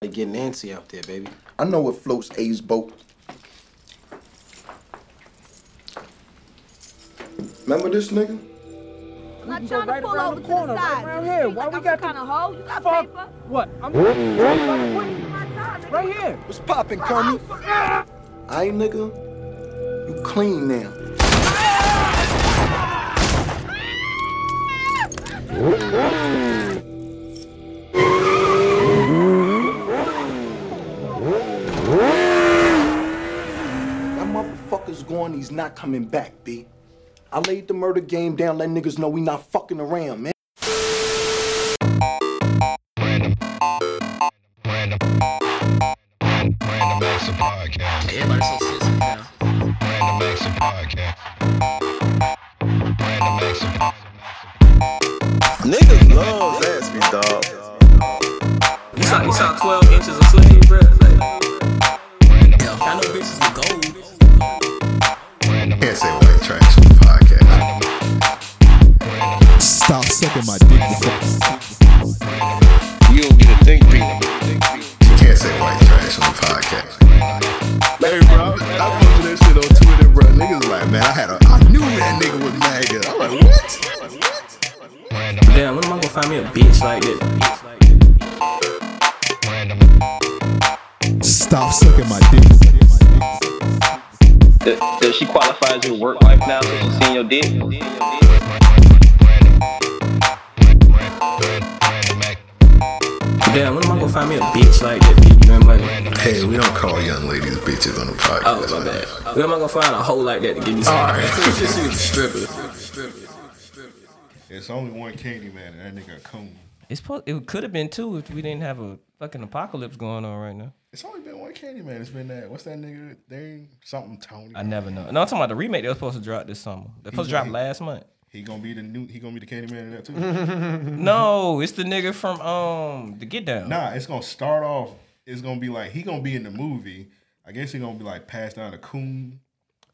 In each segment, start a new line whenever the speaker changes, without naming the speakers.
Like get Nancy out there, baby.
I know what floats A's boat. Remember this nigga?
I'm not trying to pull over to the side.
around here. Why we got
kind
to
of hoe? You got
fuck?
paper?
What? I'm right
Right
here.
What's poppin', Kermit? I nigga, you clean now. That motherfucker's gone, he's not coming back, B. I laid the murder game down, let niggas know we not fucking around, man.
Random. Random Acts of Podcast.
Everybody so sissy now.
Random Acts of Podcast. Random Acts of
Niggas loves ass me, dog.
You saw, you saw 12 inches of pussy, bro. Like, yeah, I know bitches with gold.
Can't say white trash on the podcast.
Stop sucking my dick before.
You don't get a think beat.
You can't say white trash on the podcast. Hey, bro, I posted that shit on Twitter, bro. Niggas like, man, I had a, I knew that nigga was mad. I'm like, what?
Damn, when am I gonna find me a bitch like that?
Random.
Stop sucking my dick before.
Does, does she qualify as your work wife now since she's seen your dick?
Damn, when am I gonna find me a bitch like that? Bitch, you know what I mean?
Hey, we don't call young ladies bitches on the podcast.
Oh, my
man.
bad. When am I gonna find a hoe like that to give me some?
Alright.
Just shoot strippers.
It's only one candy man, and that nigga a coon.
It's po- it could have been two if we didn't have a fucking apocalypse going on right now.
It's only been one candy man. It's been that. What's that nigga name? Something Tony.
I never know. No, I'm talking about the remake they were supposed to drop this summer. They supposed to drop last month.
He gonna be the new. He gonna be the candy man in that too.
No, it's the nigga from um the Get Down.
nah, it's gonna start off. It's gonna be like he gonna be in the movie. I guess he gonna be like passed down the coon.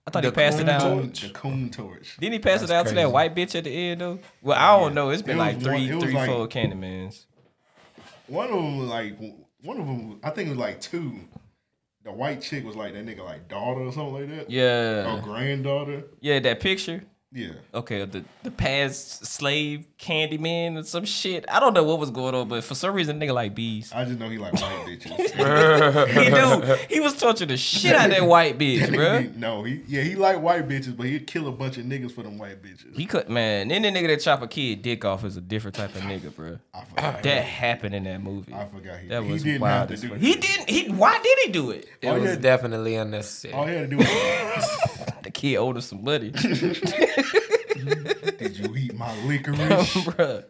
I thought he passed it out.
torch. The coon torch.
Didn't he pass it out to that white bitch at the end though? Well, I don't know. It's been
It
like
was
three,
one- it was
three,
like-
four Candymans.
One of them was like one of them. I think it was like two. The white chick was like that nigga like daughter or something like that.
Yeah,
Or granddaughter.
yeah, that picture.
Yeah.
Okay, the the past slave Candyman or some shit. I don't know what was going on, but for some reason, nigga like bees.
I just know he like white bitches.
he do. He was torturing the shit out of that white bitch,
Nigga
bruh.
be- No, he yeah, he like white bitches, but he'd kill a bunch of niggas for them white bitches.
He could man. Then the nigga that chop a kid dick off is a different type of nigga, bruh.
I forgot.
That happened in that movie.
I forgot he-
that
he
was
didn't
wild
have to
as
do
fuck.
that. Oh,
He didn't. He why did he do it?
It was
yeah. Oh,
definitely unnecessary.
All he had to do was
The kid owed us some money,
Did you eat my licorice?
bruh.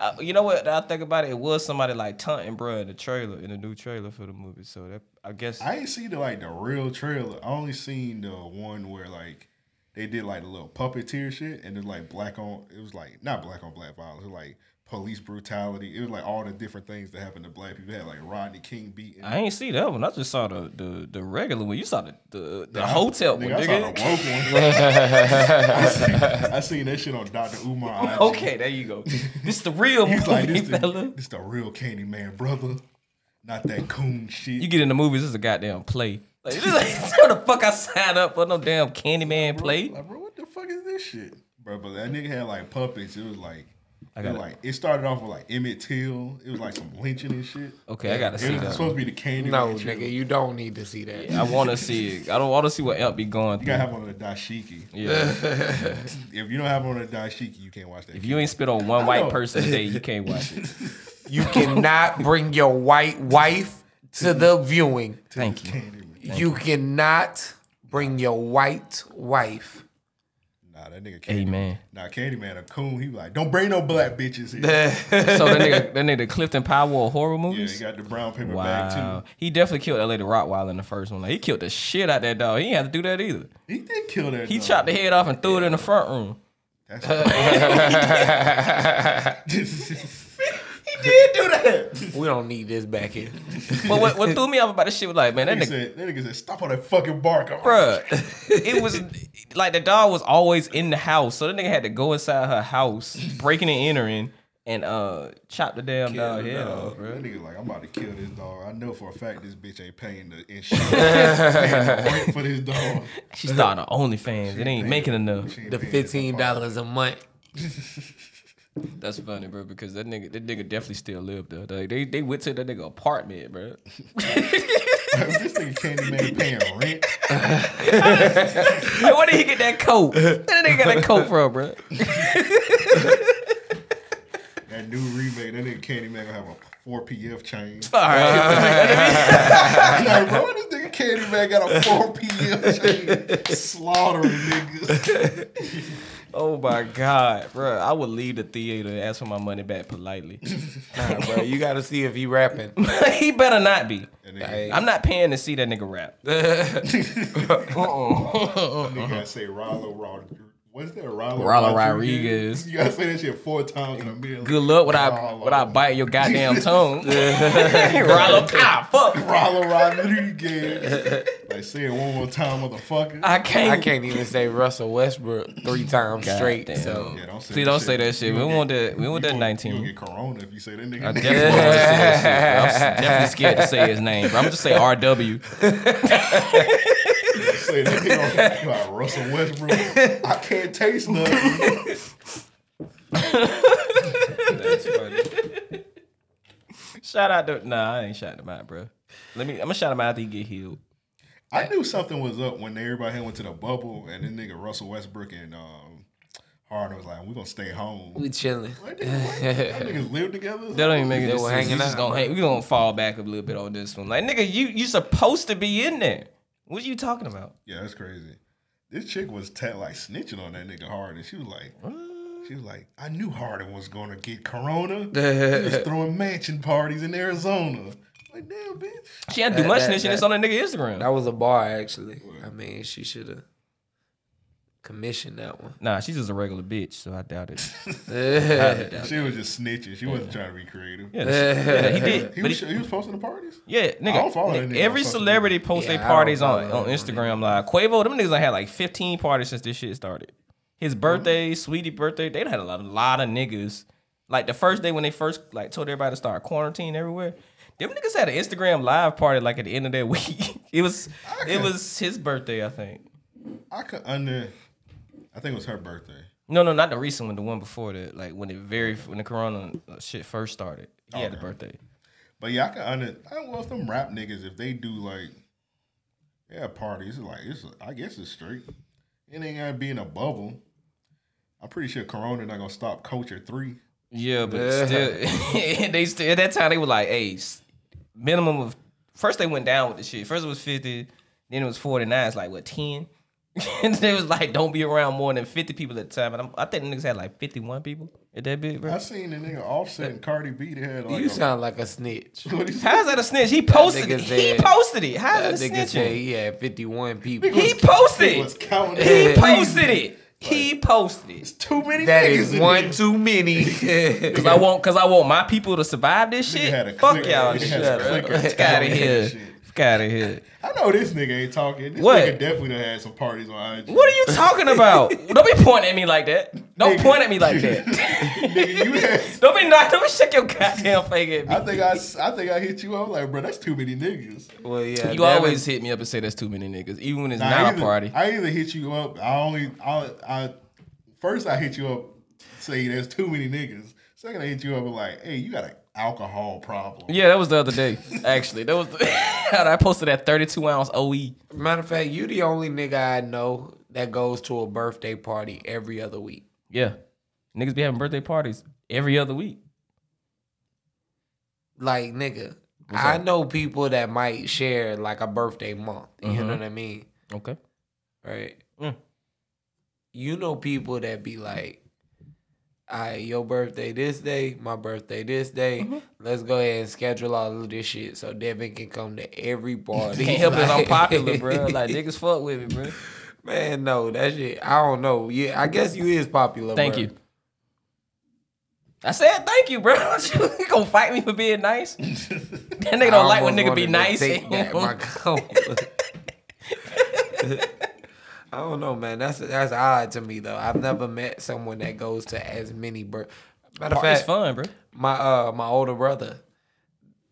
I- you know what? I think about it. It was somebody like taunting, bruh, in the trailer, in the new trailer for the movie. So that I guess
I ain't seen the like the real trailer. I only seen the one where like they did like the little puppeteer shit and then like black on it was like not black on black violence, it was like police brutality. It was like all the different things that happened to black people. They had like Rodney King beating
I ain't see that one. I just saw the the, the regular one. You saw the the, the
I-
hotel one,
nigga, I saw
nigga.
the woke one. I, seen, I seen that shit on Dr. Umar. IG.
Okay, there you go. This the real
He's
movie,
like, this
fella.
the, this the real candy man, brother. Not that coon shit.
You get in the movies, this is a goddamn play. Like, this is like, what the fuck I signed up for no damn Candyman play?
Like, bro, what the fuck is this shit? Bro, but that nigga had like puppets. It was like, it,
got
was
it.
like it started off with like Emmett Till. It was like some lynching and shit.
Okay, I gotta see
It was
that.
supposed to be the candy.
No,
man shit.
nigga, you don't need to see that.
I want to see it. I don't want to see what Elp be going
You
through.
gotta have on a dashiki.
Yeah.
If you don't have on a dashiki, you can't watch that.
If you ain't spit on one white
know.
person today, you can't watch it.
You cannot bring your white wife to the viewing.
Thank you.
You cannot bring your white wife.
nah, that nigga. Candy,
Amen.
Nah, candy man, a coon. He was like, don't bring no black bitches here.
So that nigga, that nigga Clifton Powell of horror
yeah,
movies.
he got the brown paper
wow.
bag
He definitely killed that lady Rottweiler in the first one. Like he killed the shit out that dog. He didn't have to do that either.
too. He did kill that.
He
dog.
chopped the head off and threw it in the front room.
That's-
He did do that.
We don't need this back here.
But what, what threw me off about the shit was like, man, that
Nigga
nigga
said, that nigga said, stop on that fucking bark. I'm like,
Bruh, it was like the dog was always in the house, so the nigga had to go inside her house, breaking and entering, and uh chopped the damn
Kill
dog
the
head
dog.
off, bro.
That nigga like, I'm about to kill this dog. I know for a fact this bitch ain't paying the insurance paying the rent for this dog.
She started on OnlyFans. It ain't making enough.
The fifteen dollars a month.
That's funny, bro, because that nigga, that nigga definitely still lived though. Like, they they went to that nigga apartment, bro.
this nigga Candyman paying rent.
Hey, where did he get that coat? Where did that nigga get that coat from, bro?
That new remake, that nigga Candyman gonna have a four PF chain.
All right.
like, bro, this nigga Candyman got a four PF chain slaughtering niggas.
Oh my god, bro! I would leave the theater and ask for my money back politely.
Nah, bro, you gotta see if he rapping.
he better not be.
Hey.
I'm not paying to see that nigga rap.
You gotta say Rollo Rodriguez. What's that? Rollo,
Rollo Rodriguez.
You gotta say that shit four times in a minute.
Good luck when I
Rollo.
when I bite your goddamn tongue, Rollo. Ah, fuck.
Rollo Rodriguez. like, say it one more time, motherfucker.
I can't.
I can't even say Russell Westbrook three times
God
straight.
damn.
So
Yeah, don't say
Please
that
don't
shit.
say that shit.
You
We
gonna
want
get-
that. We want
you
that
gonna- You gonna
nineteen.
get corona if you say that nigga.
I
name.
definitely want to say that shit. bro. I'm definitely scared to say his name, bro. I'm just say RW.
say that nigga like Russell Westbrook. I can't taste nothing.
Shout out to Nah, I ain't shouting him out, bro. Let me. I'm gonna shout him out after he get healed.
I knew something was up when everybody had went to the bubble and then nigga Russell Westbrook and um, Harden was like, "We gonna stay home."
we chilling.
Like, nigga, what? Y'all niggas live together.
That don't even make
They
it.
were hanging
We just
out.
gonna hang, we gonna fall back a little bit on this one. Like nigga, you you supposed to be in there. What are you talking about?
Yeah, that's crazy. This chick was ta- like snitching on that nigga Harden. She was like, she was like, I knew Harden was gonna get corona. he was throwing mansion parties in Arizona. Like, damn, bitch.
She had to do
That-
much
that-
snitching.
that-
It's on a nigga Instagram.
That was a bar actually. I mean, she should have commissioned that one.
nah, she's just a regular bitch, so I doubt it.
She was just snitching. She wasn't trying to be creative.
Yeah, yeah he did.
He
But
was,
he,
he was posting the parties.
yeah, nigga.
don't follow that nigga
every
on social
celebrity posts
Yeah, I
their
don't
parties on,
follow
on
that
Instagram Live. Quavo, them niggas done had like 15 parties since this shit started.
Mm-hmm.
His birthday, sweetie birthday, they done had a lot, a lot of niggas. Like the first day when they first like told everybody to start quarantine everywhere, them niggas had an Instagram live party like at the end of that week. it was it was his birthday, I think.
I could under. I think it was her birthday.
No, no, not the recent one, the one before that. Like when it very when the corona shit first started. He had a
Okay.
birthday.
But yeah, I can under. I don't know if them rap niggas if they do like, yeah, parties. Like it's, I guess it's straight. It ain't gotta be in a bubble. I'm pretty sure Corona not gonna stop Culture Three.
Yeah, but still, they still at that time they were like, "Hey, s- minimum of." First they went down with the shit. First it was fifty, then it was forty nine. It's like what ten? and they was like, "Don't be around more than fifty people at the time." And I'm, I think the niggas had like fifty one people at that bit,
I
bro.
seen the nigga Offset and Cardi B. They had like
You
a,
sound like a snitch.
what he said?
How's that a snitch? He posted
nigga
it. He
said-
posted it. How's
That
that a
nigga said
snitching?
he had fifty one people.
He posted
was
it.
counting.
He posted it. He posted it.
Too many
That
niggas
is
in
one
there.
too many.
Cause I want, cause I want my people to survive this shit.
had a
Fuck
clicker.
y'all,
He had
shut
a
up.
clicker.
Get out of here.
Shit.
Get out of here.
I know this nigga ain't talking. This
What?
nigga definitely done had some parties on IG.
What are you talking about? don't be pointing at me like that. Don't
Nigga.
point at me like that.
nigga, you had,
don't be not. Don't shake your goddamn fake at me.
I think I, s- I think I hit you. I was like, bro, that's too many niggas.
well, yeah.
you
that
always
is-
hit me up and say that's too many niggas, even when it's
Nah, I
not a
either-
party.
I either hit you up. I only. I, I first I hit you up. Say there's too many niggas. Second I hit you up and like, hey, you got an alcohol problem.
yeah, that was the other day. Actually, that was. The, I posted that 32 ounce E. OE.
Matter of fact, you the only nigga I know that goes to a birthday party every other week.
Yeah, niggas be having birthday parties every other week.
Like nigga, I know people that might share like a birthday month. You know what I mean?
Okay.
Right.
Mm.
You know people that be like, all right, your birthday this day, my birthday this day.
Mm-hmm.
Let's go ahead and schedule all of this shit so Devin can come to every party.
Can't help it, I'm
Like-
popular, bro. Like niggas fuck with me, bro.
Man, no, that shit. I don't know. Yeah, I guess you is popular.
Thank
bruh.
you. I said thank you, bro. you gonna fight me for being nice? that nigga don't like when
almost
nigga be
wanted to
nice.
take back my compliment. I don't know, man. That's that's odd to me though. I've never met someone that goes to as many bir- Matter of
Party's
fact,
fun, bro.
My uh, my older brother,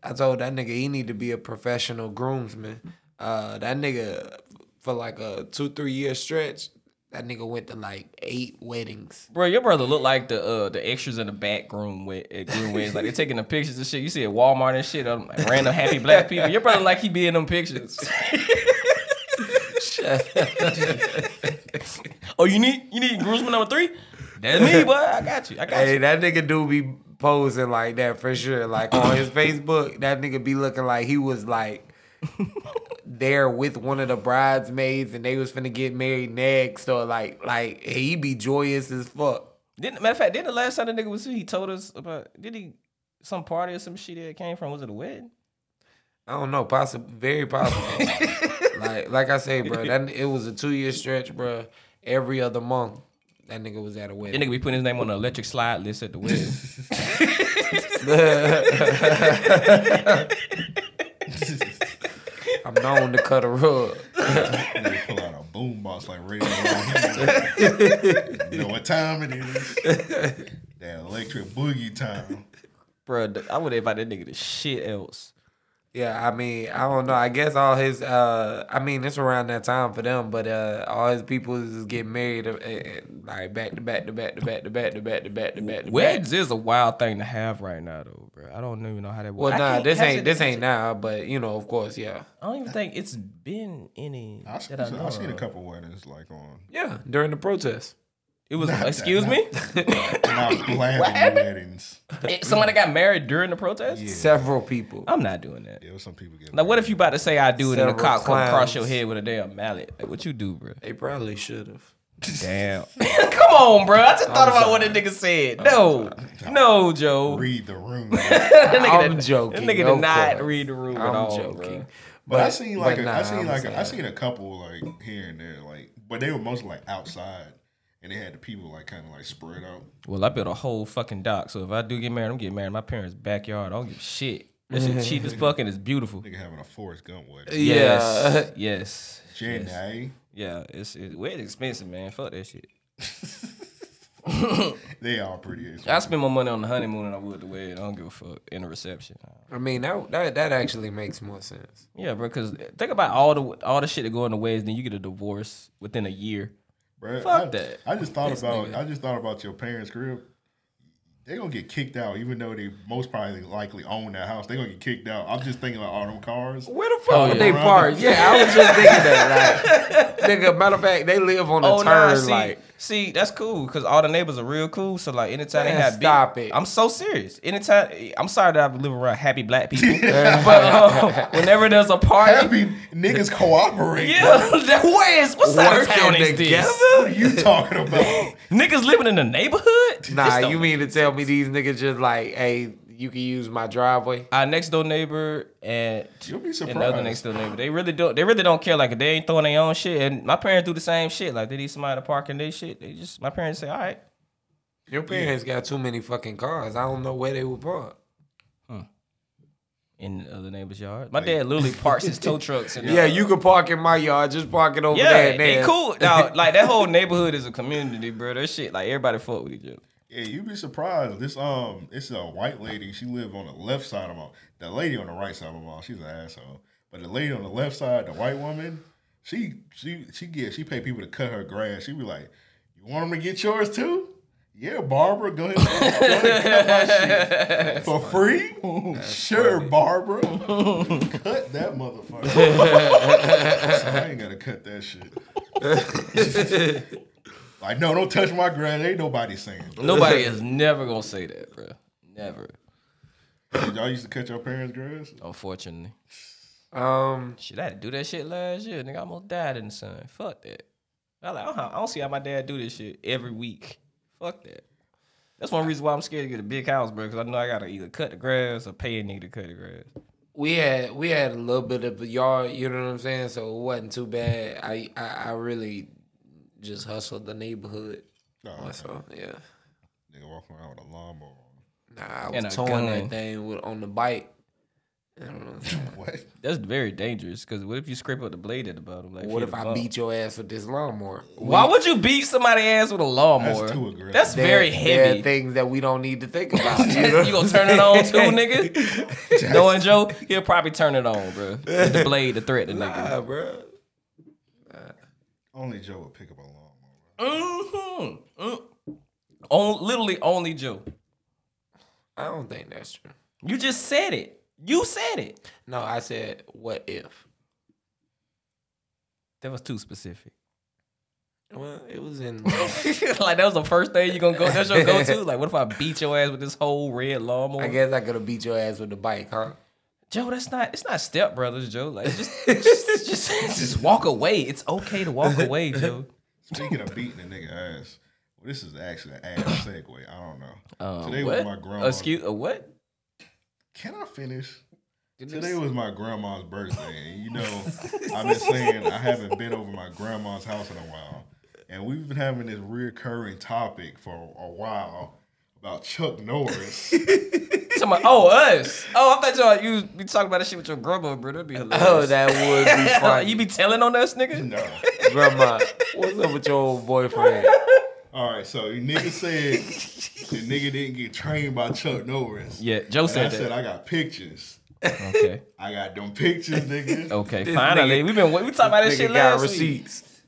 I told that nigga he need to be a professional groomsman. Uh, that nigga for like a two three year stretch, that nigga went to like eight weddings.
Bro, your brother looked like the uh, the extras in the back room with at Groom Weddings. Like they're taking the pictures and shit. You see at Walmart and shit, um, like, random happy black people. Your brother like he be in them pictures. oh, you need you need groomsman number three? That's me, boy. I got you. I got
hey,
you.
that nigga do be posing like that for sure. Like on his Facebook, that nigga be looking like he was like there with one of the bridesmaids and they was finna get married next or like like he be joyous as fuck.
Didn't matter of fact, didn't the last time the nigga was here, he told us about did he some party or some shit that it came from? Was it a wedding?
I don't know, possible, very possible. like like I say, bro, that it was a two year stretch, bro. Every other month, that nigga was at a
That
wedding.
nigga be putting his name on the electric slide list at the wedding.
I'm known to cut a rug.
Nigga pull out a boom box like Ray. Allen. you know what time it is? That electric boogie time.
Bro, I would invite that nigga to shit else.
Yeah, I mean, I don't know. I guess all his, uh, I mean, it's around that time for them, but uh, all his people is getting married, uh, uh, like back to back to back to back to back to back to back to back to back.
Weddings is a wild thing to have right now, though, bro. I don't even know how that works.
Well, nah, this ain't this ain't now, but you know, of course, yeah,
I don't even think it's been any.
I seen,
that I know
I seen a
of.
couple weddings like on.
yeah. During the protest,
It was.
Not that-
excuse
not-
me.
Not planned weddings.
Eh, Somebody got married during the protest.
Yeah.
several people.
I'm not doing that.
Yeah, some people get.
Like, what if you about to say I do it and the
Several
cop come across
clowns.
your head with a damn mallet? Like, what you do, bro?
They probably should have.
Damn. come on, bro. I just thought about what that nigga said. No, no, Joe.
read the room?
that nigga
I'm
did-
joking,
That nigga
of
did not
course.
read the room at
I'm
all,
joking.
bro.
But, I seen like
but
a I
nah,
seen
I'm
like a, I
saying-
seen a couple like here and there like, but they were mostly like outside, and they had the people like kind of like spread out.
Well, I built a whole fucking dock. So if I do get married, I'm getting married in my parents' backyard. I don't give a shit. That shit cheap as fuck and it's beautiful.
Nigga having a Forrest Gump wedding.
Yeah,
Yes. Yes.
Jenny,
yes. Yeah, it's it's way expensive, man. Fuck that shit.
they are pretty. expensive.
I spend more money on the honeymoon than I would the wedding. I don't give a fuck in the reception.
I mean that that that actually makes more sense.
Yeah, bro. Cause think about all the all the shit that go in the weddings. Then you get a divorce within a year.
Bruh,
Fuck
I,
that.
I just thought
This
about
nigga.
I just thought about your parents' crib. They gonna get kicked out, even though they most probably likely own that house. They gonna get kicked out. I'm just thinking about all them cars.
Where the fuck
Oh,
would
yeah.
they park? Yeah, I was just thinking that. Like, nigga, matter of fact, they live on a
Oh
turn.
nah, see,
like,
see, that's cool because all the neighbors are real cool. So like, anytime they
Man,
have
stop
beef,
it.
I'm so serious. Anytime, I'm sorry that I live around happy black people, but uh, whenever there's a party,
Happy niggas cooperate.
yeah, that- where is what side of
Working
town is this?
together?
What are you talking about?
Niggas living in the neighborhood?
Nah,
This don't-
you mean to tell me these niggas just like, hey, you can use my driveway?
our next door neighbor and
You'll be surprised.
another next door neighbor. They really don't. They really don't care. Like they ain't throwing their own shit. And my parents do the same shit. Like they need somebody to park in their shit. They just my parents say, all right.
Your parents got too many fucking cars. I don't know where they would park.
In the other neighbor's yard, my dad literally parks his tow trucks. And
Yeah, you could park in my yard. Just park it over there.
Yeah,
And
they
there.
cool. Now, like that whole neighborhood is a community, bro. That shit, like everybody fuck with each other.
Yeah, you'd be surprised. This um, it's a white lady. She live on the left side of my. The lady on the right side of my mom, she's an asshole. But the lady on the left side, the white woman, she she she get she pay people to cut her grass. She be like, "You want them to get yours too? Yeah, Barbara, go ahead, go ahead and cut my shit for free. sure, Barbara, cut that motherfucker. I ain't gotta cut that shit. like, no, don't touch my grass. Ain't nobody saying.
Nobody is never gonna say that, bro. Never,
Did y'all used to cut your parents' grass?
unfortunately.
Um,
Shit, I had to do that shit last year. Nigga, I almost died in the sun. Fuck that. I like, I don't, I don't see how my dad do this shit every week. Fuck that. That's one reason why I'm scared to get a big house, bro. Because I know I gotta either cut the grass or pay a nigga to cut the grass.
we had we had a little bit of a yard. You know what I'm saying? So it wasn't too bad. I I, I really just hustled the neighborhood.
No,
So yeah,
nigga walking around with a lawnmower.
nah, I
And
was
a
towing that
gun.
thing with, on the bike. I don't know.
what?
That's very dangerous. Because what if you scrape up the blade at the bottom? Like
What
hit
if
a
I
bump?
beat your ass with this lawnmower?
Why would you beat somebody's ass with a lawnmower? That's too aggressive. That's
There-
very
there are
heavy.
things that we don't need to think about.
you gonna turn it on too, nigga? Knowing Joe, he'll probably turn it on, bro. With the blade to threat the nigga.
Nah, bro.
Only Joe would pick up a lawn.
hmm On literally only Joe.
I don't think that's true.
You just said it. You said it.
No, I said, what if?
That was too specific.
Well, it was in.
like that was the first thing you gonna go. That's your go to. Like, what if I beat your ass with this whole red lawnmower?
I guess I could have beat your ass with the bike, huh?
Joe, that's not. It's not step brothers, Joe. Like, just, just, just, just walk away. It's okay to walk away, Joe.
Speaking of beating a nigga ass, well, this is actually an ass segue. I don't know.
Uh,
Today
what?
was my grandma.
Excuse a what?
Can I finish?
Didn't
Today
you-
was my grandma's birthday, and you know, I've been saying I haven't been over my grandma's house in a while, and we've been having this recurring topic for a while about Chuck Norris.
You talking about- oh, us. Oh, I thought y'all you be talking about that shit with your grandma, bro. That'd be hilarious.
Oh, that would be funny.
you be telling on us, nigga?
No.
Grandma, what's up with your old boyfriend?
All right, so the nigga said the nigga didn't get trained by Chuck Norris.
Yeah, Joe
And
said
I
that.
said I got pictures.
Okay.
I got them pictures, nigga.
Okay.
This
finally,
nigga-
we've been we talking about this
Nigga
shit
got
last week.
receipts.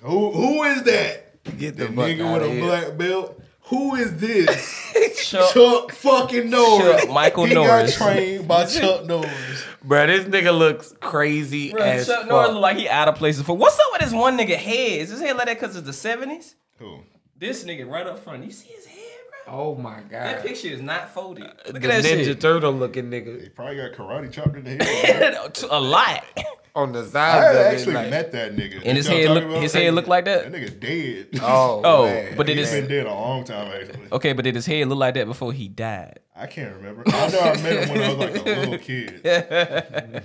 Who who is that?
Get the,
The
fuck
nigga
out
with
of
a
here.
black belt. Who is this?
Chuck,
Chuck fucking Norris.
Chuck Michael
he
Norris.
got trained by Chuck Norris.
Bro, this nigga looks crazy
Bro,
as
Chuck
fuck.
Norris look like he out of places for. What's up with this one nigga head? Is his head like that because it's the seventies?
Who?
This nigga right up front. You see his head, bro?
oh my god.
That picture is not folded. Look
the
at that
Ninja
shit.
Turtle looking nigga
He probably got karate chopped in the head.
a lot.
on the
I
sides
had
of
actually
it. Like,
met that nigga.
And his
Y'all
head
talking
look
about
his
that
head
nigga?
look like
That
that?
nigga dead.
oh,
Oh,
man.
but did
He's been
his
dead a long time actually.
Okay, but did his head look like that before he died?
I can't remember. I know I met him when I was like a little kid. the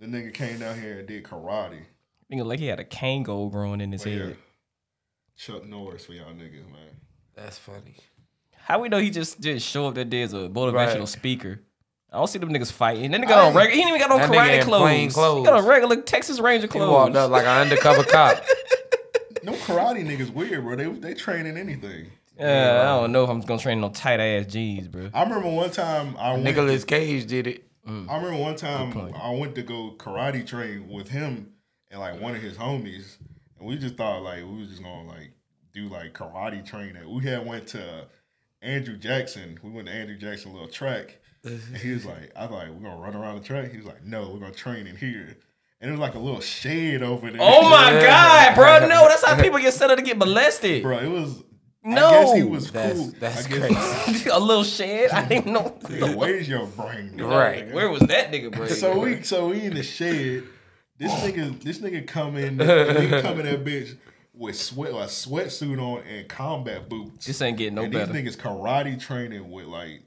nigga came down here and did karate.
Nigga, like he had a kango growing in his
But yeah,
head.
Chuck Norris for y'all niggas, man.
that's funny.
How we know he just didn't show up that day as a motivational
Right.
speaker? I don't see them niggas fighting. That nigga got on regular. He ain't even got on
That nigga
karate
in plain
clothes. He got
clothes.
on regular Texas Ranger
He
clothes.
walked up like an undercover cop.
Oh No karate niggas weird, bro. They they training anything.
Yeah, I don't know if I'm gonna train no tight ass jeans, bro.
I remember one time I went.
Nicolas Cage did it.
I remember one time I went to go karate train with him and like one of his homies, and we just thought like we was just gonna like do like karate training. We had went to Andrew Jackson. We went to Andrew Jackson little track, and he was like, "I was like, we're gonna run around the track." He was like, "No, we're gonna train in here." And it was like a little shade over there.
Oh my god, bro! No, that's how people get set up to get molested.
bro! It was.
No.
I guess he was
That's
cool.
that's
I guess-
crazy.
a little shed. I didn't know.
Nigga, Where's your brain? nigga?
Right.
Where was that nigga, bro?
So we so we in the shed. This nigga this nigga come in nigga come in that bitch with sweat a sweatsuit on and combat boots.
This ain't getting no
and
better.
these niggas karate training with like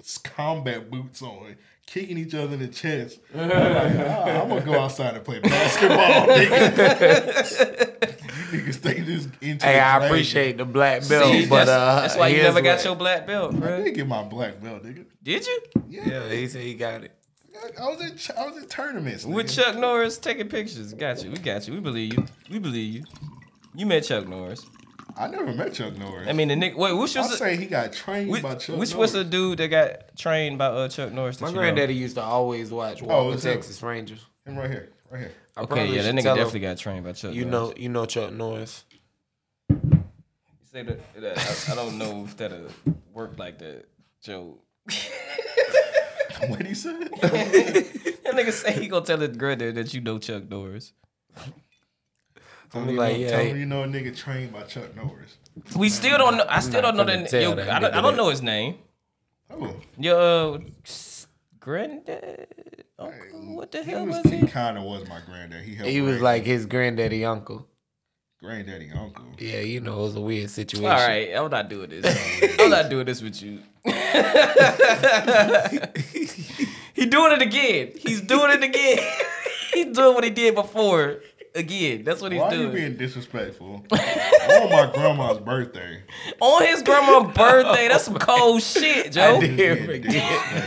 s- combat boots on, kicking each other in the chest. I'm like, "Ah, I'm gonna go outside and play basketball, nigga. you niggas think this into
Hey,
the
I
dragon.
appreciate the black belt,
See,
but
that's,
uh,
that's why you
here's
never got
what-
your black belt,
I
bro.
did get my black belt, nigga.
Did you?
Yeah, he said he got it.
I was in ch- I was in tournaments.
With
nigga.
Chuck Norris taking pictures. Got you. We got you. We believe you. We believe you. You met Chuck Norris.
I never met Chuck Norris.
I mean, the nigga. Wait, which
I
was
say he got trained
which,
by Chuck
which was
Norris.
the dude that got trained by uh, Chuck Norris? that
My
you know?
granddaddy used to always watch Walker
Oh, it's him.
Texas Rangers.
Him right here, right here.
I
Okay,
probably
yeah, that
should
nigga
tell him,
definitely got trained by Chuck.
You
Norris.
know, you know Chuck Norris.
You say that, that- I, I don't know if that uh, worked like that, Joe.
What he said?
That nigga say he gonna tell his granddad that you know Chuck Norris.
tell
be
me
like,
you know,
yeah,
tell
he-
me you know a nigga trained by Chuck Norris.
We still don't know. I still
not
don't know
finna
that.
tell
Yo,
that
I, don't, I
nigga
don't
that.
know his name.
Oh,
Your uh, s- granddad. Uncle, what the
he
hell
was,
was,
he
he?
kind of was my granddad. He helped.
He was
raise
like his granddaddy uncle.
granddaddy uncle.
Yeah, you know, it was a weird situation.
All right, I'm not doing this. I'm not doing this with you. he doing it again. He's doing it again. he's doing what he did before again. That's what he's
Why are you
doing.
being disrespectful? on my grandma's birthday.
On his grandma's birthday. That's some cold shit, Joe.
You being disrespectful.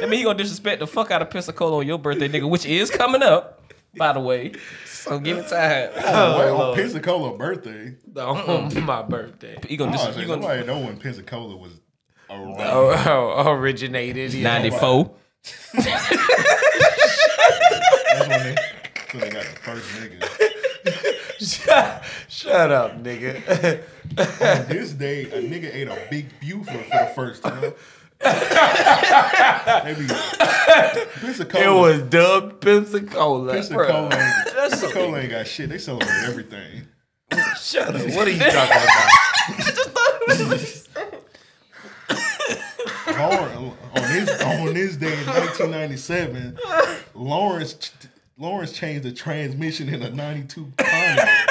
That mean he gonna disrespect the fuck out of Pensacola on your birthday, nigga, which is coming up, by the way. So give it time.
Oh, wait, on Pensacola birthday.
On my birthday.
You gonna
I was
dis-
like,
you gonna-
nobody know when Pensacola was around.
Oh, oh, originated. yeah.
94.
That's when they, so they got the first nigga.
Shut, shut up, nigga.
On this day, a nigga ate a big Buford for the first time. they be, Pensacola,
it was dubbed Pensacola.
Pensacola,
Bruh.
ain't- Pensacola ain't got shit. They celebrate everything.
Shut up. What are you talking about?
Lauren, on his on his day in 1997, Lawrence ch- Lawrence changed the transmission in a 92 Pontiac.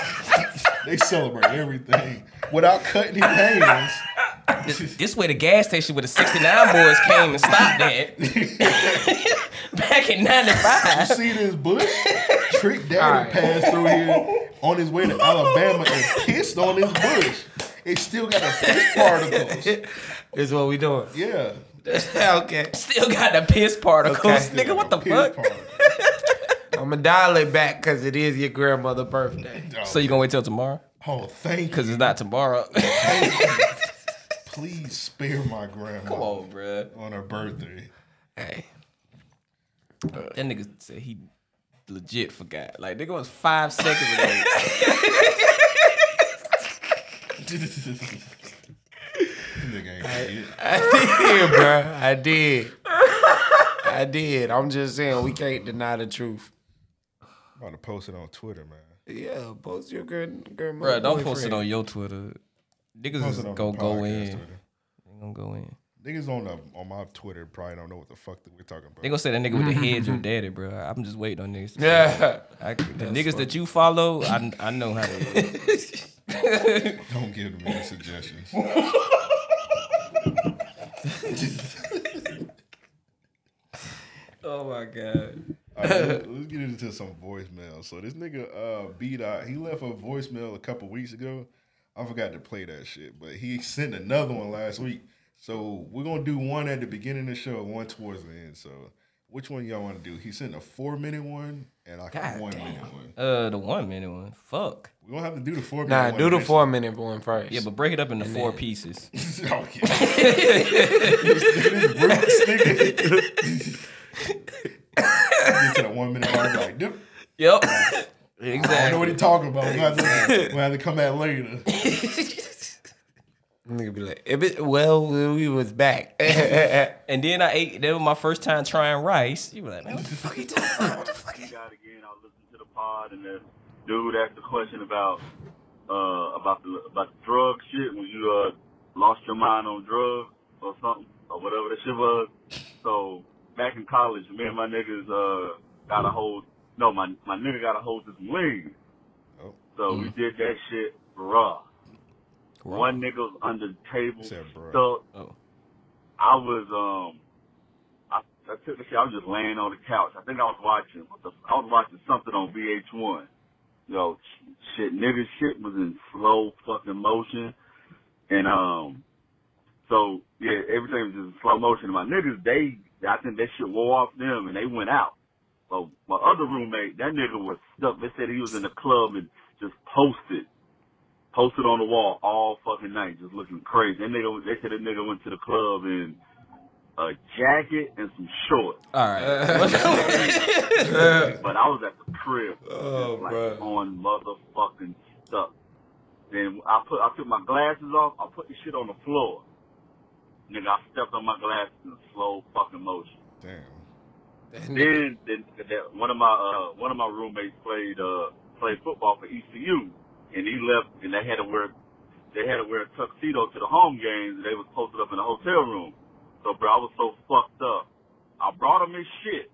they celebrate everything without cutting his hands.
This, this way the gas station with the 69 boys came and stopped that. Back in 95.
You see this bush? Trick Daddy passed through here on his way to Alabama and pissed on his bush. It still got the piss particles.
Is what we doing.
Yeah.
okay.
Still got the piss particles.
Okay.
Nigga, what the
Piss
fuck?
particles.
I'm gonna dial it back because it is your grandmother's birthday.
So you gonna wait till tomorrow?
Oh, thank you.
Cause it's not tomorrow.
Please spare my grandma
Come on, bruh.
on her birthday.
Hey. That nigga said he legit forgot. Like nigga was five seconds ago.
nigga ain't shit.
I did, bro. I did. I did. I'm just saying we can't deny the truth.
I'm about to post it on Twitter, man.
Yeah, post your grand grandma.
Bruh, don't post it on your Twitter. Niggas
Post
is
it on
gonna
the
go
podcast
in.
Twitter.
They gonna go in.
Niggas on the, on my Twitter probably don't know what the fuck that we're talking about.
They gonna say that nigga with the head your daddy, bro. I'm just waiting on niggas. to say that.
Yeah.
I, the niggas that you follow, I, I know how they. Look.
don't give them any suggestions.
oh my god.
All right, let's let's get into some voicemails. So this nigga uh, B dot he left a voicemail a couple weeks ago. I forgot to play that shit, but he sent another one last week. So we're gonna do one at the beginning of the show, one towards the end. So which one y'all want to do? He sent a four minute one and like a
God
one
damn.
minute one.
Uh, the one minute one. Fuck.
We don't have to do the four minute.
Nah,
one
do the
eventually.
four minute one first.
Yeah, but break it up into four pieces.
oh, yeah. This Rufus nigga. Get to the one minute mark, like, "Nope,
Yep.
I don't know what
exactly.
he's talking about. We'll have to, we'll have to come back later.
Nigga be like, if it, well, we was back.
And then I ate. That was my first time trying rice. You were like, man, what the fuck you talking about? What the fuck? You
out again. I listened to the pod, and the dude asked a question about uh about the about the drug shit when you uh lost your mind on drugs or something or whatever that shit was. So back in college, me and my niggas uh got a hold. No, my my nigga got a hold of some lean.
Oh.
So we did that shit raw. One nigga was under the table.
Said bruh.
So
Oh.
I was um I, I took the shit. I was just laying on the couch. I think I was watching. What the, I was watching something on VH1. Yo, sh- shit, nigga, shit was in slow fucking motion, and um, so yeah, everything was just in slow motion. And my niggas, they, I think that shit wore off them, and they went out. So my other roommate, that nigga was stuck. They said he was in the club and just posted, posted on the wall all fucking night, just looking crazy. That nigga, they said that nigga went to the club in a jacket and some shorts.
All right.
But I was at the crib,
Oh,
just, like
bruh.
on motherfucking stuff. Then I put, I took my glasses off. I put the shit on the floor. Nigga, I stepped on my glasses in slow fucking motion.
Damn.
Then, then that one of my uh, one of my roommates played uh, played football for ECU, and he left, and they had to wear they had to wear a tuxedo to the home games, and they was posted up in the hotel room. So, bro, I was so fucked up. I brought him his shit,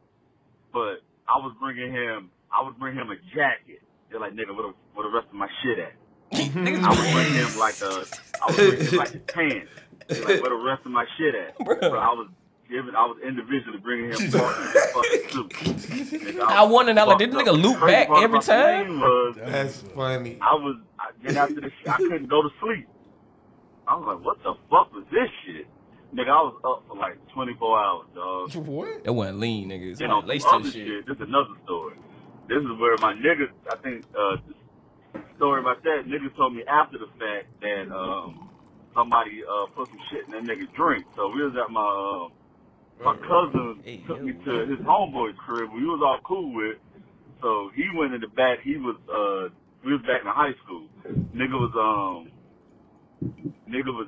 but I was bringing him I would bring him a jacket. They're like, nigga, where the, where the rest of my shit at? I would bring him like a I would bring him like a pants. They're like, where the rest of my shit at? Bro, I was giving I was individually bringing him fucking fucking suit. Nigga,
I wonder now, like,
fucked
did
up.
nigga loop
Crazy
back
part
every
about the thing was,
That's funny.
I was I, then after the shit, I couldn't go to sleep. I was like, what the fuck was this shit? Nigga, I was up for like 24 hours, dog.
What?
That wasn't lean, niggas.
You know,
Laced
some
and
other
shit.
shit. This is another story. This is where my niggas, I think, uh, the story about that, niggas told me after the fact that, um, somebody, uh, put some shit in that nigga drink. So we was at my, um, my cousin took me to his homeboy's crib. We was all cool with. So he went in the back. He was, uh, we was back in high school. Nigga was, um, nigga was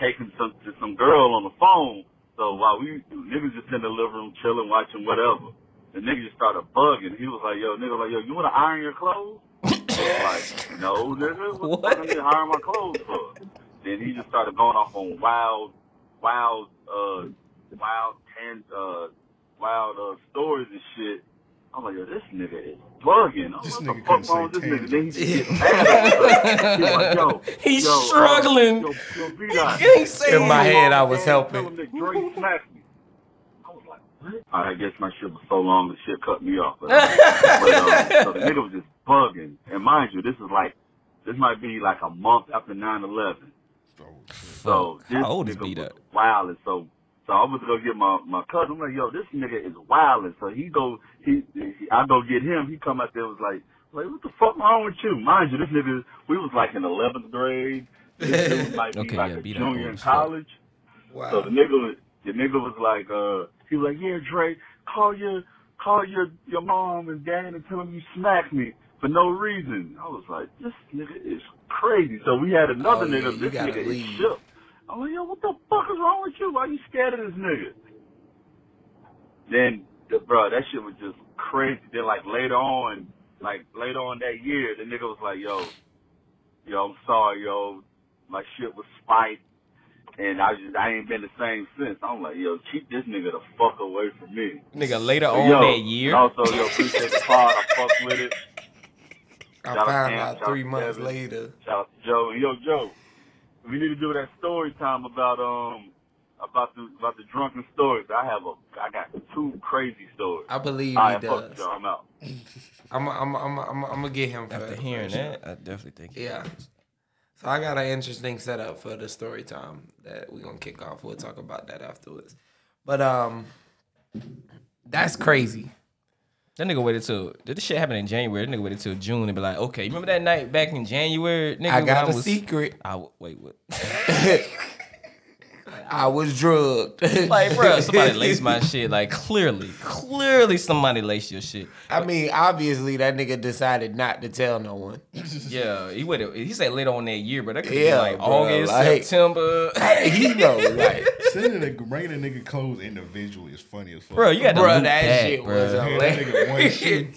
taking some to some girl on the phone. So while we niggas just in the living room chilling, watching whatever, the nigga just started bugging. He was like, "Yo, nigga, like, yo, you want to iron your clothes?" I was like, no, nigga, what, what? the fuck I need to iron my clothes for? Then he just started going off on wild, wild, uh, wild tan, uh, wild uh, stories and shit. I'm like, yo, this nigga is bugging. I'm
This
like, what
nigga
the fuck
couldn't
wrong with
say
this nigga? Then he just
tangent.
gets mad at me. He's like, yo,
He's
yo, uh,
struggling.
yo, yo, B-Dot.
can't say
In my
it.
head, I was helping.
Drake smacked me. I guess my shit was so long the shit cut me off. But, uh, but, um, so the nigga was just bugging. And mind you, this is like this might be like a month after 9-11. So this
How old is
nigga
beat
was
up?
wilding. So so I was gonna go get my my cousin. I'm like, yo, this nigga is wilding. So he go he, he I go get him. He come out there was like like what the fuck wrong with you? Mind you, this nigga we was like in 11th grade. This dude might be
Okay,
like
yeah,
a
beat up old
junior in
as fuck.
college. So the nigga, was- the nigga was like, uh, he was like, yeah, Drake, call your, call your, your mom and dad and tell them you smacked me for no reason. I was like, this nigga is crazy. So we had
Oh,
another
yeah,
nigga,
you
this
gotta
nigga
leave.
is shook. I'm like, yo, what the fuck is wrong with you? Why you scared of this nigga? Then, the, bro, that shit was just crazy. Then like later on, like later on that year, the nigga was like, yo, yo, I'm sorry, yo, my shit was spiked. And I just I ain't been the same since. I'm like, yo, keep this nigga the fuck away from me.
Nigga, later
So,
on
yo,
that year.
and Also, yo, appreciate the pod. I fuck with it.
I
Shout out
found
Cam,
out
shout
three
to
months
Kevin,
later.
Shout out to Joe. Yo, Joe, we need to do that story time about um about the about the drunken stories. I have a I got two crazy stories.
I believe
All
he
right, fuck with
does.
y'all. I'm out.
I'm I'm I'm I'm, I'm gonna get him for
After
that.
hearing
for sure.
that, I definitely think.
Yeah. So I got an interesting setup for the story time that we're gonna kick off. We'll talk about that afterwards. But um that's crazy.
That nigga waited till did this shit happen in January. That nigga waited till June and be like, okay, you remember that night back in January? Nigga,
I
when
got a
was-
secret.
I w- wait, what?
I was drugged.
like, bro, somebody laced my shit. Like, clearly, clearly, somebody laced your shit.
I mean, obviously that nigga decided not to tell no one.
Yeah, he waited. He said later on that year, but that could
Yeah,
be like
bro,
August,
like-
September.
he know, like
Sending a bringing a nigga clothes individually is funny as fuck.
Bro, you got to
Bro,
loop
that
back,
shit
bro.
was
Man, that nigga one shoe.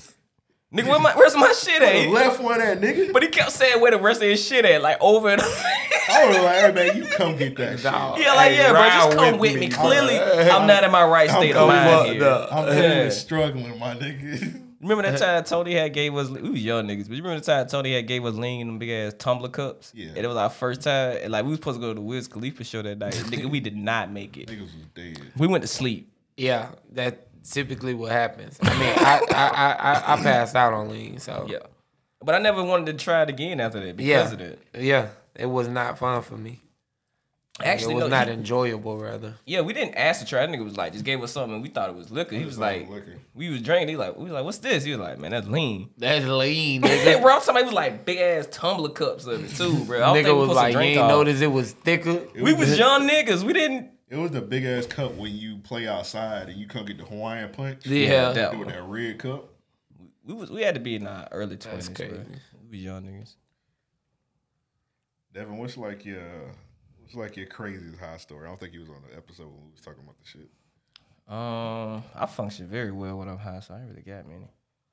Nigga, where my, where's my shit
Would've
at?
left one at nigga.
But he kept saying where the rest of his shit at, like over and over.
I would have like, hey man, you come get that shit.
Dog.
Yeah, like,
Hey,
yeah, bro, just
ride
come
with
with
me.
me. Clearly,
Alright.
I'm not in my right
I'm
state of
fucked
mind here.
up.
I'm
Yeah.
really struggling, my nigga.
Remember that time Tony had gave us, we was young niggas, but you remember the time Tony had gave us lean in them big ass tumbler cups?
Yeah.
And it was our first time, and like, we was supposed to go to the Wiz Khalifa show that night. Nigga, we did not make it.
Niggas was dead.
We went to sleep.
Yeah, that typically what happens. I mean, I I, I, I, I passed out on lean, so
Yeah. But I never wanted to try it again after that because
yeah,
of that.
yeah, it was not fun for me.
Actually,
it was
no,
not
he-
enjoyable, rather.
Yeah, we didn't ask to try. That nigga was like, just gave us something. and We thought it was liquor. He was like,
liquor.
we was drinking. He like, we was like, what's this? He was like, man, that's lean.
That's lean,
Hey,
nigga.
bro, somebody was like big ass tumbler cups of it too, bro. I don't think
nigga
we
was
supposed to
like, you
drink
ain't
all.
notice it was thicker.
We was young niggas. We didn't.
It was the big ass cup when you play outside and you come get the Hawaiian punch.
Yeah.
that one.
With that red cup.
We was. We had to be in our early twenties, bro.
crazy.
We was young niggas.
Devin, what's like your what's like your craziest high story? I don't think he was on the episode when we was talking about the shit.
Um, I function very well when I'm high, so I ain't really got many.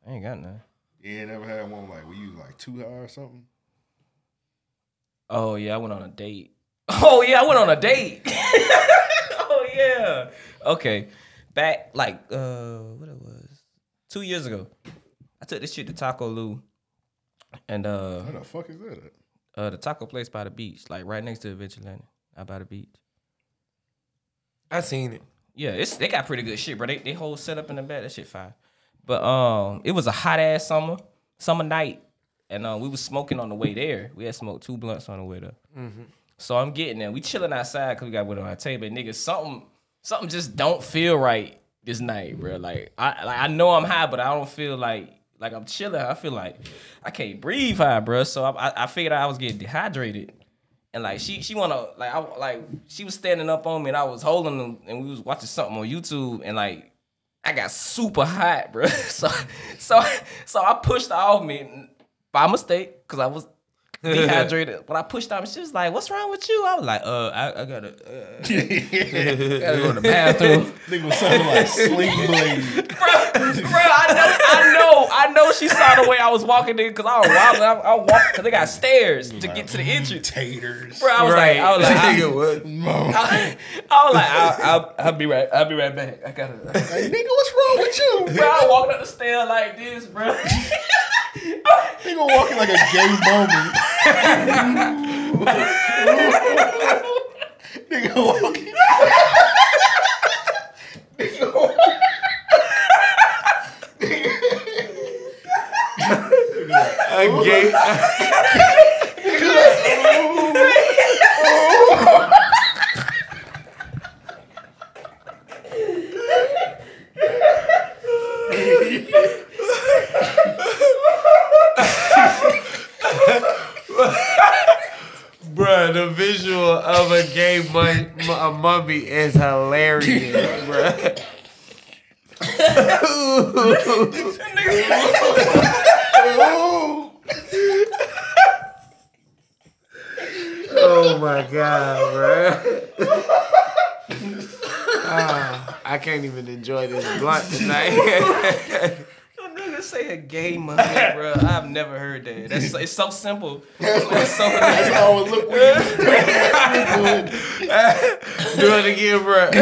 I ain't got none.
Yeah, never had one like were you like too high or something?
Oh yeah, I went on a date. Oh yeah, I went on a date. oh yeah. Okay. Back like uh what it was two years ago. I took this shit to Taco Lou and uh
What the fuck is that? at?
uh the taco place by the beach, like right next to Vigilante. Out by the beach.
I seen it.
Yeah, it's they got pretty good shit, bro. They they whole setup in the back, that shit fire. But um, it was a hot ass summer, summer night, and uh, we was smoking on the way there. We had smoked two blunts on the way there. So I'm getting there. We chilling outside because we got wood on our table. And nigga, something something just don't feel right this night, bro. Like I like I know I'm high, but I don't feel like like I'm chilling. I feel like I can't breathe high, bro. So I I, I figured I was getting dehydrated. And like she she wanna like I like she was standing up on me and I was holding them and we was watching something on YouTube and like I got super hot, bro. So so so I pushed her off me by mistake because I was dehydrated. when I pushed off, she was like, "What's wrong with you?" I was like, "Uh, I, I gotta, uh, gotta go to the bathroom."
Nigga was sounding like Sling Blade.
bro, I know, I know, I know. She saw the way I was walking in because I was walking. I, I walked because they got stairs to get to the entrance.
Taters,
bro. I was
Right.
like, I was like, I,
Nigga,
I, I was like, I, will I'll be right, I'll be right back. I gotta.
Hey, nigga, what's wrong with you?
Bro, I walked up the stair like this, bro.
Nigga walking like a gay moment. Nigga walking. Nigga walking.
A gay. Bruh, the visual of a gay mum- a mummy is hilarious, bruh. oh my god, bruh. Ah, I can't even enjoy this blunt tonight.
That nigga say a gay mummy, bro. I've never heard that. That's so- it's so simple. It's so That's
how it look
Do it again, bro. That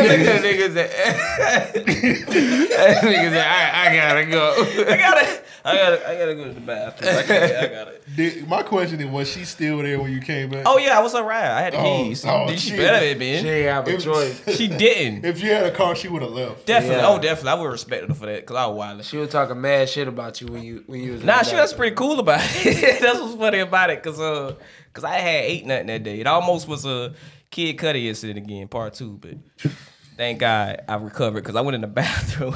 nigga said, that nigga said, I, I gotta go.
I gotta, I gotta, I gotta go to the bathroom. I, can't, I gotta.
Did, my question is, was she still there when you came back?
Oh yeah, I was alright. I had the
Oh,
keys.
oh,
Did she
shit.
better have been?
She ain't have a
If-
choice.
She didn't.
If you had a car, she would have left.
Definitely.
Yeah.
Oh, definitely. I would respect her for that because I was wild.
She was talking mad shit about you when you when you was. in
Nah,
the
she
bathroom.
was pretty cool about it. That's what's funny about it, cause uh, cause I had ate nothing that day. It almost was a Kid Cudi incident again, part two. But thank God I recovered, cause I went in the bathroom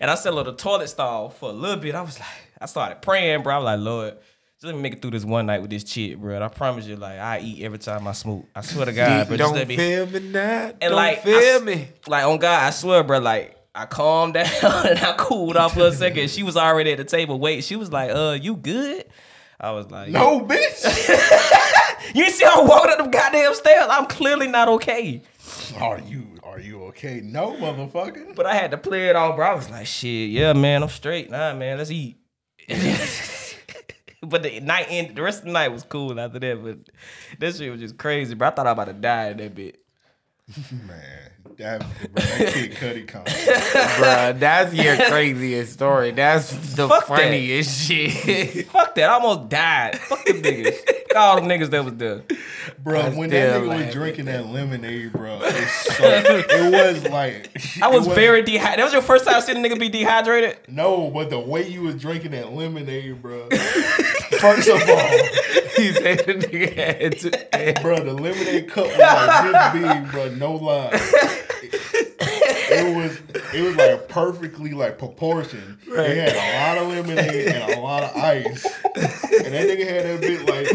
and I settled on the toilet stall for a little bit. I was like, I started praying, bro. I was like, Lord, just let me make it through this one night with this shit, bro. And I promise you, like, I eat every time I smoke. I swear to God, bro.
Don't
just let me
feel me now.
and
Don't
like,
feel
I s-
me.
Like on God, I swear, bro. Like I calmed down and I cooled off for a second. She was already at the table. Wait, she was like, "Uh, you good?" I was like,
No, bitch.
You see how I walked up them goddamn stairs? I'm clearly not okay.
Are you are you okay? No, motherfucker.
But I had to play it all, bro. I was like, "Shit, yeah, man, I'm straight. Nah, man, let's eat." but the night end, the rest of the night was cool after that. But that shit was just crazy, bro. I thought I about to die in that bit.
Man, that, bro, that kid Cudi comment.
Bruh, that's your craziest story. That's the
Fuck that.
funniest shit.
Fuck that. I almost died. Fuck them niggas. Fuck all them niggas that was there.
Bro,
I'm
when that
still
nigga
laughing.
was drinking that lemonade, bro, it, sucked. it was like
I
it
was
wasn't-
very dehydrated. That was your first time seeing a nigga be dehydrated.
no, but the way you was drinking that lemonade, bro. First of all,
he said the nigga had to.
bro, the lemonade cup was like this big, bro. No lie, it, it was it was like perfectly like proportioned. It had a lot of lemonade and a lot of ice, and that nigga had that bit like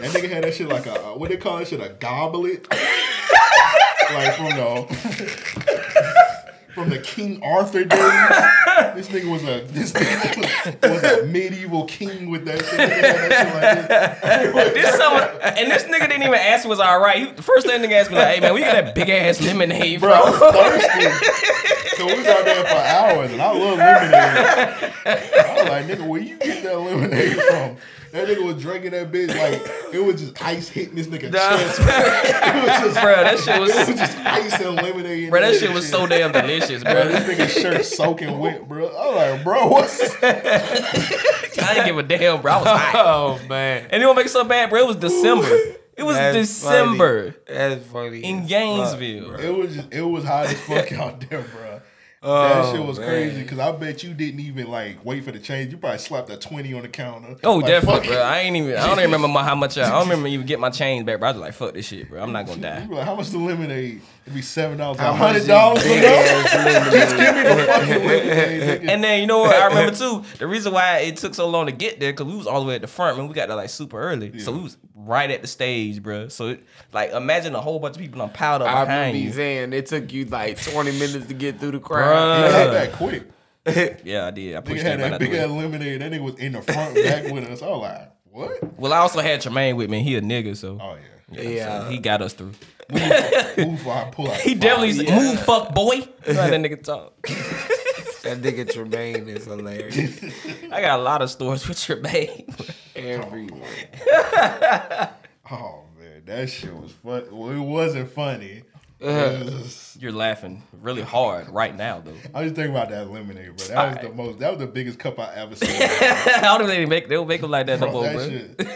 that nigga had that shit like a uh, what they call that shit a goblet, like from the from the King Arthur days. This nigga was a this nigga was, was a medieval king with that shit. He had that shit like this.
This summer, and this nigga didn't even ask me was I all right. He- The first thing nigga asked me like, "Hey man, we got that big ass lemonade,
Bro, I was
bro."
thirsty. so we was out there for hours, and I love lemonade. I was like, nigga, where you get that lemonade from? That nigga was drinking that bitch like it was just ice hitting this nigga
Nah.
chest. Bro. It was just,
Bro, that shit was-
it was just ice and lemonade. in
Bro, that
there
shit
and
was so damn delicious, bro.
This nigga's shirt soaking wet, bro. I'm like, bro, what's
I didn't give a damn, bro. I was hot.
Oh man,
And it don't make it so bad, bro. It was December. It was
That's
December
funny. That's funny.
in
as fuck,
Gainesville.
It was just, it was hot as fuck out there, bro. that
Oh,
shit was
man.
crazy because I bet you didn't even like wait for the change. You probably slapped a twenty on the counter.
Oh,
Like,
definitely,
fuck
bro.
it.
I ain't even. I don't even remember my, how much. I, I don't remember even get my chains back, bro. I was like, fuck this shit, bro. I'm not gonna die.
You be like, how much the lemonade? It'd be seven dollars.
How much
hundred
is
dollars
it?
for
Yeah,
that? Just give me the
it's
fucking lemonade. nigga.
and then you know what? I remember too. The reason why it took so long to get there because we was all the way at the front, man. We got there like super early, so we was right at the stage, bro. So it, like, imagine a whole bunch of people on piled up
I
behind
remember
you.
you saying it took you like 20 minutes to get through the
Bruh.
crowd.
You had
that quick.
yeah, I did. I
Nigga
pushed
had
uh, that right
that
out the
big
way.
ass lemonade. That nigga was in the front back with us. I was like, what?
Well, I also had Tremaine with me. He a nigga, so
oh
yeah,
Yeah.
So he got us through.
Move I pull out.
He definitely said,
Yeah.
move, fuck boy. You know how that nigga talk.
That nigga Tremaine is hilarious.
I got a lot of stories with Tremaine.
Everywhere.
Oh man, that shit was fun. Well, it wasn't funny. It was just-
You're laughing really hard right now, though.
I was thinking about that lemonade, bro. That was the most. That was the biggest cup I ever seen.
I don't think they make they don't make them like that no
Bro,
more,
that
bro.
shit-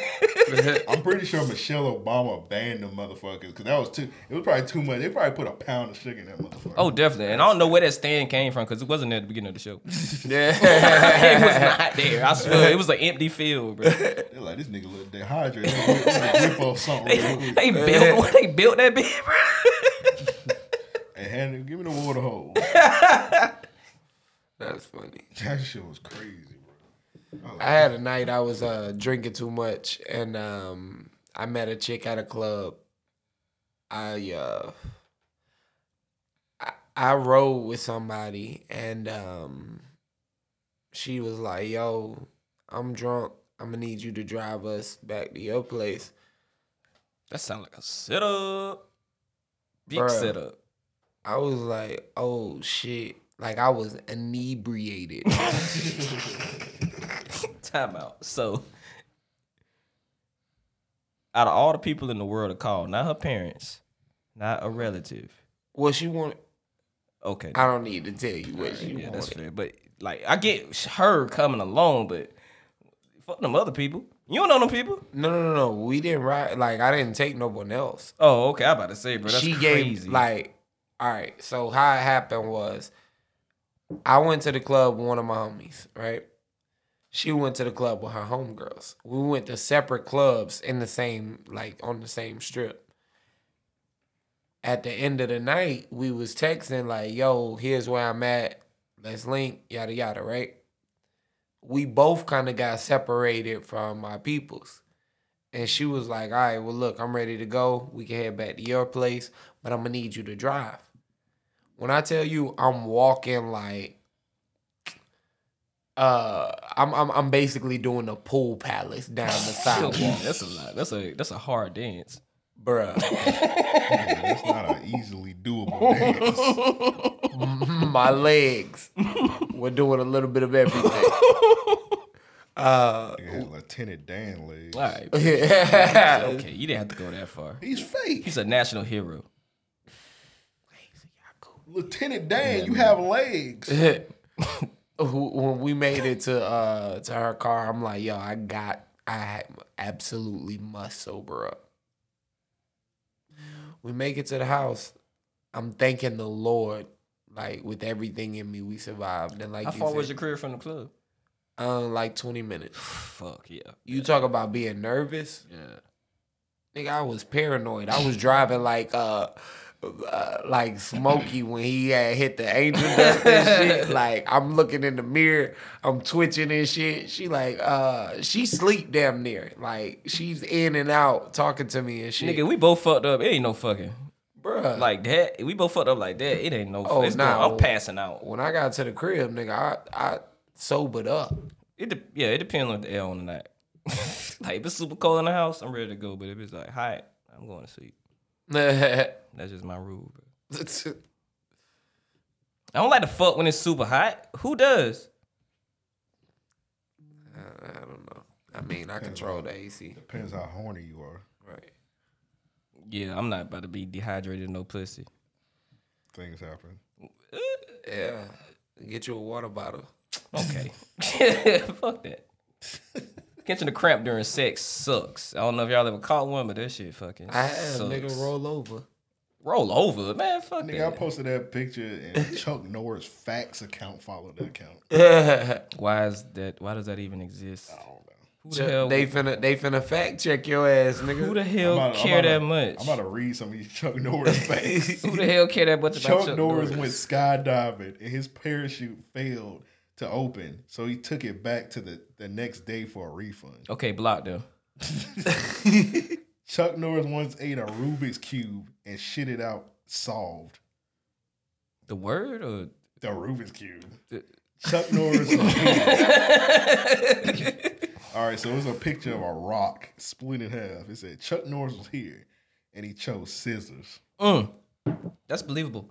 I'm pretty sure Michelle Obama banned the motherfuckers because that was too. It was probably too much. They probably put a pound of sugar in that motherfucker.
Oh, definitely. And I don't know where that stand came from because it wasn't there at the beginning of the show.
Yeah.
it was not there. I swear, it was an empty field, bro.
They're like this nigga look dehydrated. Let me Whip up something real quick.
They built what they built that bitch, bro.
Hey, hand it- give me the water hole.
That's funny.
That shit was crazy, bro.
I had a night I was uh, drinking too much, and um, I met a chick at a club. I uh, I, I rode with somebody, and um, she was like, "Yo, I'm drunk. I'm gonna need you to drive us back to your place."
That sounds like a setup. Big
Bruh.
setup.
I was like, "Oh shit!" Like I was inebriated.
Time out. So, out of all the people in the world to call, not her parents, not a relative.
well, she wanted.
Okay.
I don't need to tell you what she
Yeah, that's
wanted.
fair. But like, I get her coming along, but fuck them other people. You don't know them people.
No, no, no, no. We didn't ride. Like I didn't take no one else.
Oh, okay. I about to say, bro, that's
she
crazy.
gave like, all right. So how it happened was, I went to the club with one of my homies, right? She went to the club with her homegirls. We went to separate clubs in the same, like on the same strip. At the end of the night, we was texting like, "Yo, here's where I'm at. Let's link, yada yada." Right? We both kind of got separated from my peoples. And she was like, all right, well, look, I'm ready to go. We can head back to your place, but I'm going to need you to drive. When I tell you I'm walking like, uh, I'm, I'm I'm basically doing a pool palace down the sidewalk,
that's a lot. That's a that's a hard dance.
bruh.
It's not an easily doable dance.
My legs were doing a little bit of everything. Uh,
Nigga had Lieutenant Dan legs.
All right. bro. okay, you didn't have to go that far.
He's fake.
He's a national hero.
Lieutenant Dan, you have legs.
who- when we made it to uh to her car, I'm like, yo, I got, I absolutely must sober up. We make it to the house. I'm thanking the Lord, like with everything in me, we survived. And like,
How
you
far was your
said,
career from the club?
um, like 20 minutes.
Fuck yeah.
You talk about being nervous,
Yeah.
nigga. I was paranoid. I was driving like uh. Uh, like Smokey when he had hit the angel dust and shit. Like I'm looking in the mirror, I'm twitching and shit. She like uh she sleep damn near. Like she's in and out talking to me and shit.
Nigga, we both fucked up. It ain't no fucking
Bruh.
like that. We both fucked up like that. It ain't no.
Uh. Oh,
it's
nah.
going- I'm passing out.
when I got to the crib, nigga, I I sobered up.
It de- yeah, it depends on the L on the night. like if it's super cold in the house, I'm ready to go. But if it's like hot, I'm going to sleep. That's just my rule. Bro. I don't like to fuck when it's super hot. Who does?
I don't know. I mean, I control the AC.
Depends how horny you are.
Right.
Yeah, I'm not about to be dehydrated in no pussy.
Things happen.
Yeah. Get you a water bottle.
Okay, fuck that. Catching a cramp during sex sucks. I don't know if y'all ever caught one, but that shit fucking
I had a
sucks.
nigga roll over.
Roll over, man. Fuck
Nigga, I
that.
posted that picture and Chuck Norris facts account followed that account.
why is that? Why does that even exist? Who the
Ju-
hell?
They finna they finna fact check your ass, nigga.
Who the hell
I'm about- I'm
care
about to-
that much?
I'm about to read some of these Chuck Norris facts.
Who the hell care that much about
Chuck,
Chuck
Norris,
Norris?
went skydiving and his parachute failed to open, so he took it back to the, the next day for a refund.
Okay, block them.
Chuck Norris once ate a Rubik's cube and shit it out solved.
The word or
The Rubik's cube.
The-
Chuck Norris. All right, so it was a picture of a rock split in half. It said Chuck Norris was here, and he chose scissors.
Mm. That's believable.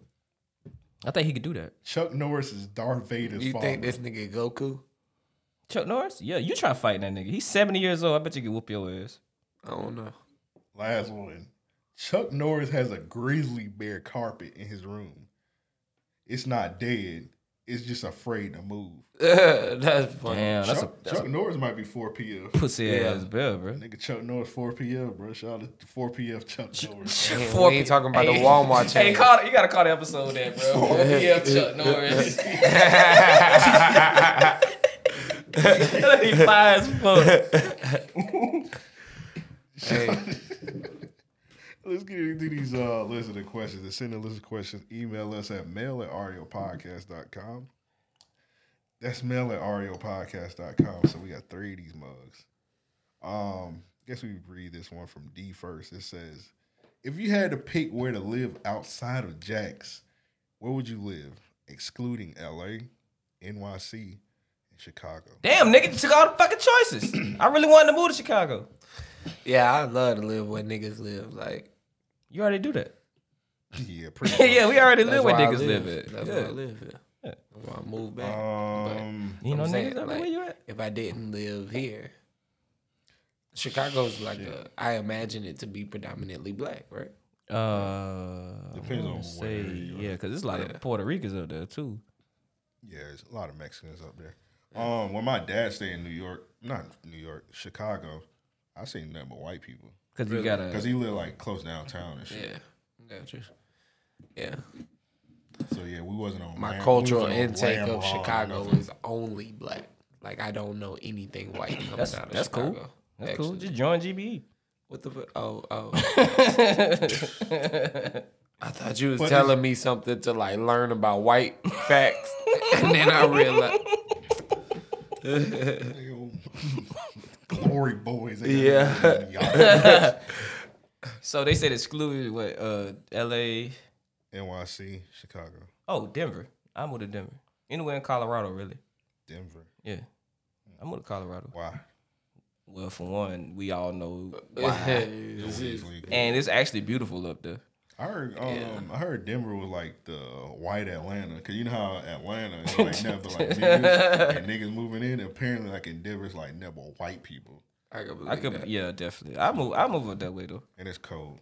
I think he could do that.
Chuck Norris is Darth Vader's
You
father.
think this nigga Goku?
Chuck Norris? Yeah, you try fighting that nigga. He's 70 years old. I bet you can whoop your ass.
I don't know.
Last one. Chuck Norris has a grizzly bear carpet in his room. It's not dead. It's just afraid to move.
that's funny.
Damn, that's
Chuck,
a that's
Chuck
a
Norris might be 4 PF.
pussy ass bill, bro.
Nigga Chuck Norris 4 PF, bro. Shout out to 4 PF Chuck Norris.
Damn,
Four
we ain't
P-
talking about the
Hey.
Walmart
Hey,
chain.
call it, you gotta call the episode that, bro. yeah, Chuck Norris. That'd be fire as fuck.
Let's get into these uh, listener questions. And send the listener questions. Email us at mail at ariopodcast.com. That's mail at ariopodcast.com. So we got three of these mugs. Um, guess we read this one from D first. It says, If you had to pick where to live outside of Jack's, where would you live? Excluding LA, NYC, and Chicago.
Damn, nigga, you took all the fucking choices. I really wanted to move to Chicago.
Yeah, I love to live where niggas live. Like
You already do that.
Yeah, pretty much.
yeah, we already
that's
live where
where I
niggas live at.
That's where I
Yeah.
live at. That's where I moved back.
Um,
You know
I'm
niggas
saying,
that live
like,
where you at?
if I didn't live here, Chicago's like a. I imagine it to be predominantly black, right?
Uh,
Depends
I wanna
on
say,
where you
yeah, because there's a lot of Puerto Ricans up there too.
Yeah, there's a lot of Mexicans up there. Um, when my dad stayed in New York, not New York, Chicago, I seen nothing but white people
Because you gotta,
because he lived like close downtown and shit.
Yeah, gotcha. Yeah,
So yeah, we wasn't on
my
Ram- we
cultural
wasn't on
intake
Ram
of
Hall or
Chicago
nothing.
is only black. Like I don't know anything white comes
that's
out of
that's
Chicago.
cool. That's cool.
actually.
Just join E. GBE.
What the fuck? Oh, oh. I thought you was telling me something to like learn about white facts, and then I realized.
Glory boys. they
Yeah.
got y'all.
So they said excluded what? Uh, L.A.
NYC, Chicago,
Oh, Denver. I moved to Denver. Anywhere in Colorado, really.
Denver.
Yeah, I moved to Colorado.
Why?
Well, for one, we all know why,
This is-
and it's actually beautiful up there.
I heard, um, I heard Denver was like the white Atlanta, cause you know how Atlanta is like never like niggas, and niggas moving in. Apparently, like in Denver, it's like never white people,
I could believe
I could,
that.
yeah, definitely. I move, I move up that way though.
and it's cold.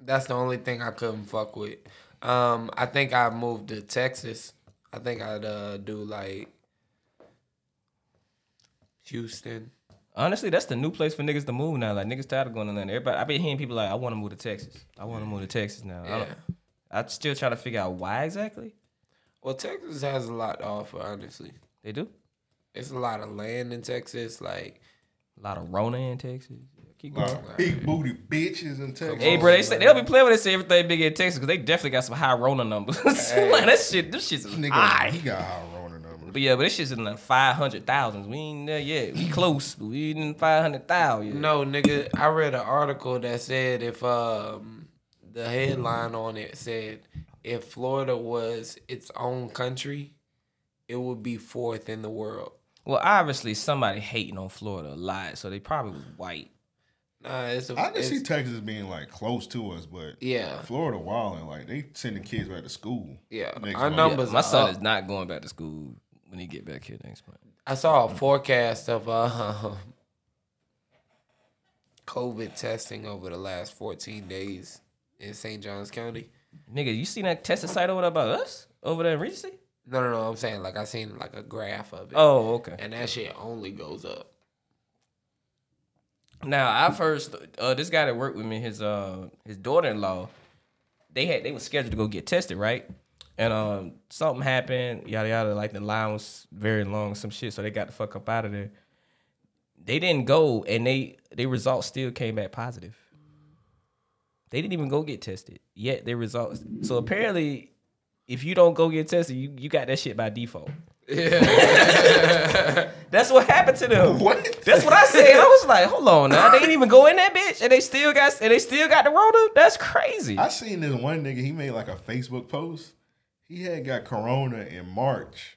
That's the only thing I couldn't fuck with. Um, I think I moved to Texas. I think I'd uh, do like Houston.
Honestly, that's the new place for niggas to move now. Like niggas tired of going to Atlanta. Everybody, I've been hearing people like, I want to move to Texas. I want to move to Texas now. I don't,
Yeah.
I'm still trying to figure out why exactly
Well, Texas has a lot to offer, honestly.
they do.
It's a lot of land in Texas. Like,
A lot of Rona in Texas. Keep going.
Like, big booty bitches in Texas.
Hey, bro, they say they'll be playing when they say everything big in Texas because they definitely got some high Rona numbers. like that shit, this shit's
Nigga,
high.
he got high Rona numbers.
But yeah, but this shit's in the five hundred thousands. We ain't there yet. We close, but we ain't in five hundred thousand.
no, nigga, I read an article that said if um the headline on it said if Florida was its own country, it would be fourth in the world.
Well, obviously somebody hating on Florida a lot, so they probably was white.
Nah, it's a,
I can see
it's,
Texas being like close to us, but
Yeah.
Florida wilding like they sending kids back to school.
Yeah,
next
our
month.
Yeah,
numbers.
my
are
son
up.
is not going back to school when he get back here next month.
I saw a forecast of uh, COVID testing over the last 14 days in St. Johns County.
Nigga, you seen that testing site over there by us over there in Regency?
No, no, no. I'm saying like I seen like a graph of it,
Oh, okay.
and that shit only goes up.
Now I first uh, this guy that worked with me, his uh his daughter in law, they had they was scheduled to go get tested, right? And um, something happened, yada yada. Like the line was very long, some shit. So they got the fuck up out of there. They didn't go, and they their results still came back positive. They didn't even go get tested yet. Their results. So apparently, if you don't go get tested, you, you got that shit by default. Yeah. That's what happened to them. What? That's what I said. I was like, hold on now. They didn't even go in that bitch and they still got and they still got the rota. That's crazy.
I seen this one nigga. He made like a Facebook post. He had got corona in March,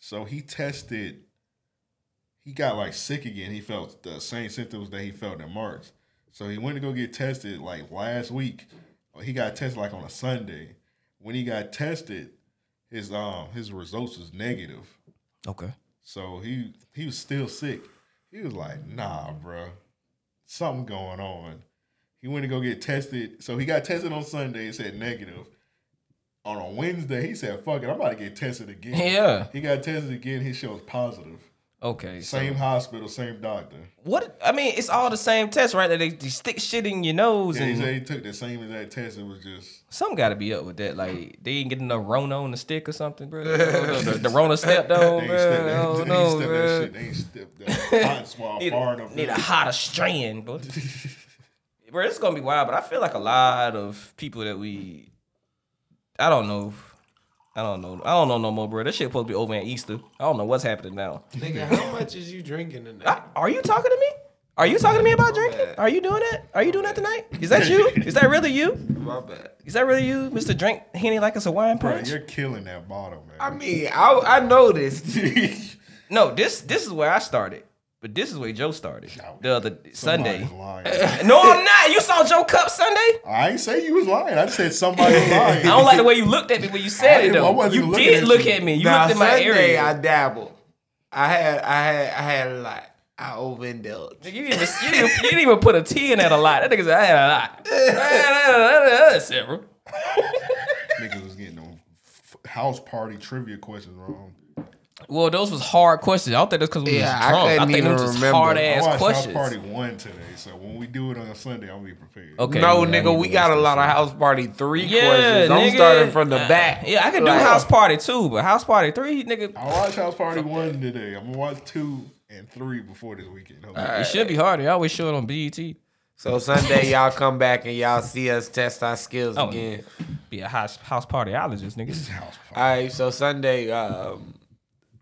so he tested. He got like sick again. He felt the same symptoms that he felt in March. So he went to go get tested like last week. He got tested like on a Sunday. When he got tested, his um his results was negative.
Okay.
So he he was still sick. He was like, nah, bro, something going on. He went to go get tested. So he got tested on Sunday. It said negative. On a Wednesday, he said, "Fuck it, I'm about to get tested again."
Yeah.
He got tested again. His show's positive.
Okay. so-
Same hospital, same doctor.
What I mean, it's all the same test, right? That they, they stick shit in your nose
Yeah, he
and
said he took the same exact test. It was just
some got to be up with that. Like they ain't getting no Rona on the stick or something, bro. the, the Rona stepped
They
on,
ain't
bro.
stepped that-
oh,
they ain't
no, bro.
stepped that shit. They ain't stepped that hot swab
need,
far enough
Need a
in.
hotter strand, bro. bro, it's gonna be wild. But I feel like a lot of people that we, I don't know. I don't know. I don't know no more, bro. This shit supposed to be over at Easter. I don't know what's happening now.
Nigga, how much is you drinking tonight?
I- are you talking to me? Are you talking to me about drinking? Are you doing that? Are you doing that tonight? Is that you? Is that really you?
My bad.
Is that really you, Mister Drink Henny like it's a wine
Bro,
punch?
you're killing that bottle, man.
I mean, I I know this.
No, this this is where I started, but this is where Joe started the other Sunday.
Somebody's lying.
no, I'm not. You saw Joe Cup Sunday.
I ain't say you was lying. I said somebody
I
lying.
don't like the way you looked at me when you
I
said it
didn't- I
though.
wasn't
you
even looking
did
at
look
you.
at me. You
Now,
looked in my
Sunday,
area.
I dabbled. I had I had I had a lot. I overindulged.
Nigga, you, didn't even, you, didn't, even- you didn't even put a T in that a lot. That nigga said, I had a lot. I had, I had, I had, I had several.
Niggas was getting them f- house party trivia questions wrong.
Well, those was hard questions. I don't think that's because we
Yeah, I
was drunk. I,
couldn't
think
even
those was
remember.
hard
I
ass
watched
questions. Oh.
house party one today, so when we do it on Sunday, I'll be prepared.
Okay.
no,
yeah, I need
nigga,
to
we got a
watch
lot
this.
of house party three
Yeah,
questions. I'm
nigga.
starting from the
Uh,
back.
Yeah, I could do
Like,
house party too, but house party three, nigga,
I watched house party one today. I'm gonna watch two and three before this weekend. Hopefully.
it should be harder. I always show it on E BET.
So Sunday, y'all come back and y'all see us test our skills
Oh.
again.
Be a house house partyologist, nigga.
House party.
All right, so Sunday, um,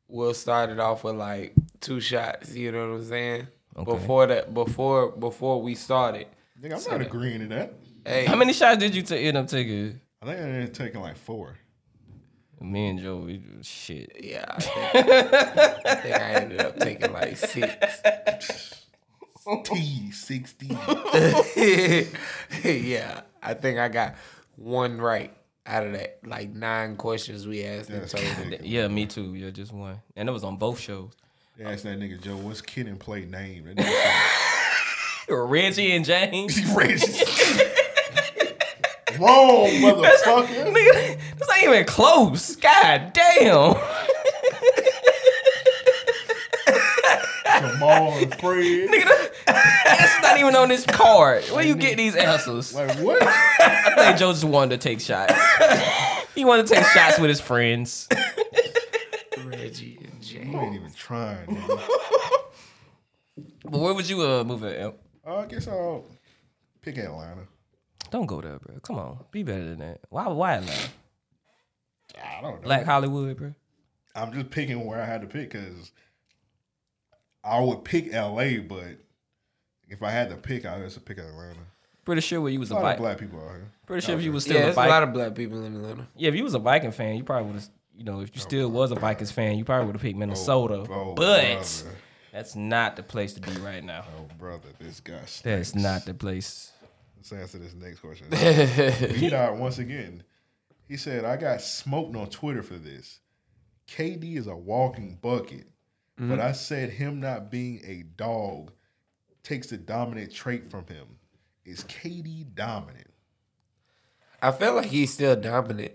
we'll start it off with like two shots. You know what I'm saying?
Okay.
Before that, before before we started,
Nigga, I'm not agreeing to that.
hey,
How many shots did you ta- end up taking?
I think I ended up taking like four.
Me and Joe, we, shit.
yeah, I think, I think I ended up taking like six.
T sixty.
yeah, I think I got one right out of that like nine questions we asked in
That's
total.
ridiculous.
Yeah, me too. Yeah, just one, and it was on both shows.
They asked that nigga Joe, what's kid and play name? That nigga
Reggie and James.
said, racist. Wrong, motherfucker.
Nigga, that's not even close. God damn.
Jamal and Fred.
That's not even on this card. Where you get these answers?
Like what?
I think Joe just wanted to take shots. he wanted to take shots with his friends.
Reggie and
You
James.
ain't even trying. Nigga.
But where would you uh move it? Em?
Uh, I guess I'll pick Atlanta.
Don't go there, bro. Come on, be better than that. Why? Why not?
I don't know.
Black Hollywood, bro.
I'm just picking where I had to pick because I would pick LA, but if I had to pick, I'd just pick Atlanta.
Pretty sure where you was
A
a
lot of
Viking.
black people out here.
Pretty sure if you was still
Yeah,
a
there's a
Viking.
lot of black people in Atlanta.
yeah, if you was a Viking fan, you probably would have. You know, if you still was a Vikings fan, you probably would have picked Minnesota.
oh,
but
brother.
that's not the place to be right now.
Oh, brother, this guy stinks.
That's not the place.
Let's answer this next question. Beadot, once again, he said, I got smoked on Twitter for this. KD is a walking bucket, but I said him not being a dog takes the dominant trait from him. Is KD dominant?
I feel like he's still dominant.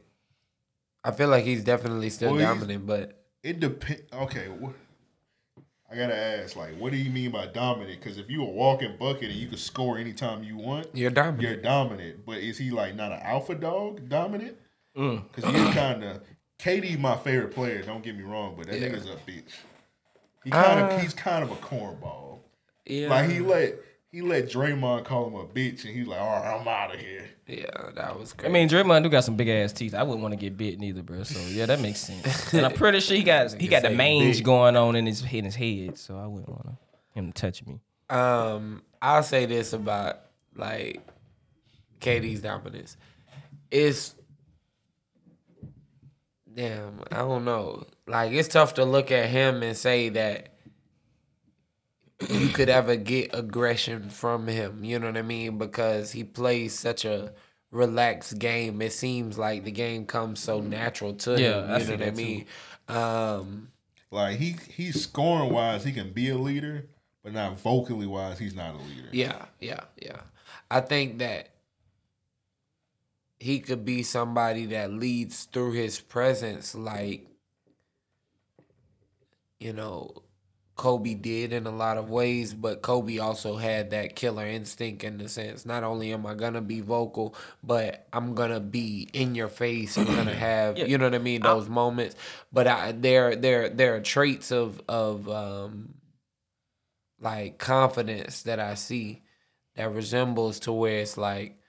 I feel like he's definitely still
Well, he's-
dominant, but
It depends. Okay. wh- I gotta ask, like, what do you mean by dominant? Because if you a walking bucket and you can score anytime you want,
You're dominant.
You're dominant. But is he like not an alpha dog dominant?
Mm.
Because he's kind of KD, my favorite player. Don't get me wrong, but that
Yeah.
nigga's a bitch. He kind of
Uh,
he's kind of a cornball.
Yeah.
Like he let he let Draymond call him a bitch, and he's like, all right, I'm out of here.
Yeah, that was
I mean, Draymond do got some big ass teeth. I wouldn't want to get bit neither, bro. So yeah, that makes sense. And I'm pretty sure he got he got the
Say
mange
big.
going on in his in his head, so I wouldn't want him to touch me.
Um, I'll say this about like KD's dominance. It's damn, I don't know. Like it's tough to look at him and say that you could ever get aggression from him, you know what I mean? Because he plays such a relaxed game. It seems like the game comes so natural to
Mm-hmm. Yeah,
him.
I
You
see
know what I
that too.
mean? Um
Like he he's scoring wise, he can be a leader, but not vocally wise, he's not a leader.
Yeah, yeah, yeah. I think that he could be somebody that leads through his presence, like you know, Kobe did in a lot of ways, but Kobe also had that killer instinct in the sense not only am I gonna be vocal, but I'm gonna be in your face. I'm gonna have you know what I mean those moments. But I, there there there are traits of of um, like confidence that I see that resembles to where it's like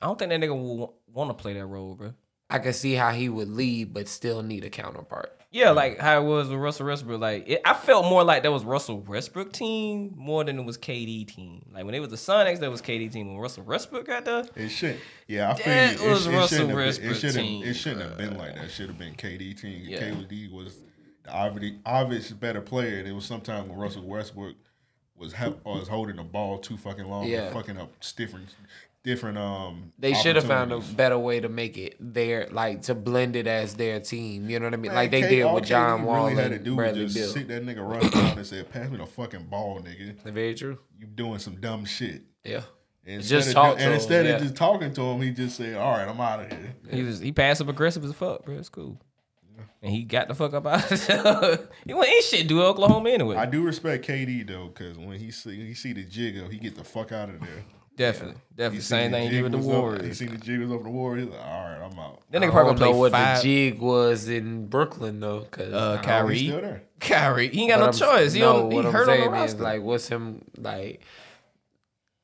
I don't think that nigga will want to play that role, bro.
I can see how he would lead, but still need a counterpart.
Yeah, like how it was with Russell Westbrook. Like it, I felt more like that was Russell Westbrook team more than it was KD team. Like when it was the Sonics, that was KD team. When Russell Westbrook got there,
It should. Yeah, I feel
That
you. It,
was
sh- it
Russell
shouldn't have been, it
Westbrook's
shouldn't,
team,
it shouldn't have
uh,
been like that. It should have been KD team.
Yeah.
KD was the obvious, obvious better player. And it was sometime when Russell Westbrook was ha- was holding the ball too fucking long
Yeah.
and fucking up different different um
They should have found a
opportunities.
better way to make it their like to blend it as their team. You know what I mean?
Man,
like they
K-
did
all
with
KD
John Wall
really had to
and
do was
Bradley
just
Bill.
Sit that nigga Russ down and said, "Pass me the fucking ball, nigga."
Very true.
You doing some dumb shit.
Yeah.
And
Just
instead of,
talk to
and
him,
instead
yeah.
of just talking to him, he just said, "All right, I'm out of here."
he was he passive aggressive as fuck, bro. It's cool. And he got the fuck up out. of there. he went ain't shit do Oklahoma anyway.
I do respect KD though, because when he see he see the jiggle, he get the fuck out of there.
Definitely, definitely.
He seen
Same
the
thing he did with the
jiggles over-
Warriors.
he seen the jiggles over the Warriors. He's like, all right, I'm out.
That
I
nigga probably
don't know
played
what
five-
the jig was in Brooklyn though, because
Uh,
Oh, He's
Kyrie.
still there.
Kyrie, he ain't got no choice. He, on, he hurt on the roster.
like, what's him like?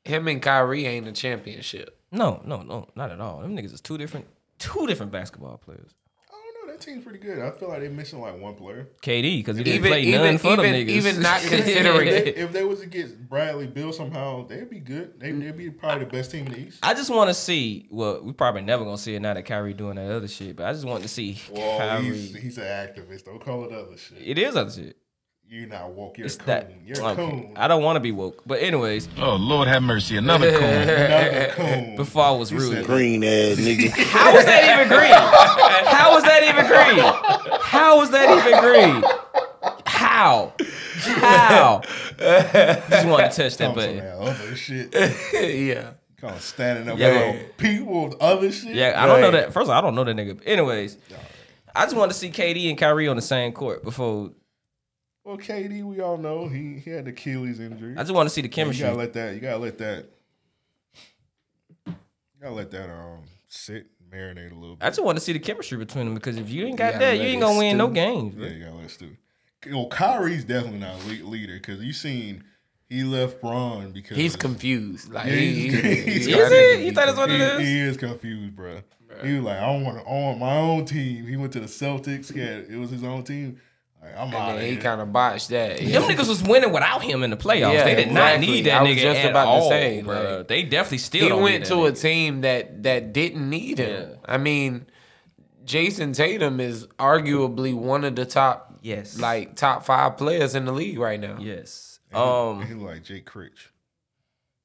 Him and Kyrie ain't a championship.
no, no, no, not at all. Them niggas is two different, two different basketball players.
I don't know. That team's pretty good. I feel like they missing like one player.
KD because he didn't
Even-
play
even-
none for them
even-
niggas.
even not
If they-
Considering-
if they, if they was to get Bradley Bill somehow, they'd be good. They, they'd be probably the best team in the East.
I just want to see. Well, we probably never gonna see it now that Kyrie doing that other shit. But I just want to see
Well,
Kyrie.
he's, he's an activist. Don't call it other shit.
It is other shit.
You're not woke. You're
It's
a coon.
that.
You're a
okay.
coon.
I don't want to be woke. But anyways,
Oh Lord have mercy, another coon.
Another coon.
before I was rude.
Green ass nigga.
How was that even green? How was that even green? How was that even green? How? How? Just wanted to touch that
Call some
button.
of that other shit.
yeah.
Call it standing up
Yeah.
for your people with other shit.
Yeah, I don't know
Right.
that. First of all, I don't know that nigga. But anyways, I just wanted to see KD and Kyrie on the same court before.
Well, KD, we all know he he had Achilles injury.
I just want to see the
You
chemistry.
gotta let that. You gotta let that. You gotta let that um sit marinate a little bit.
I just want to see the chemistry between them because if you ain't
You
got
gotta
that, you
let
ain't
it
gonna win no
stew.
games.
yeah,
bro.
you gotta let it stew. Well, Kyrie's definitely not a le- leader because you seen he left Braun because
He's confused. Like
Yeah,
he,
he's-
he-
he's
he-
confused.
Is it? You thought that's what
He,
it is?
he is confused, bro. He was like, I don't want to own my own team. He went to the Celtics. Yeah, it was his own team. Like, I'm
And
out of
then he
here.
kind of botched that.
Them niggas was winning without him in the playoffs.
Yeah,
they did
exactly.
not need that
I was
nigga
just
at
about to
all,
say,
bro.
like,
they definitely still.
he
don't
went
need that
to a
nigga.
team that that didn't need him.
Yeah.
I mean, Jason Tatum is arguably one of the top,
Yes.
like top five players in the league right now.
Yes.
he
Um.
was like Jake Critch.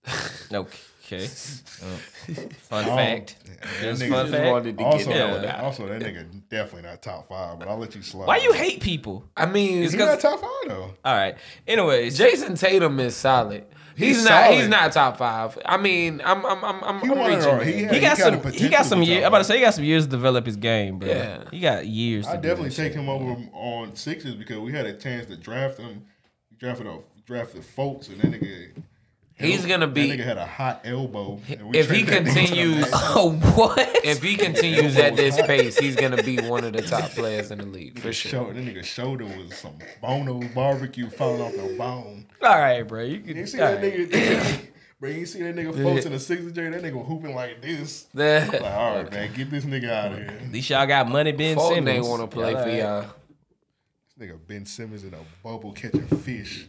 Okay. Um, fun
Oh,
fact.
that
Just
nigga
fun
just
fact.
wanted to
Also,
get
that one
that,
out.
also that nigga definitely not top five, but I'll let you slide.
Why you hate people?
I mean,
It's
He's
'cause-
not top five though.
All right. Anyways,
Jason Tatum is solid. He's,
He's
not. He's
solid.
not top five. I mean, I'm. I'm. I'm. I'm, I'm
wanted
reaching.
or he
man.
had-
He got
he got
some.
the
He got some
potential to
years.
top
I'm about to say he got some years to develop his game, bro.
Yeah.
He got years.
I
to do
definitely
that
take
shit.
him over on Sixers because we had a chance to draft him. We drafted a drafted folks and that nigga.
He's gonna
that
be-
nigga had a hot elbow. and we
If he
traded that nigga to the
continues,
Lakers.
Oh, what?
If he continues at this pace, he's gonna be one of the top players in the league for
His
sure.
shoulder- that nigga shoulder was some bono barbecue falling off the bone.
All right, bro. You
You
can.
ain't see
all
that
right.
nigga, bro. You ain't see that nigga folks in the Sixers jersey. That nigga hooping like this.
Nah.
Like, all right, man, get this nigga out of here.
At least y'all got money. Ben
Fulton
Simmons.
ain't wanna play for y'all.
This nigga Ben Simmons in a bubble catching fish.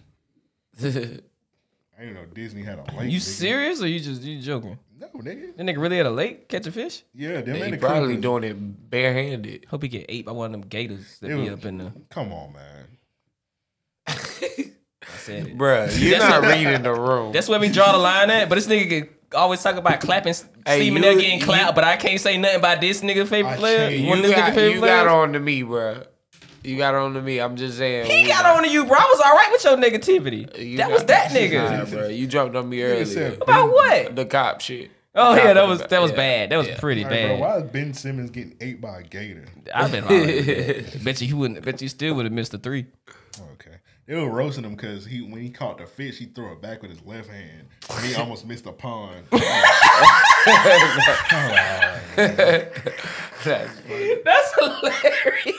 I didn't know Disney had a lake.
You
nigga.
serious or you just you joking?
No, nigga.
That nigga really at a lake catching fish?
Yeah, them
He
in the
probably
Clippers.
doing it barehanded.
Hope he get ate by one of them gators that
It
be
was-
up in the.
Come on, man.
I said it.
Bruh, you're
That's
not
what-
reading the room.
That's where we draw the line at. But this nigga can always talk about clapping.
Hey,
Steven
you-
there getting
you-
clapped, but I can't say nothing about this nigga favorite
I
player.
changed.
One of
You,
this nigga
got,
favorite
you got
players.
on to me, bruh. You got on to me. I'm just saying.
He
we
got
not-
on to you, bro. I was all right with your negativity.
Uh, you
that
got-
was that
Nah,
nigga.
bruh, You jumped on me earlier.
said-
About what?
The cop shit.
Oh yeah, that
Talking
was
about-
that was
yeah,
bad. That was
yeah.
pretty
All right, bro,
bad.
why is Ben Simmons getting ate by a gator?
I've been hollering. bet you he wouldn't. Bet you still would have missed the three.
Okay, they were roasting him because he when he caught the fish, he threw it back with his left hand. And he almost missed a pond.
That's funny.
That's hilarious.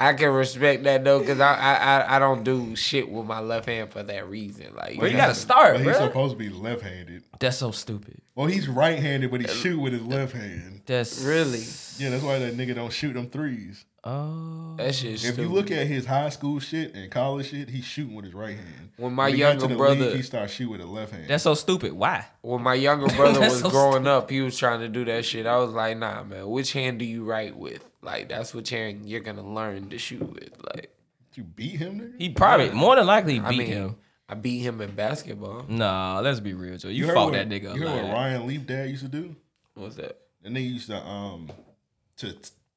I can respect that though, cause I, I I- I don't do shit with my left hand for that reason. Like,
Bro, you gotta start,
but he's
bro.
supposed to be left-handed.
That's so stupid.
Well, he's right-handed, but he shoot with his left hand.
That's
really,
Yeah, that's why that nigga don't shoot them threes.
Oh,
that shit's
If
stupid.
you look at his high school shit and college shit, he's shooting with his right hand.
When my
he got
younger
to the
brother-
league, he started shooting with the left hand.
that's so stupid. Why?
when my younger brother
That's
was
so
growing up, he was trying to do that shit. I was like, nah, man. Which hand do you write with? Like, that's which hand you're gonna learn to shoot with. Like,
you beat him, nigga.
He probably more than likely beat
I mean,
him.
I beat him in basketball.
Nah, let's be real, Joe. You,
heard
fought
what-
that nigga.
You heard what
alive.
Ryan Leaf dad used to do?
What's that?
And they used to um to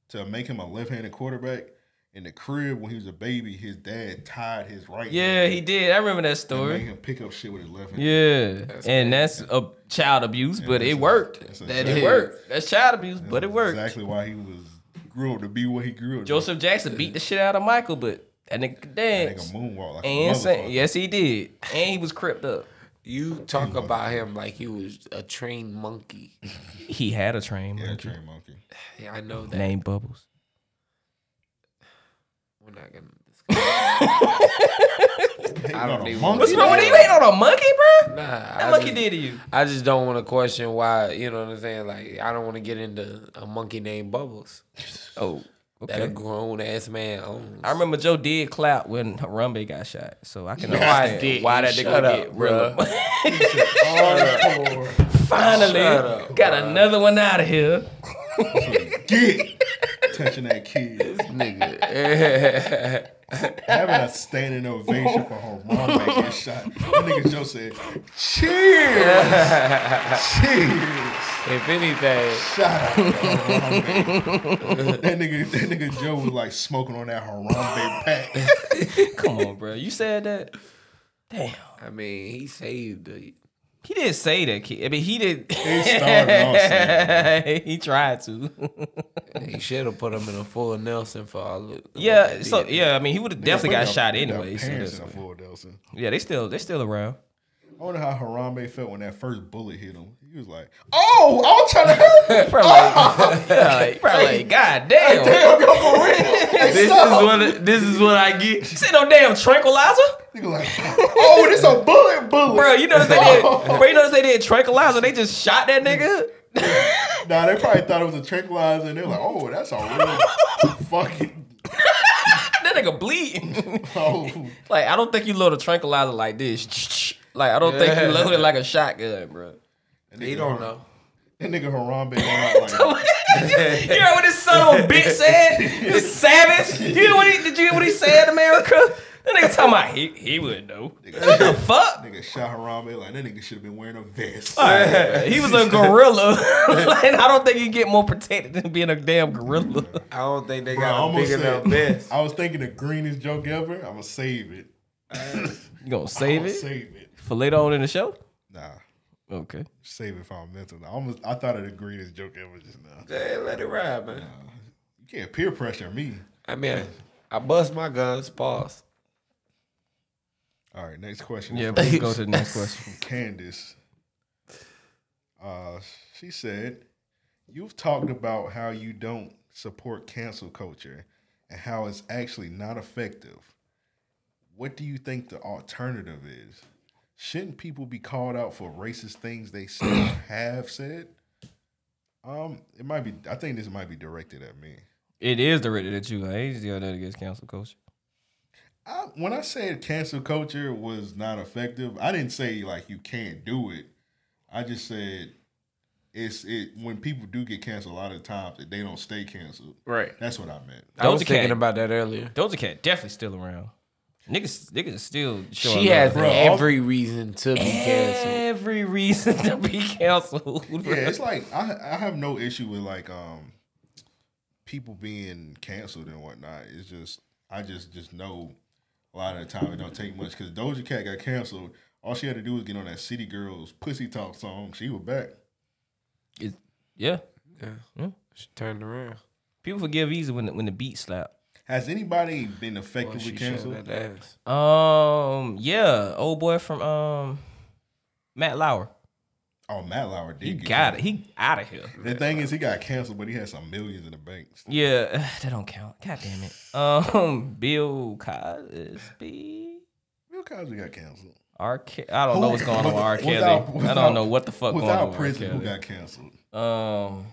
to make him a left-handed quarterback in the crib when he was a baby. His dad tied his right.
Yeah,
hand
he did. I remember that
and made
story.
him pick up shit with his left hand.
Yeah, and that's a child abuse, but
that's
it
a-
worked.
that's a-
That
that's
it
a-
worked. That's child abuse, but it worked.
Exactly why he was grew up to be what he grew up. to be.
Joseph Jackson beat the shit out of Michael, but that nigga could
That
dance
nigga moonwalk like
and
a
sing.
motherfucker.
Yes, he did, and he was cripped up.
You talk about him like he was a trained monkey.
He had a train,
Yeah,
monkey
Trey Monkey.
Yeah, I know that.
named Bubbles.
We're not gonna. Discuss.
Hating
I don't
on a
even-
monkey.
What's wrong with you? You ain't on a monkey,
Nah,
bro. That
I
monkey
just,
did to you.
I just don't want to question why. You know what I'm saying? Like, I don't want to get into a monkey named Bubbles.
Oh,
That a
okay.
grown ass man owns.
I remember Joe did clap when Harambe got shot, so I can
No, I
understand
didn't.
why that nigga
Shut
get
up,
real.
Hardcore.
Finally,
Shut up,
got another one out of here.
get touching that kid.
nigga.
Having a standing ovation for her mom that get shot. That nigga Joe said, "Cheers, cheers."
if anything,
Shout out to Harambe. that nigga, that nigga Joe was like smoking on that Harambe pack.
Come on, bro. You said that. Damn.
I mean, he saved the.
He didn't say that kid. I mean, he did.
He started off saying,
he tried to.
He should have put him in a full Nelson for all of.
yeah. So yeah, I mean, he would have definitely got
Their-
shot
their
anyway. So
parents
that's-
in a full Nelson.
yeah, they still they still around.
I wonder how Harambe felt when that first bullet hit him. He was like, "Oh, I was trying to help." you."
Probably, like, yeah, like, probably like, God damn.
This is what. This is what I get.
Sit no damn tranquilizer,
Nigga like, "Oh, this a bullet, bullet."
bro. You notice they did, bro. You notice they did tranquilizer. They just shot that nigga.
Nah, they probably thought it was a tranquilizer, and they were like, "Oh, that's a real fucking
That nigga bleeding.
oh."
like I don't think you load a tranquilizer like this. Like I don't think you load it like a shotgun, bro.
He don't know.
That nigga Harambe went out like,
you heard what this son of a bitch said? This savage. You hear what he did? You hear what he said, America? That nigga talking about he he wouldn't know. What the fuck?
nigga shot Harambe like that nigga should have been wearing a vest.
He was a gorilla, and I don't think you get more protected than being a damn gorilla.
I don't think they
Bro, I
got him big
almost
enough
said,
best.
I was thinking the greenest joke ever. I'm gonna save it.
You gonna save
I'ma
it
Save it.
for later on in the show?
Nah.
Okay.
Save it for our mental. I almost I thought of the greenest joke ever just now.
Hey, let it ride, man.
You can't peer pressure me.
I mean, I bust my guns. Pause.
All right, next question.
Yeah, please go to the next question.
From Candace. Uh, she said, You've talked about how you don't support cancel culture and how it's actually not effective. What do you think the alternative is? Shouldn't people be called out for racist things they say or have said? Um, it might be. I think this might be directed at me.
It is directed at you. I hate the other against council culture.
I, when I said cancel culture was not effective, I didn't say like you can't do it. I just said it's it when people do get canceled. A lot of times that they don't stay canceled.
Right.
That's what I meant.
I was thinking about that earlier.
Doja Cat definitely still around. Niggas, niggas still. showing
She has
love, bro.
every reason to be canceled.
Every reason to be canceled. bro.
Yeah, it's like I I have no issue with like um people being canceled and whatnot. It's just I just just know a lot of the time it don't take much because Doja Cat got canceled. All she had to do was get on that City Girls Pussy Talk song. She was back.
yeah.
Yeah.
Hmm?
Yeah.
She turned around.
People forgive easy when the, when the beat slap.
Has anybody been
Boy,
effectively
she showed
canceled?
that ass.
Um, yeah, old boy from um Matt Lauer.
Oh, Matt Lauer did.
He
get
got it.
canceled.
He out of here.
The thing is, he got canceled, but he had some millions in the banks.
Yeah, that don't count. God damn it. Um, Bill Cosby.
Bill Cosby got canceled.
R. Ke- I don't know what's going on with R. Kelly.
Without-
I
without-
don't know what the fuck going on
Without
with
prison,
R.
who
Kelly.
got canceled?
um,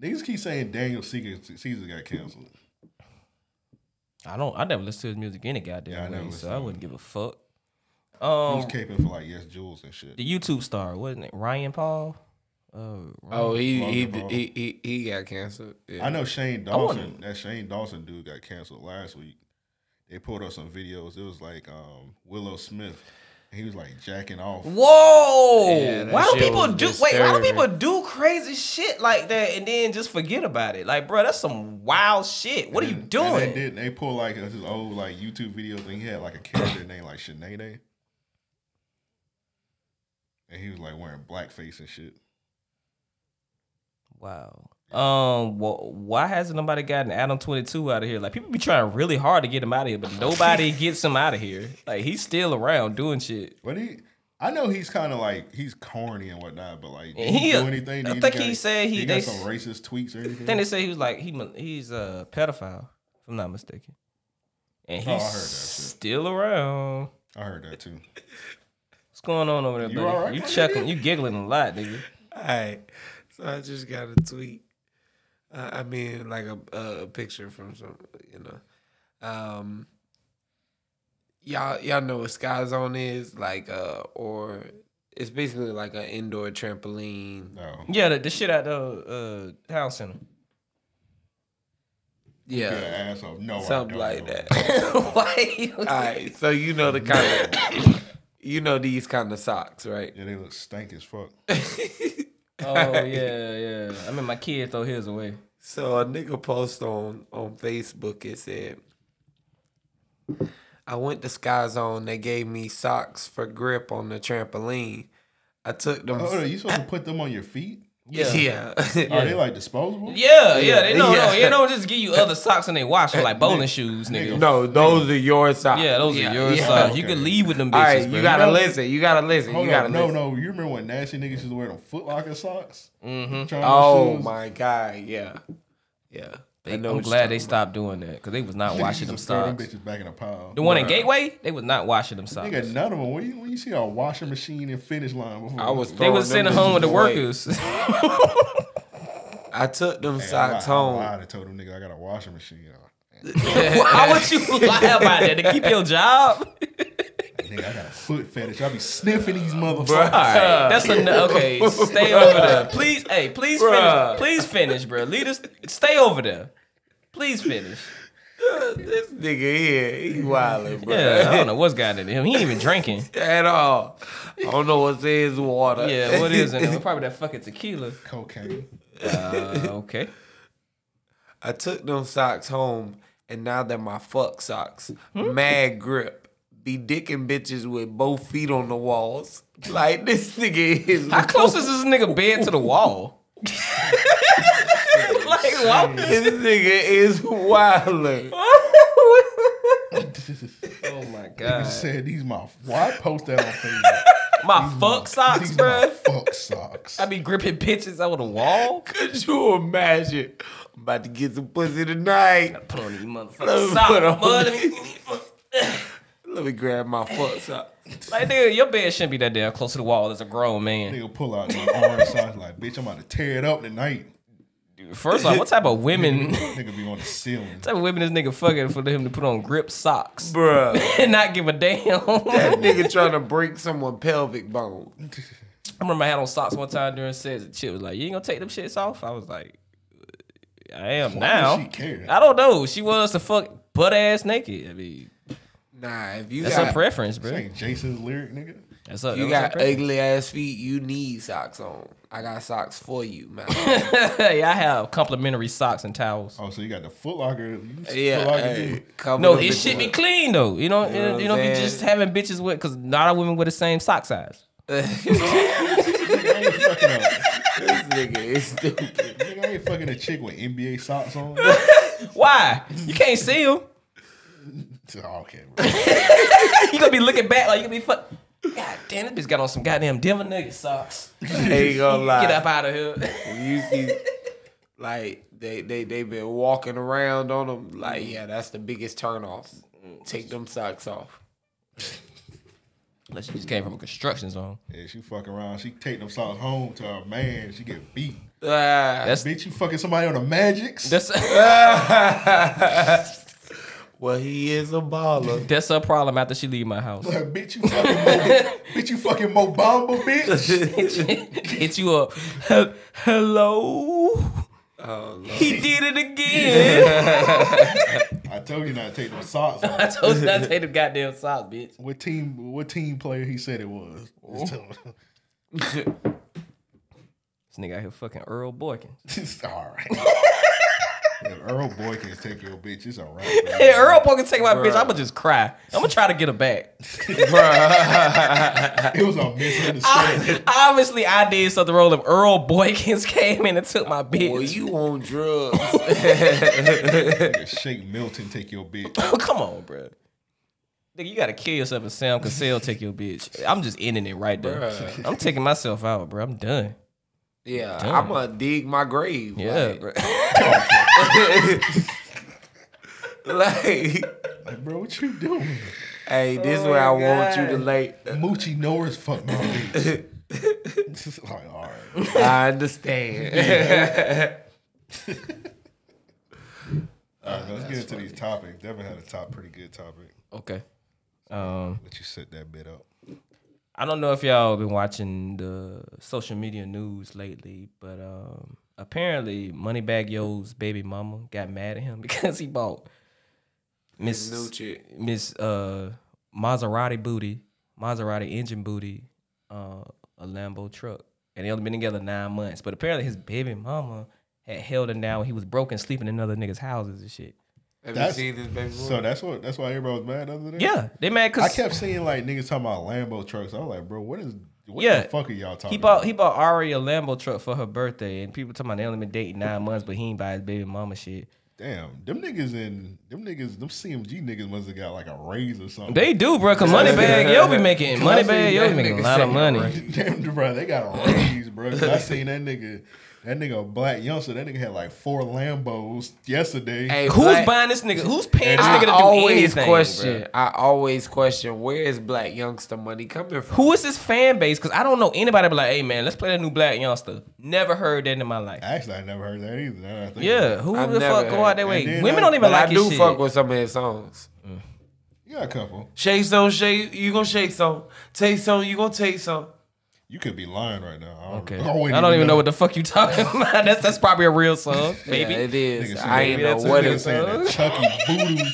Niggas keep saying Daniel Caesar, Caesar got canceled.
I don't. I never listened to his music any goddamn
Yeah, I never
way, so
listened
I
to
wouldn't give a fuck.
he
Um,
was caping for like yes, jewels and shit.
the YouTube star wasn't it Ryan Paul? Uh,
Oh, he he,
Logan Paul.
he he he got canceled. Yeah.
I know Shane
I wanna-
Dawson. That Shane Dawson dude got canceled last week. They pulled up some videos. It was like um, Willow Smith. He was like jacking off.
Whoa!
Yeah, that
why do
shit
people
was
do wait? Why do
disturbing.
people do crazy shit like that and then just forget about it? Like, bro, that's some wild shit. What are you
And then- and
doing?
They, did, they pulled like his old like YouTube video thing. He had like a character named like Sinead. And he was like wearing blackface and shit.
Wow. Um. wh- why hasn't nobody gotten Adam Twenty Two out of here? Like, people be trying really hard to get him out of here, but nobody gets him out of here. Like, he's still around doing shit.
But he, I know he's kind of like he's corny and whatnot. But like, did
And
he
he-
do anything?
I
Did
think
got-
he said he-
got
they-
some racist tweets or anything.
Then they say he was like he ma- he's a pedophile, if I'm not mistaken, and
Oh, I
he's
heard that shit.
still around.
I heard that too.
What's going on over there,
You
buddy?
all right,
you
my
chuckling,
nigga?
you giggling a lot, nigga.
All right. So I just got a tweet. Uh, I mean, like a, a a picture from some, you know. Um, y'all, y'all know what Sky Zone is, like, uh, or it's basically like an indoor trampoline.
No.
Yeah, the, the shit at the uh, town center.
Yeah,
Yeah,
asshole. No, I
something
don't
like
know.
that.
Why? you-
All right, so you know the kind of, you know these kind of socks, right?
Yeah, they look stank as fuck.
Oh yeah, yeah. I mean, my kid throw his away.
So a nigga post on on Facebook it said, "I went to Sky Zone. They gave me socks for grip on the trampoline. I took them.
Oh, no, you supposed to put them on your feet?
Yeah.
yeah,
Are they like disposable?
Yeah, yeah. They no,
Yeah.
no. They don't just give you other socks and they wash them like bowling shoes, nigga.
no, those are your socks.
Yeah, those are your
yeah.
socks. You
Okay.
can leave with them bitches.
All right,
bro.
you gotta
know-
listen. You gotta listen.
Hold
you gotta
on. No,
listen.
no. You remember when nasty niggas used to wear them Foot Locker socks? Mm-hmm.
Oh my god, yeah, yeah. I know
I'm
what you're
glad
talking
they stopped doing that because they was not washing them
Them
socks.
bitches back in a pile.
The one in Gateway, they was not washing them socks.
Nigga, none of them. When you, when you see a washing machine and finish line before,
about. I was.
They was
throwing them
sending home with the
bitches away.
workers.
I took them
Man,
socks
I, lied-
home.
I lied and told them nigga I got a washing machine. Oh, man,
Why would you lie about that to keep your job?
nigga, I got a foot fetish. I be sniffing these motherfuckers.
All right, that's enough. Okay, stay over there, please. Hey, please
Bruh.
finish. Please finish, bro. Lead us. Stay over there. Please finish.
This nigga here, he wildin', bro.
Yeah, I don't know what's got into him. He ain't even drinking.
At all. I don't know what's in his water.
Yeah, what is it? now? Probably that fucking tequila.
Cocaine.
Uh, okay.
I took them socks home, and now they're my fuck
Hmm?
socks. Mad grip. Be dicking bitches with both feet on the walls. Like this nigga is.
How close is this nigga bed to the wall? like why?
This nigga is wilding.
Oh my
Nigga
god.
said these my. Why post that on Facebook?
My fuck socks,
these
bruh.
Fuck socks.
I be gripping pitches over the wall.
Could you imagine? I'm about to get some pussy tonight.
Put on these
Let me
motherfucking
put
socks,
on
bud.
Let me grab my fuck sock.
Like nigga, your bed shouldn't be that damn close to the wall as a grown man.
Nigga pull out my orange socks like, bitch, I'm about to tear it up tonight.
First off, what type of women?
Nigga, nigga be on the ceiling.
type of women this nigga fucking for him to put on grip socks
Bruh.
and not give a damn. I
That nigga trying to break someone pelvic bone.
remember I had on socks one time during sex and shit was like, "You ain't gonna take them shits off?" I was like, "I am
Why
now."
does she care?
I don't know. She wants to fuck butt ass naked. I mean,
Nah, if you
that's her
got
preference,
This
bro.
ain't Jason's lyric, nigga.
That's her.
you
that
got ugly ass feet, you need socks on. I got socks for you, man.
was her preference. yeah, I have complimentary socks and towels.
Oh, so you got the Foot Locker. You
yeah,
Foot Locker
hey,
dude.
cover
No,
them
it
bitches
should be
up.
clean though. You know, you,
You know what
don't be
I'm
just
saying?
having bitches with because not all women wear the same sock size.
Nigga, I ain't fucking a-
This nigga is stupid.
nigga, I ain't fucking a chick with NBA socks on.
Why? You can't see them.
okay, bro.
you gonna be looking back like you gonna be fuck. God damn, this bitch got on some goddamn Denver Nugget socks.
ain't gonna lie.
Get up out of here.
You see, like they they they been walking around on them. Like
Mm.
yeah, that's the biggest turnoff. Take them socks off.
Unless she just came from a construction zone.
Yeah, she fuck around. She take them socks home to her man. She get beat.
Ah,
That's
Bitch, you fucking somebody on the Magics.
that's
well, he is a baller.
that's her problem after she leave my house.
Like, bitch, you fucking Mo, bitch, you fucking Mo Bamba, bitch.
Hit you up. Hel- Hello.
Oh,
he did it again.
I told you not to take them socks off.
I told you not to take the goddamn socks, bitch.
What team? What team player he said it was? Just tell him.
This nigga out here fucking Earl Boykin.
It's all right. if Earl Boykins take your bitch, it's all right. bro.
Hey, Earl Boykin take my bitch. I'ma just cry. I'ma try to get her back.
It was a misunderstanding.
Obviously, I did something wrong. If Earl Boykins came in and took my bitch,
Well, you on drugs?
Shake Milton take your bitch.
Oh, come on, bro. Nigga, you gotta kill yourself and Sam Cassell take your bitch. I'm just ending it right there.
Bruh.
I'm taking myself out, bro. I'm done.
yeah,
Damn.
I'm gonna dig my grave.
Yeah,
like,
bro.
like,
Like, bro, what you doing?
hey, this where I want you to lay.
Moochie Norris fuck my bitch. It's like, all right.
I understand.
All right, let's get into these topics. Devin had a top pretty good topic.
Okay. Um,
Let you set that bit up.
I don't know if y'all been watching the social media news lately, but um, apparently Moneybag Yo's baby mama got mad at him because he bought Miss
New chick.
Miss uh Maserati booty, Maserati engine booty, uh, a Lambo truck. And they only been together nine months. But apparently his baby mama had held him down when he was broke and sleeping in other niggas' houses and shit.
Have
That's-
you seen this baby?
So that's what. That's why everybody was mad. Other than
Yeah, they mad
I
cause
kept seeing like niggas talking about Lambo trucks. I was like, bro, what is? What
Yeah.
the fuck are y'all talking?
he bought
About?
he bought Ari a Lambo truck for her birthday and people talking about they only been dating nine months, but he ain't buy his baby mama shit.
Damn, them niggas in them niggas, them CMG niggas must have got like a raise or something.
They do, bro, cause Moneybag Yo be making
Cause I
Moneybag
seen
Yo
that
be making a
nigga
lot of
say,
money.
right.
Damn, bro, they got a raise, bro. 'Cause I seen that nigga, that nigga a black youngster. That nigga had like four Lambos yesterday.
Hey,
Who's
Black-
buying this nigga? Who's paying this
I
nigga to do
always
anything?
question.
bruh?
I always question where is black youngster money coming from?
Who is his fan base? Because I don't know anybody be like, hey man, let's play that new black youngster. Never heard that in my life.
Actually, I never heard that either. now that I think about
Yeah,
it.
who
I've
the
never
fuck go
heard
out that
it.
way?
And then
Women
I-
don't even
But
like
I do
his shit.
fuck with some of his songs.
you got a couple.
Shake some, shake. You gonna shake some. Take some. You gonna take some.
You could be lying right now. I don't,
okay.
I
I
wouldn't
don't even know. what the fuck you talking about. That's that's probably a real song,
Yeah,
maybe.
it
Nigga
is.
said
I
that-
ain't
maybe
know
that's a
what
nigga
it,
saying that E. Chucky voodoo.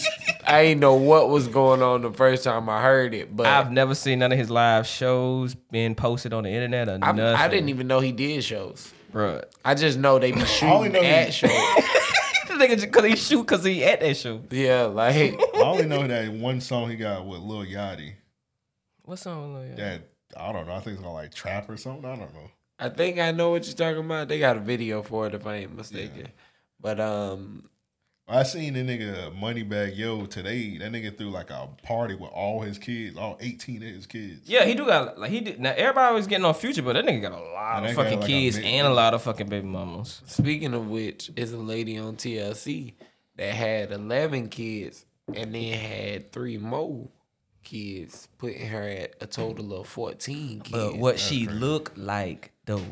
I ain't know what was going on the first time I heard it, but
I've never seen none of his live shows being posted on the internet or
I'm-
nothing.
I didn't even know he did shows.
bro.
I just know they be
only
shooting
know he-
at shows.
This nigga just cause he shoot cause he at that show.
Yeah, like
I only know that one song he got with Lil Yachty.
What song?
That I don't know. I think it's called like trap or something. I don't know.
I think I know what you're talking about. They got a video for it if I ain't mistaken. But um,
I seen the nigga Moneybag Yo today. That nigga threw like a party with all his kids, all eighteen of his kids.
Yeah, he do got like he did. Now everybody was getting on Future, but that nigga got a lot
And
of
that guy
fucking
like a
kids
big-
and a lot of fucking baby mamas.
Speaking of which, is a lady on TLC that had 11 kids and then had three more kids, putting her at a total of 14 kids.
But what she look like though?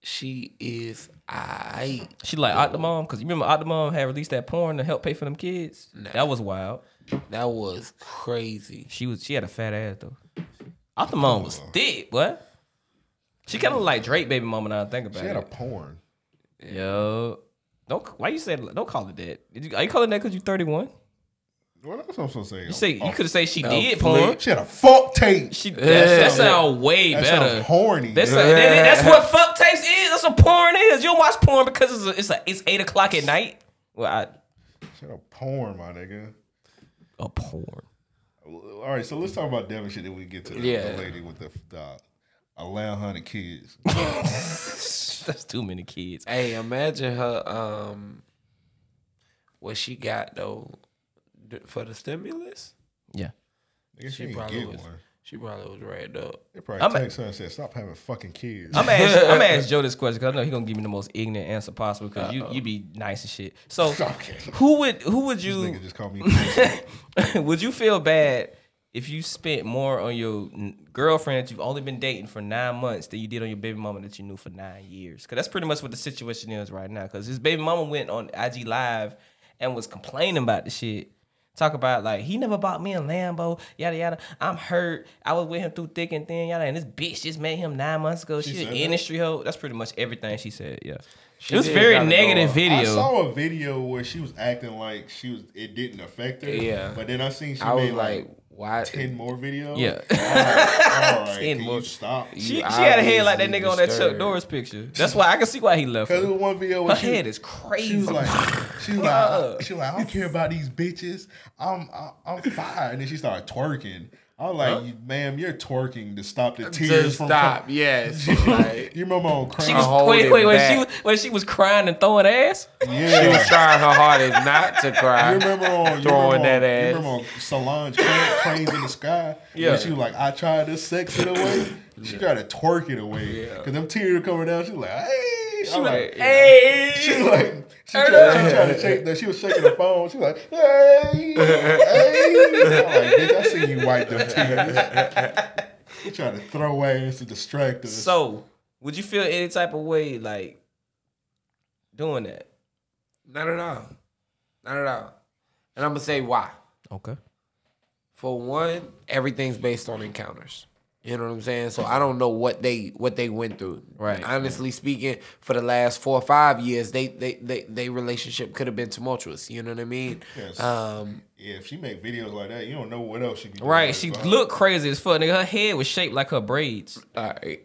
She is I.
She like Octomom because you remember Octomom had released that porn to help pay for them kids. That was wild.
That was crazy.
She was she had a fat ass though. Octomom was thick. What? She kind of like Drake baby mama now. I think about
She had
it.
a porn.
Yo, don't why you said don't call it that. Did you, are you calling that because you thirty one?
What else I'm supposed to say?
You say you
Oh,
could have said she
no,
did
flick.
porn.
She had a fuck tape.
She that, that sound way
That sound
better.
horny.
That's, that- that- that's what fuck tapes is. That's what porn is. You don't watch porn because it's a, it's a, it's eight o'clock at night. Well, I,
She had a porn, my nigga.
A porn.
All right, so let's talk about Devin shit. Then we get to the, the
Yeah.
lady with the, the eleven hundred kids.
that's too many kids.
Hey, imagine her um what she got though d- for the stimulus.
Yeah.
Nigga, she ain't get
was
one.
she probably was ragged up.
They probably
I'm-
text her and said, "Stop having fucking kids."
I'm gonna ask, I'm gonna ask Joe this question because I know he gonna give me the most ignorant answer possible because you you be nice and shit. So who would who would you
nigga just called me
would you feel bad if you spent more on your n- girlfriend that you've only been dating for nine months than you did on your baby mama that you knew for nine years? Because that's pretty much what the situation is right now. Because his baby mama went on IG live and was complaining about the shit. Talk about like he never bought me a Lambo, yada yada. I'm hurt. I was with him through thick and thin, yada. And this bitch just met him nine months ago.
She
She's
said
an
that?
industry hoe. That's pretty much everything she said. Yeah,
She
it was
did
very
gotta go
negative
up.
video.
I saw a video where she was acting like she was it didn't affect her.
Yeah.
But then I seen she
I was
made like,
like,
why
ten more videos.
Yeah.
I was like, all right,
10
can
more.
You stop.
She, she had a head like that nigga on that Chuck Norris picture. That's why I can see why he left.
Cause
Her,
it was one video.
her
Where she,
head is crazy.
She was like, she was like, she was like, I don't care about these bitches. I'm, I, I'm fine. And then she started twerking. I was like, ma'am, you're twerking to stop the tears from
stop,
coming."
yes.
She-
Like-
you remember on
she
Crown?
was, wait, wait, wait. She was, wait, she was crying and throwing ass.
Yeah.
She was trying her hardest not to cry.
You remember on
throwing
you remember
that
on, You
ass.
remember on Solange Cra- Cranes in the Sky?
Yeah.
Yeah. She was like, I tried to sex it away. She tried to twerk it away. Because them tears coming down. She was like, hey.
She
I'm
was
like,
like, hey.
She was like, she
Turn
tried,
up.
she tried to shake the, She was shaking the phone. She was like, hey. hey. I'm like, bitch, I seen you wipe them tears. She tried to throw ass to distract us.
So, would you feel any type of way like doing that?
Not at all. Not at all. And I'm gonna say why.
Okay.
For one, everything's based on encounters. You know what I'm saying? So I don't know what they what they went through.
Right.
Honestly speaking, for the last four or five years, they they they, they relationship could have been tumultuous. You know what I mean?
Yes.
Um.
yeah, if she make videos like that, you don't know what else she can do.
Right. She looked crazy as fuck. Nigga, her head was shaped like her braids.
All right.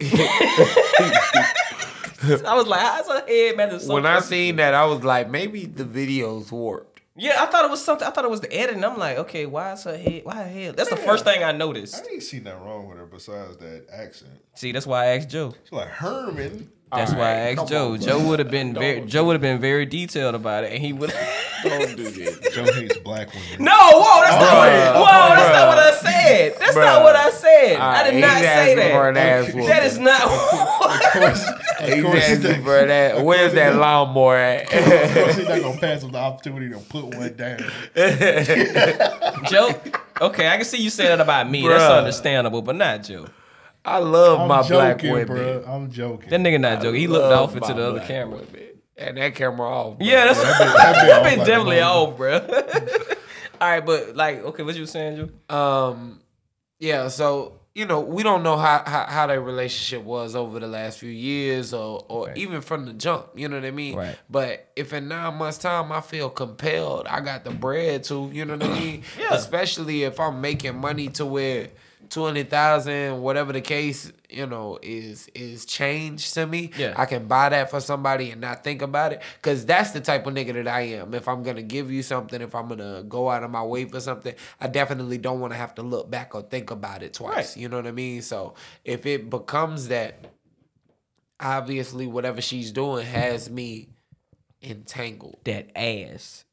I was like, how's her head man? it's so
when I
perfect.
seen that, I was like, maybe the video's warped.
Yeah, I thought it was something. I thought it was the edit, and I'm like, okay, why is her head? Why her head? That's the first thing I noticed.
I ain't seen nothing wrong with her besides that accent.
See, that's why I asked Joe.
She's like Herman.
That's why I asked Joe. Joe would have been very Joe would have been very detailed about it, and he would.
Don't do that.
Joe hates black women.
no, whoa, that's
Bruh.
not. Whoa, that's not what I said. That's not what I said.
All
I
right,
did not
he's
say
asking for an
that.
ass whooping.
That is not.
Of
He's
course, he's
asking for that. Where's that lawnmower at?
of course he's not gonna pass up the opportunity to put one down.
Joe. Okay, I can see you saying that about me. That's
Bruh.
understandable, but not Joe.
I love
I'm
my black
joking,
women.
bruh. I'm joking.
That nigga not joking. He looked
love
off into
my
the other
black
camera.
And that camera off. bro.
Yeah, that's that
been- that been off like a
definitely
motherfucker.
off, bro. All right, but like, okay, what you were saying, Joe?
Um, yeah. So you know, we don't know how how, how their relationship was over the last few years, or or even from the jump. You know what I mean?
Right.
But if in nine months' time I feel compelled, I got the bread to. You know what I mean?
Yeah.
Especially if I'm making money to where twenty thousand, whatever the case, you know, is is change to me.
Yeah.
I can buy that for somebody and not think about it, cause that's the type of nigga that I am. If I'm gonna give you something, if I'm gonna go out of my way for something, I definitely don't want to have to look back or think about it twice. You know what I mean? So if it becomes that, obviously whatever she's doing has me entangled.
That ass.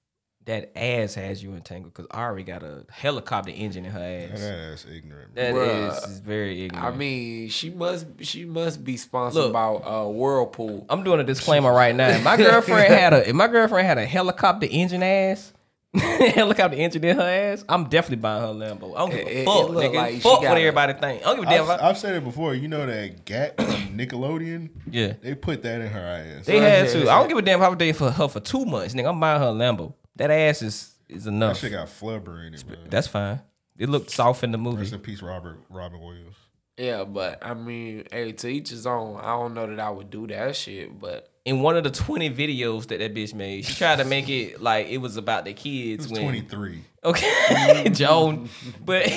That ass has you entangled because I already got a helicopter engine in her ass.
That ass ignorant,
That
bro.
ass
Bruh.
is very ignorant.
I mean, she must she must be sponsored
Look.
by uh, Whirlpool.
I'm doing a disclaimer right now. If my girlfriend had a if my girlfriend had a helicopter engine ass, helicopter engine in her ass, I'm definitely buying her a Lambo. I don't give
It-
a
it-
fuck,
it look
nigga.
like she
fuck
got
what
a-
everybody think. I don't give a damn.
I've, I've said it before. You know that Gat from Nickelodeon?
Yeah.
They put that in her ass.
They had to. I don't give a damn how they for her for two months, nigga. I'm buying her a Lambo. That ass is is
That
enough.
shit got flubber in it, bro.
That's fine. It looked soft in the movie.
Rest in peace, Robert Robin Williams.
Yeah, but I mean, hey, to each his own. I don't know that I would do that shit, but
in one of the 20 videos that that bitch made, she tried to make it like it was about the kids.
It was
when
23.
Okay, Joan, but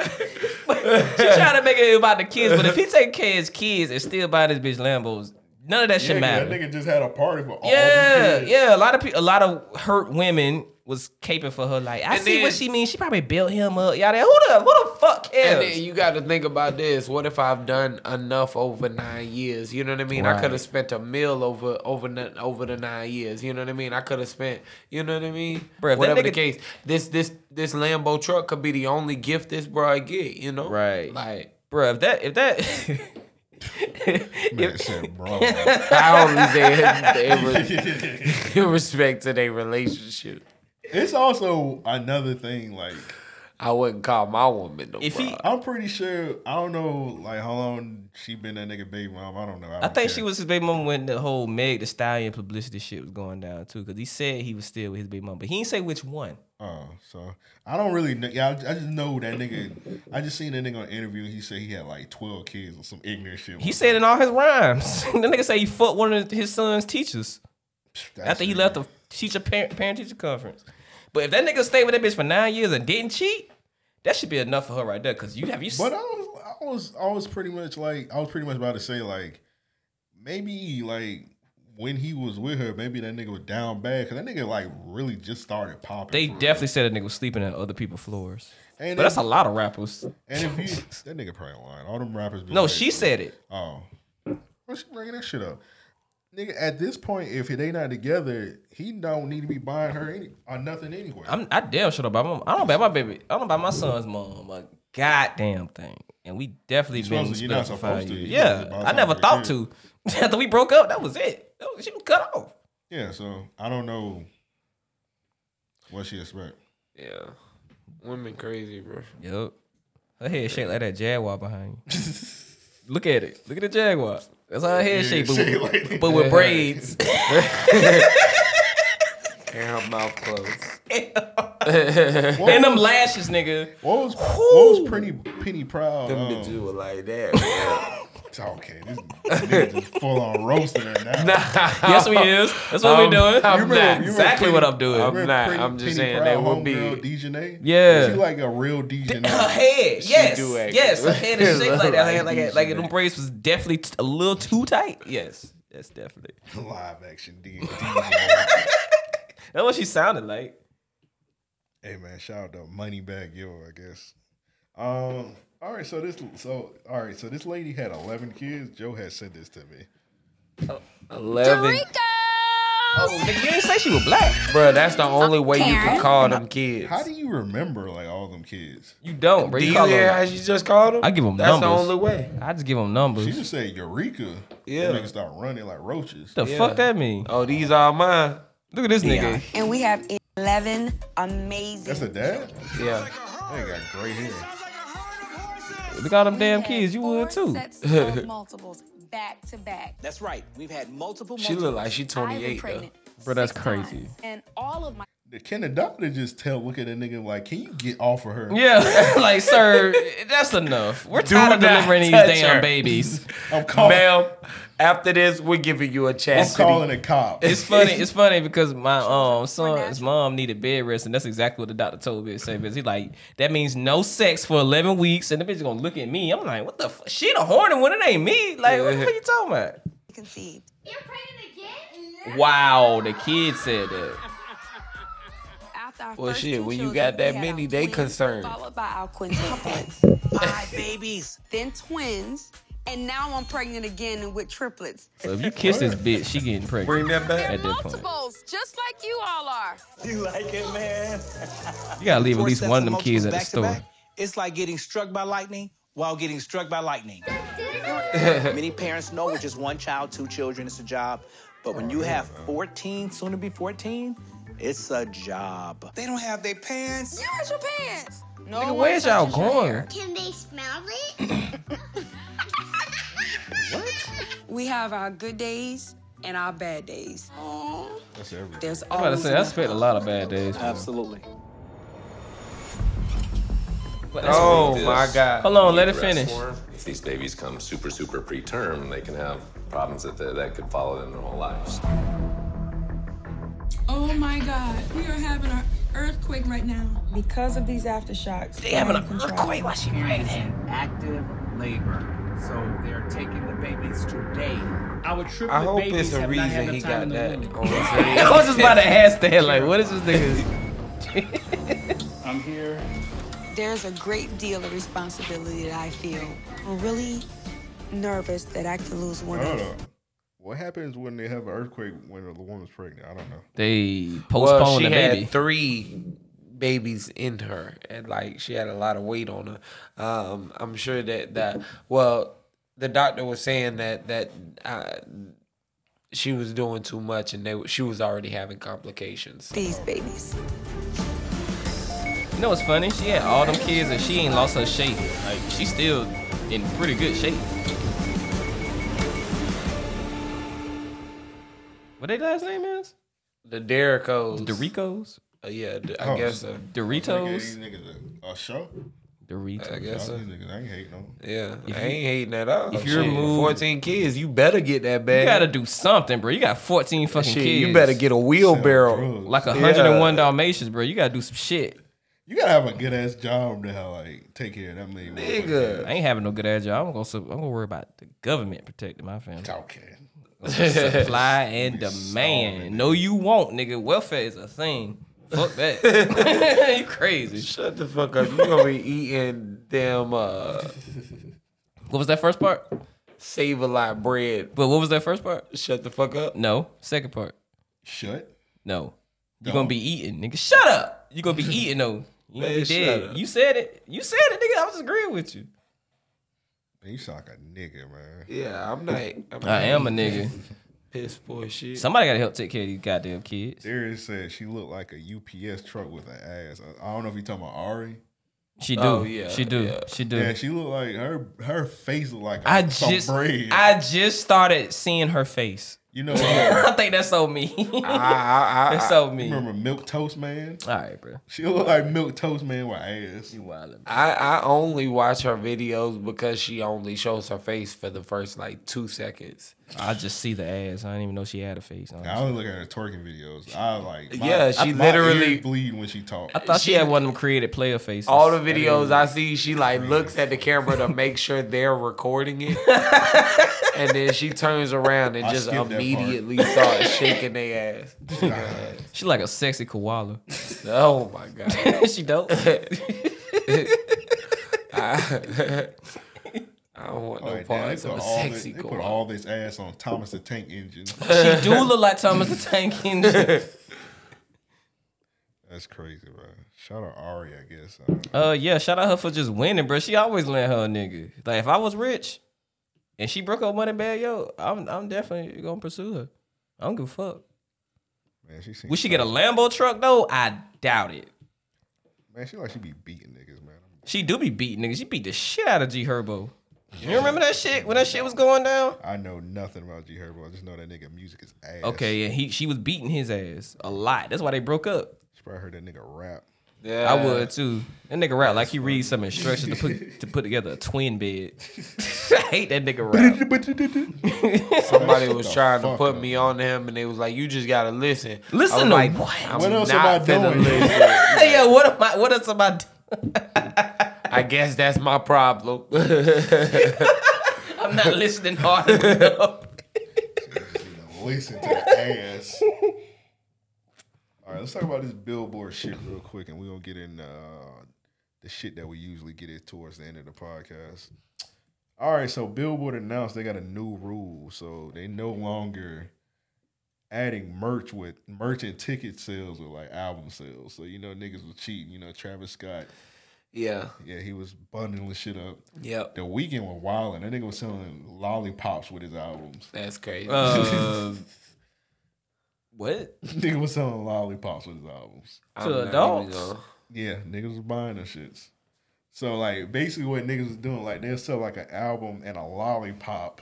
she tried to make it about the kids. But if he take care of his kids and still buy this bitch Lambos, none of that shit
yeah,
matter.
That nigga just had a party for all
Yeah,
the kids.
yeah. A lot of people, a lot of hurt women was caping for her. Like I
And
see what
then-
she means. She probably built him up. Y'all, who the who the fuck
And
cares?
then you got to think about this. What if I've done enough over nine years? You know what I mean. I
Right.
could have spent a meal over over the, over the nine years. You know what I mean. I could have spent. You know what I mean.
Bruh, if that
Whatever
nigga-
the case, this this this Lambo truck could be the only gift this bro get. You know.
Right.
Like
Bruh, if that if that
Man said, bro.
I only said it was- in respect to their relationship.
It's also another thing, like,
I wouldn't call my woman no
If
bro.
he-
I'm pretty sure, I don't know, like, how long she been that nigga baby mom. I don't know. I,
I
don't
think
care.
she was his baby mama when the whole Meg the Stallion publicity shit was going down too, because he said he was still with his baby mama, but he didn't say which one.
Oh, so I don't really know. Yeah, I, I just know that nigga. I just seen that nigga on an interview. He said he had like twelve kids or some ignorant shit.
He said in all his rhymes. the nigga say he fucked one of his son's teachers
That's
after he
it.
left the teacher parent, parent teacher conference. But if that nigga stayed with that bitch for nine years and didn't cheat, that should be enough for her right there. Cause you have you. s-
But I was, I was, I was pretty much like, I was pretty much about to say like, maybe like when he was with her, maybe that nigga was down bad because that nigga like really just started popping.
they
for real.
definitely said that nigga was sleeping on other people's floors.
And
but that's
if-
a lot of rappers.
And if you, that nigga probably lying. All them rappers. be
No,
like-
she said it.
Oh, what's she bringing that shit up? Nigga, at this point, if they not together, he don't need to be buying her any or nothing anyway.
I'm, I damn sure don't buy my. I don't buy my baby. I don't buy my son's mom. A goddamn thing. And we definitely
You're
been
supposed to- you're not
split for five
supposed to.
years.
You're supposed
Yeah,
to buy
I
something
never
for
thought
your
to. After we broke up, that was it. That was, she was cut off.
Yeah, so I don't know what she expect.
yeah, women crazy, bro.
Yup. Her head shaped like that jaguar behind you. Look at it. Look at the jaguar. That's how her head
Yeah,
shaped,
shaped
but,
like that.
but with braids.
And her mouth closed.
and them lashes, nigga.
What was what was Penny Penny Proud?
Them
um,
Oh.
bitches were like that. bro.
okay, this nigga just full on roasting her now.
Yes, we is. That's what we
I'm-
doing.
I'm
You remember-
not.
you remember
exactly
Penny-
what I'm
you
doing.
remember
not.
Penny-
I'm just
Penny
saying
Proud,
they would be-
homegirl Dejanay?
Yeah.
she like a real Dejanay.
Her head,
She
yes,
do act
yes, her
good.
head is shaped like that. Her
Like
head like
these
that. Like
shit.
them braids was definitely t- a little too tight. Yes, that's definitely.
Live action D- Dejanay.
That's what she sounded like.
Hey man, shout out to Money Bag Yo, I guess. Um, all right, so this, so all right, so this lady had eleven kids. Joe had sent this to me.
Eleven,
Oh, nigga, you didn't say she was black.
bro. That's the only way you can
Karen.
call them kids.
How do you remember like all them kids?
You don't, bro.
Do
You
you
call
hear
them.
how she just called them?
I give them
That's
numbers.
the only way.
I just give them
She
numbers.
just said Eureka.
Yeah.
Them niggas start running like roaches.
What the
Yeah.
fuck that mean?
Oh, these are mine.
Look at this nigga.
And we have 11 amazing.
That's a dad.
Yeah.
They got gray hair.
Look at all them damn
We had
kids. You would
four
too.
sets of multiples back to back.
That's right. We've had multiple.
She look like she
I was
28 though.
pregnant
Bro, that's
six
crazy.
times, And all of my
Can the doctor just tell, look at a nigga like, can you get off of her?
Yeah, like sir, that's enough. We're
Do
tired of
not
delivering these
touch
damn
her.
babies.
I'm calling-
Ma'am, after this, we're giving you a chance.
a cop.
It's funny. It's funny because my um son's mom needed bed rest, and that's exactly what the doctor told me to say. Because he like that means no sex for eleven weeks, and the bitch gonna look at me. I'm like, what the? F-? She the horny one. It ain't me. Like, what the fuck you talking about?
Conceived.
Wow, the kid said that.
After our
Well,
first
shit,
two
when you
children,
got that
we had
many,
our
they
twins,
concerned.
Followed by our quintuplets. Five babies. Then twins. And now I'm pregnant again and with triplets.
So if you kiss this bitch, she getting pregnant. Bring that back at that point.
Multiples, just like you all are.
You like it, man?
You gotta leave at
Four
least
sets
one of them
multiples
kids at the
back to
store.
back, It's like getting struck by lightning while getting struck by lightning. Many parents know with just one child, two children, it's a job. But when you have 14, soon to be 14, it's a job. They don't have their pants.
Where's your pants? No
Nigga,
one
where's y'all
touches your
going?
hair.
Can they smell it?
We have our good days and our bad days.
That's everything.
There's
I'm about to
always
say I spent a lot of bad days.
Absolutely.
Oh my God. Hold on, let it
Breast
finish.
form. If these babies come super, super preterm, they can have problems that they, that could follow them their whole lives.
Oh my God, we are having an earthquake right now. Because of these aftershocks.
They having an earthquake while she pregnant.
Active labor. So they're taking the babies today. Our triplet
I hope
babies
it's a
have not had
reason he
enough time
got
in the
that. Oh,
womb.
on his
I was just about to ask that. Like, what is this nigga?
I'm here.
There's a great deal of responsibility that I feel. I'm really nervous that I could lose one
Oh.
Hold
of
up. What happens when they have an earthquake when the woman's pregnant? I don't know.
They postponed
Well, she
the
had
baby.
three babies in her, and like she had a lot of weight on her. Um, I'm sure that that well, the doctor was saying that that uh, she was doing too much, and they were- she was already having complications.
these babies.
You know what's funny? She had all them kids and she ain't lost her shape. Like she's still in pretty good shape. What they last name is?
The Derricos.
Doricos?
Uh, yeah, d- I
Oh,
guess uh, so.
These
Doritos?
niggas a, a show?
Doritos.
I guess so.
Y'all these niggas, I ain't hating them.
Yeah,
If
I
you-
ain't hating at all.
if you
Shit,
remove-
14 kids, you better get that bag.
You gotta do something, bro. You got 14 fucking
Shit,
kids.
you better get a wheelbarrow.
like
Yeah.
101 Dalmatians, bro. You gotta do some shit.
You gotta have a good ass job to have, like take care of that many. motherfuckers.
I ain't having no good ass job. I'm gonna sub- I'm gonna worry about the government protecting my family.
Okay.
Supply and demand. No, you won't, nigga. Welfare is a thing. Fuck that. you crazy.
Shut the fuck up. You gonna be eating damn uh
What was that first part?
Save a lot bread.
But what was that first part?
Shut the fuck up.
No. Second part.
Shut.
No. You're
Don't.
gonna be eating, nigga. Shut up. You're gonna be eating though. You gonna
Man,
be
shut
dead.
up.
You said it. You said it, nigga. I was agreeing with you.
Man, you sound like a nigga, man.
Yeah, I'm not. I'm not
I am a
eating
nigga.
Piss poor shit.
Somebody gotta help take care of these goddamn kids.
Darius said she looked like a UPS truck with an ass. I- I don't know if you talking about Ari.
She do.
Oh, yeah,
she do.
yeah.
She do.
Yeah, she looked like her her face looked like a,
I
some
just
bread.
I just started seeing her face.
you know,
I think that's on me. Ah,
I- I-
that's on me.
you remember Milk Toast Man?
All right, bro.
She looked like Milk Toast Man with ass.
You wildin'.
I, I only watch her videos because she only shows her face for the first like two seconds.
I just see the ass. I didn't even know she had a face. honestly.
I only look at her twerking videos. I like my,
Yeah, she
my ears
literally-
bleed when she talks.
I thought she, had one of them created player faces.
All the videos I see, she like looks at the camera to make sure they're recording it, and then she turns around and
I
just
skipped that part.
immediately starts shaking their ass.
She like a sexy koala.
Oh my god.
she dope.
I, I don't want no
Like, damn, they
parts
put,
of a
all this,
sexy
they
girl.
put all this ass on Thomas the Tank Engine.
she do look like Thomas the Tank Engine.
That's crazy, bro. Shout out Ari, I guess. I don't know.
Uh, yeah. Shout out her for just winning, bro. She always lent her a nigga. Like if I was rich, and she broke her money bag, yo, I'm I'm definitely gonna pursue her. I don't give a fuck.
Man, she seems
Would she get a Lambo truck though? I doubt it.
man. She like she be beating niggas, man.
She do be beating niggas. She beat the shit out of G Herbo. You remember that shit when that shit was going down?
I know nothing about G Herbo. I just know that nigga music is ass.
Okay, yeah, he she was beating his ass a lot. That's why they broke up.
She probably heard that nigga rap.
Yeah. I would too. That nigga rap like he reads some instructions to put to put together a twin bed. I hate that nigga rap.
Somebody was trying to put me on him, and they was like, "You just gotta listen."
Listen
I was like,
to what?
I'm
What else
not
am I doing?
Listen.
yeah, what am I? What else am I? doing?
I guess that's my problem.
I'm not listening hard enough.
Listen to the ass. All right, let's talk about this billboard shit real quick, and we're gonna get in uh, the shit that we usually get it towards the end of the podcast. All right, so Billboard announced they got a new rule, so they no longer adding merch with merch and ticket sales or like album sales. So you know niggas was cheating. You know Travis Scott.
Yeah.
Yeah, he was bundling shit up.
Yep.
The weekend was wilding. That nigga was selling lollipops with his albums.
That's crazy.
Uh, what?
Nigga was selling lollipops with his albums.
I'm To not adults? even gonna-
Yeah, niggas was buying them shits. So like basically what niggas was doing, like they'll sell like an album and a lollipop.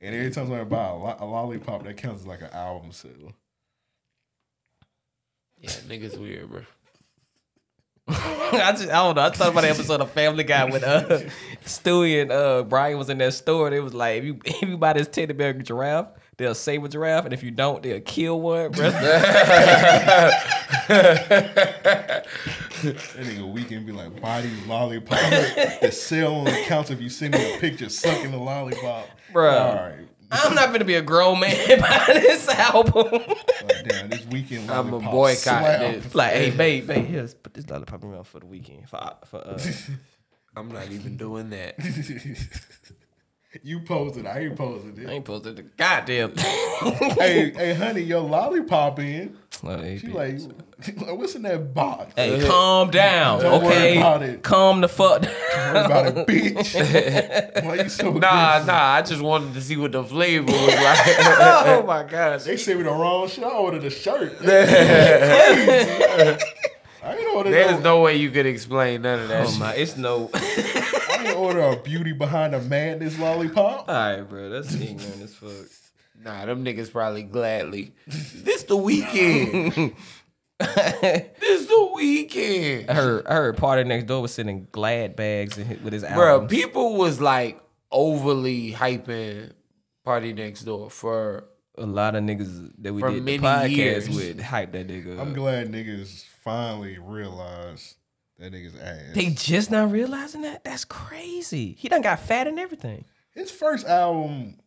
And every time somebody buy a, lo- a lollipop, that counts as like an album sale.
Yeah, niggas weird, bro.
I just I don't know. I thought about the episode of Family Guy when uh Stewie and uh Brian was in that store and it was like if you if you buy this teddy bear giraffe, they'll save a giraffe, and if you don't, they'll kill one, bro.
That nigga weekend be like, buy these lollipops. the sale only counts if you send me a picture sucking the lollipop.
Bruh.
All right.
I'm not gonna be a grown man by this album.
Like, damn, this weekend
I'm a
lollipop
boycott,
slap.
dude.
Like, hey, babe, babe, here, let's put this lollipop in my mouth for the weekend. For, for uh,
I'm not even doing that.
You posted. I ain't posted it.
I ain't posted the goddamn.
hey, hey, honey, your lollipop in.
Hey,
She like, like, what's in that box?
Hey, calm down,
Don't
okay?
Worry about it.
Calm the fuck down.
Don't worry about it, bitch. Why you so
Nah,
aggressive?
nah. I just wanted to see what the flavor was like.
oh my gosh.
They sent me the wrong shit. I ordered a shirt. Crazy. I ain't order
There's
no,
no way you could explain none of that.
Oh
shit.
my, it's no.
I ain't order a beauty behind a madness lollipop.
All right, bro, that's ignorant as fuck.
Nah, them niggas probably gladly. This the weekend. this the weekend.
I heard, I heard Party Next Door was sending glad bags in his, with his
Bro,
album.
people was like overly hyping Party Next Door for
a lot of niggas that we
For
did
many
the podcast
years.
with hype that nigga.
I'm
up.
glad niggas finally realized that niggas ass.
They just now realizing that? That's crazy. He done got fat and everything.
His first album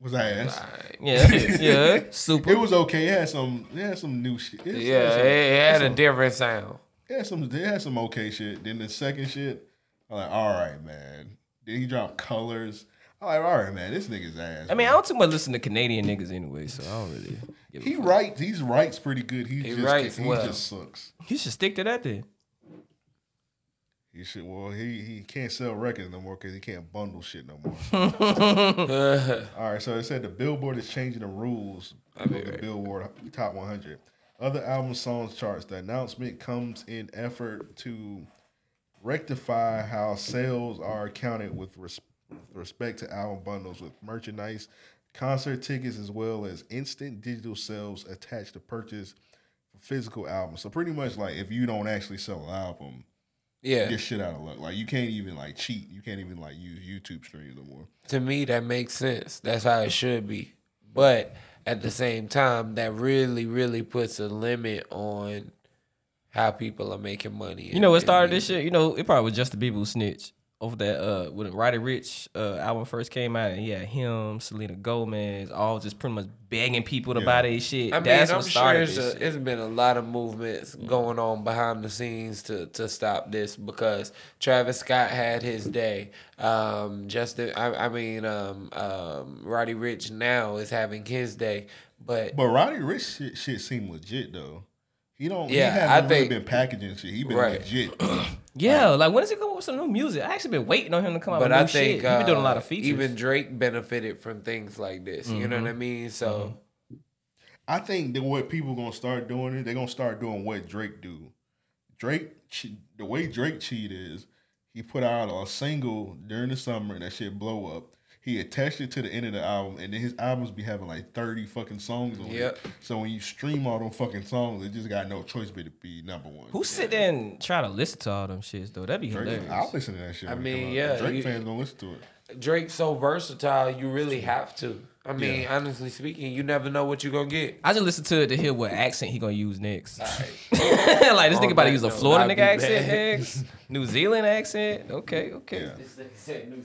was ass.
Yeah, yeah, super.
It was okay. It had some. It had some new shit. It had
yeah,
some-
it, it had a
some-
different sound.
It had some. It had some okay shit. Then the second shit, I'm like, all right, man. Then he dropped colors. I'm like, all right, man. This nigga's ass.
I mean, I don't too much listen to Canadian niggas anyway, so I don't really. Give a
he
fuck.
writes. He writes pretty good. He, just,
writes
He
well.
just sucks.
You should stick to that then.
He should. Well, he he can't sell records no more because he can't bundle shit no more. All right, so it said the Billboard is changing the rules of the Billboard Top 100. Other album songs charts. The announcement comes in effort to rectify how sales are counted with res- with respect to album bundles with merchandise, concert tickets, as well as instant digital sales attached to purchase for physical albums. So pretty much like if you don't actually sell an album,
Yeah.
you're shit out of luck. Like you can't even like cheat. You can't even like use YouTube streams no more.
To me, that makes sense. That's how it should be. But at the same time, that really, really puts a limit on how people are making money.
You know what
in- in
started this
music.
shit? You know, it probably was Justin Bieber who snitched over that uh when Roddy Rich uh album first came out. Yeah, him, Selena Gomez, all just pretty much begging people to
Yeah.
buy their shit.
I mean,
That's
I'm
what
sure
started
it's,
this
a,
shit. Mm.
it's been a lot of movements going on behind the scenes to to stop this because Travis Scott had his day. Um, Justin, I, I mean, um, um, Roddy Rich now is having his day, but
But Roddy Rich shit, shit seemed legit though. He don't.
Yeah,
he
I
hasn't really
think-
been packaging shit. He been
Right.
legit.
Yeah, like when does he come up with some new music? I actually been waiting on him to come out
but
with new
I think
shit. He's been doing a lot
uh,
of features.
Even Drake benefited from things like this. You know what I mean? So
I think that what people gonna start doing is they gonna start doing what Drake do. Drake, che- the way Drake cheat is, he put out a single during the summer and that shit blow up. He attached it to the end of the album, and then his albums be having like thirty fucking songs on
Yep.
it. So when you stream all them fucking songs, it just got no choice but to be number one.
Who sit there and try to listen to all them shits though? That'd be
Drake-
hilarious.
I'll listen to that shit.
I
when it come
mean,
out.
yeah,
Drake
you-
fans gonna listen to it.
Drake's so versatile, you really have to. I mean, honestly speaking, you never know what you're gonna get.
I just listen to it to hear what accent he gonna use next. like this
On
nigga about
that
to use a
note,
Florida
I'll
nigga
be
accent
back.
next, New Zealand accent. Okay, okay.
This nigga said New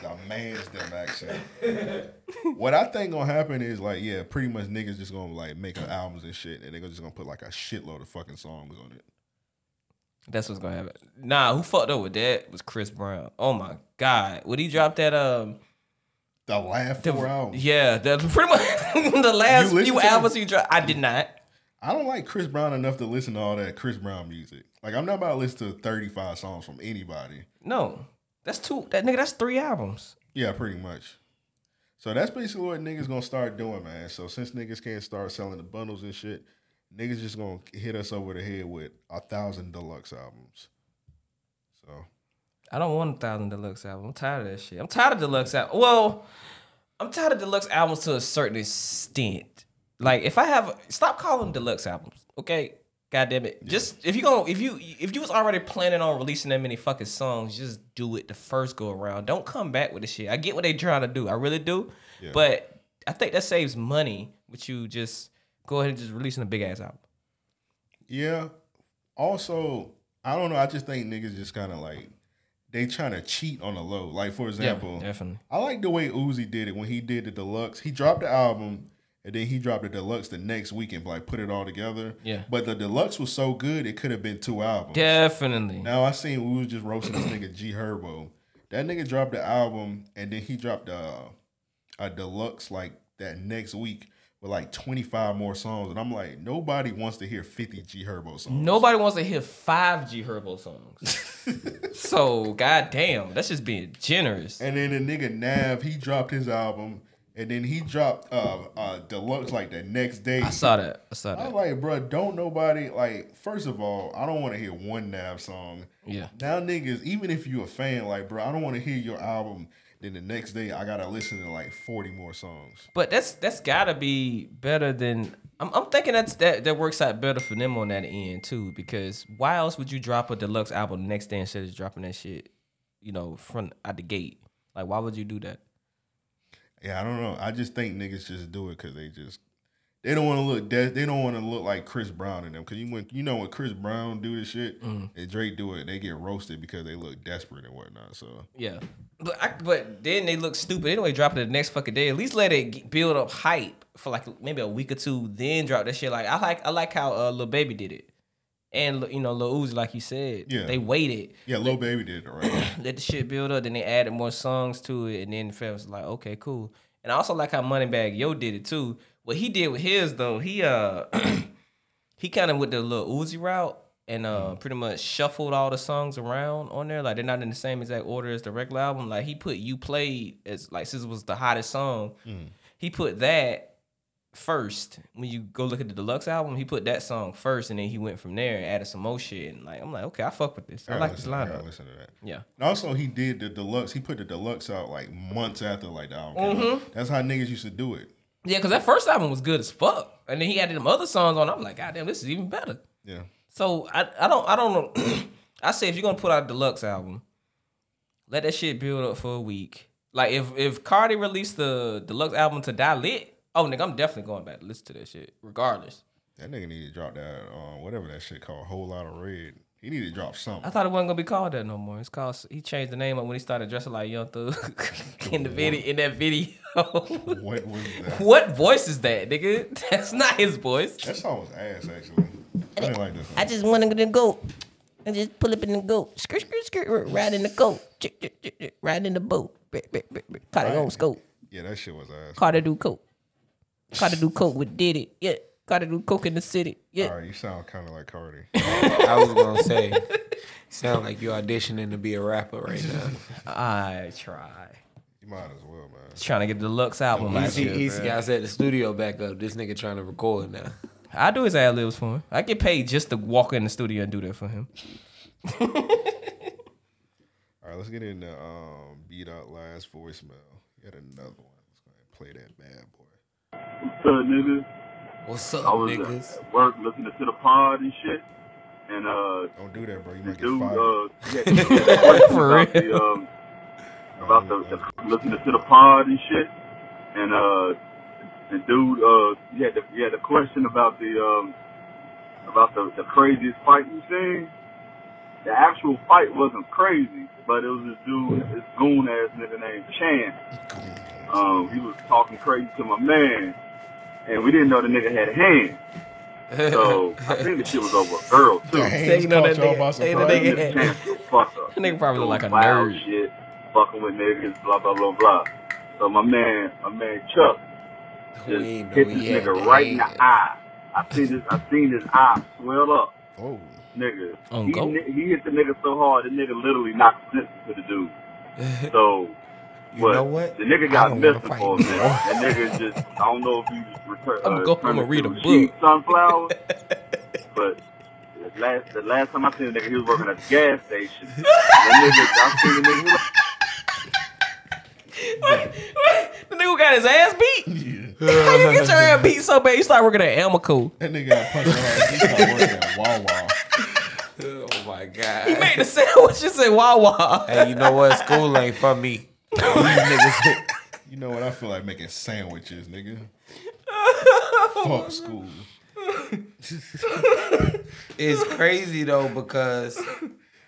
The man's them accent. what I think gonna happen is like, yeah, pretty much niggas just gonna like make up albums and shit, and they're just gonna put like a shitload of fucking songs on it.
That's what's gonna happen. Nah, who fucked up with that was Chris Brown. Oh my god, when he dropped that um,
the last four albums.
Yeah, the pretty much the last
You listen
few
to the-
albums he dropped. I did not.
I don't like Chris Brown enough to listen to all that Chris Brown music. Like I'm not about to listen to 35 songs from anybody.
No, that's two. That nigga, that's three albums.
Yeah, pretty much. So that's basically what niggas gonna start doing, man. So since niggas can't start selling the bundles and shit, niggas just gonna hit us over the head with a thousand deluxe albums. So
I don't want a thousand deluxe album. I'm tired of that shit. I'm tired of deluxe album. Well, I'm tired of deluxe albums to a certain extent. Like if I have, stop calling them deluxe albums. Okay, god damn it. Just if you going to if you if you was already planning on releasing that many fucking songs, just do it the first go around. Don't come back with the shit. I get what they trying to do. I really do.
Yeah.
But I think that saves money with you just go ahead and just releasing a big ass album.
Yeah. Also, I don't know. I just think niggas just kind of like they trying to cheat on the low. Like for example,
definitely.
I like the way Uzi did it when he did the deluxe. He dropped the album and then he dropped the deluxe the next weekend, like put it all together.
Yeah.
But the deluxe was so good it could have been two albums.
Definitely.
Now I seen we was just roasting this nigga G Herbo. That nigga dropped the album and then he dropped a a deluxe like that next week with like 25 more songs. And I'm like, nobody wants to hear 50 G Herbo songs.
Nobody wants to hear five G Herbo songs. so goddamn, that's just being generous.
And then the nigga Nav, he dropped his album, and then he dropped uh, uh deluxe like the next day.
I saw that. I saw
I'm
that.
like, bro, don't nobody like. First of all, I don't want to hear one Nav song.
Yeah.
Now niggas, even if you a fan, like, bro, I don't want to hear your album. Then the next day, I gotta listen to like 40 more songs.
But that's that's gotta be better than I'm, I'm thinking that's that, that works out better for them on that end too, because why else would you drop a deluxe album the next day instead of just dropping that shit, you know, from out the gate? Like why would you do that?
Yeah, I don't know. I just think niggas just do it because they just they don't want to look de- they don't want to look like Chris Brown in them. Because you when you know when Chris Brown do this shit
Mm-hmm.
and Drake do it, they get roasted because they look desperate and whatnot. So
Yeah. But I, but then they look stupid anyway. Drop it the next fucking day. At least let it g- build up hype for like maybe a week or two. Then drop that shit. Like I like I like how uh, Lil Baby did it, and Lil- you know Lil Uzi like you said.
Yeah.
They waited.
yeah, Lil Baby did it right.
Let the shit build up. Then they added more songs to it, and then the fans was like, okay, cool. And I also like how Moneybag Yo did it too. What he did with his though, he uh he kind of went the little Uzi route and uh, pretty much shuffled all the songs around on there. Like they're not in the same exact order as the regular album. Like he put "You Played" as like since it was the hottest song, he put that first. When you go look at the deluxe album, he put that song first, and then he went from there and added some more shit. And like I'm like, okay, I fuck with this. I
gotta
like this
listen- I gotta
lineup.
Listen to that.
Yeah.
And also, he did the deluxe. He put the deluxe out like months after like the album. came out.
Mm-hmm.
That's how niggas used to do it.
Yeah, because that first album was good as fuck, and then he added them other songs on. I'm like, goddamn, this is even better.
Yeah.
So I, I don't I don't know. I say if you're gonna put out a deluxe album, let that shit build up for a week. Like if if Cardi released the deluxe album to Die Lit, oh nigga, I'm definitely going back to listen to that shit regardless.
That nigga need to drop that uh, whatever that shit called whole lot of red. He need to drop something.
I thought it wasn't gonna be called that no more. It's called he changed the name up when he started dressing like Young Thug in the video in that video.
what was that?
What voice is that, nigga? That's not his voice.
That song was ass actually. I didn't like this. Song.
I just wanted to go. I just pull up in the goat. Skirt, skirt, skirt. Ride in the goat. Chick, chick, chick, chick. Ride in the boat. Bit, bit, bit, bit. Caught it on scope.
Yeah, that shit was ass.
Caught a do coke. Caught a do coke with did it. Yeah. Caught a do coke in the city. Yeah.
All right, you sound kind of like Cardi.
I was gonna say, sound like you auditioning to be a rapper right now.
I try.
You might as well, man.
Trying to get the deluxe album. out
Easy,
here,
easy
bruh.
guy set the studio back up. This nigga trying to record now.
I do his ad libs for him. I get paid just to walk in the studio and do that for him.
All All right, let's get into um, beat out last voicemail. Yet another one. Let's go ahead and play that bad boy.
What's up, niggas?
What's up,
I was
niggas?
at work listening to the pod and shit. And uh
Don't do that, bro. You might
dude, uh,
get
fired.
fired. For
about
real.
the, um, about the, the listening to the pod and shit. And uh the dude uh he had the he had a question about the um about the, the craziest fight you seen. The actual fight wasn't crazy, but it was this dude, this goon ass nigga named Chan. Um, he was talking crazy to my man, and we didn't know the nigga had a hand. So I think the shit was over a girl too.
Damn, Taking on that caught y'all nigga- by taking that surprise. nigga head.
This Chan was a fucker.
That nigga probably look like a
Wild
nerd.
shit, fucking with niggas, blah blah blah blah. So my man, my man Chuck, just
ain't
hit
know
this
he had
nigga
the
right in the eye. I seen his, I seen his eye swell up.
Oh,
nigga,
On
he,
go.
ni- he hit the nigga so hard, the nigga literally knocked sense to the dude. So,
You
but
know what?
the nigga
I
got
don't wanna
missing
fight
for a minute. That nigga just, I don't know if he uh, just returned.
I'ma go- I'ma read a book.
Sunflower, but. the Last, the last time I seen the nigga, he was working at the gas station. The nigga, I seen the nigga, he was
The nigga got his ass beat. How you get your ass beat so bad? You start working at Amoco.
That nigga got punched hard. He started working at Wawa.
Oh my god.
He made the sandwiches at Wawa.
Hey, you know what? School ain't for me. These niggas.
You know what? I feel like making sandwiches, nigga. Fuck school.
It's crazy though because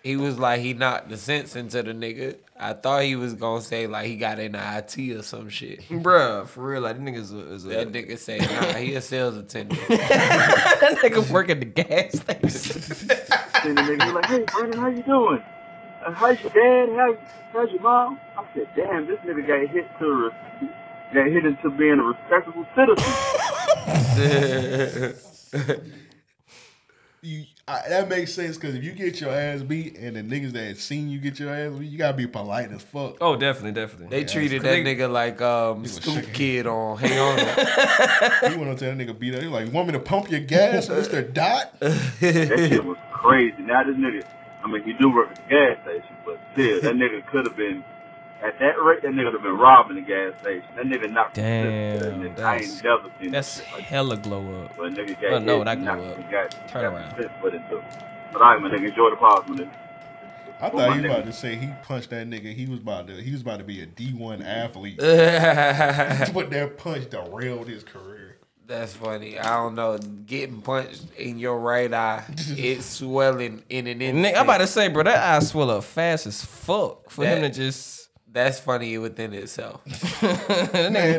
he was like he knocked the sense into the nigga. I thought he was gonna say like he got into IT or some shit.
Bruh, for real, like that nigga's a, is a
That nigga say nah, he a sales attendant.
that nigga work at the gas station.
And the nigga was like, hey, Brandon, how you doing? Uh, how's your dad? How, how's your mom? I said, damn, this nigga got hit to re- got hit into being a respectable citizen.
You, I, that makes sense because if you get your ass beat and the niggas that seen you get your ass beat, you gotta be polite as fuck.
oh, definitely, definitely.
They treated that nigga like um Scoop Kid on Hey On.
You want to tell that nigga beat up? You like, you want me to pump your gas, Mister Dot?
that shit was crazy. Now this nigga, I mean, he do work at the gas station, but still, that nigga could have been, at that rate, that nigga would have been robbing the gas station. That nigga knocked
Damn,
the nigga. I
that's-
ain't never seen
That's
that shit like
hella glow up.
But nigga got
Oh, no,
hit,
not glow
knocked,
up.
got,
Turn
got
around.
the fist put into it. But I, my nigga, enjoy the pause, my nigga.
I
Oh, my
thought you
nigga.
about to say he punched that nigga. He was about to. He was about to be a D one athlete. but that punch derailed his career.
That's funny. I don't know. Getting punched in your right eye, it's swelling in an instant.
Nigga, I'm about to say, bro, that eye swell up fast as fuck for him to
That-
just.
That's funny within itself.
Man,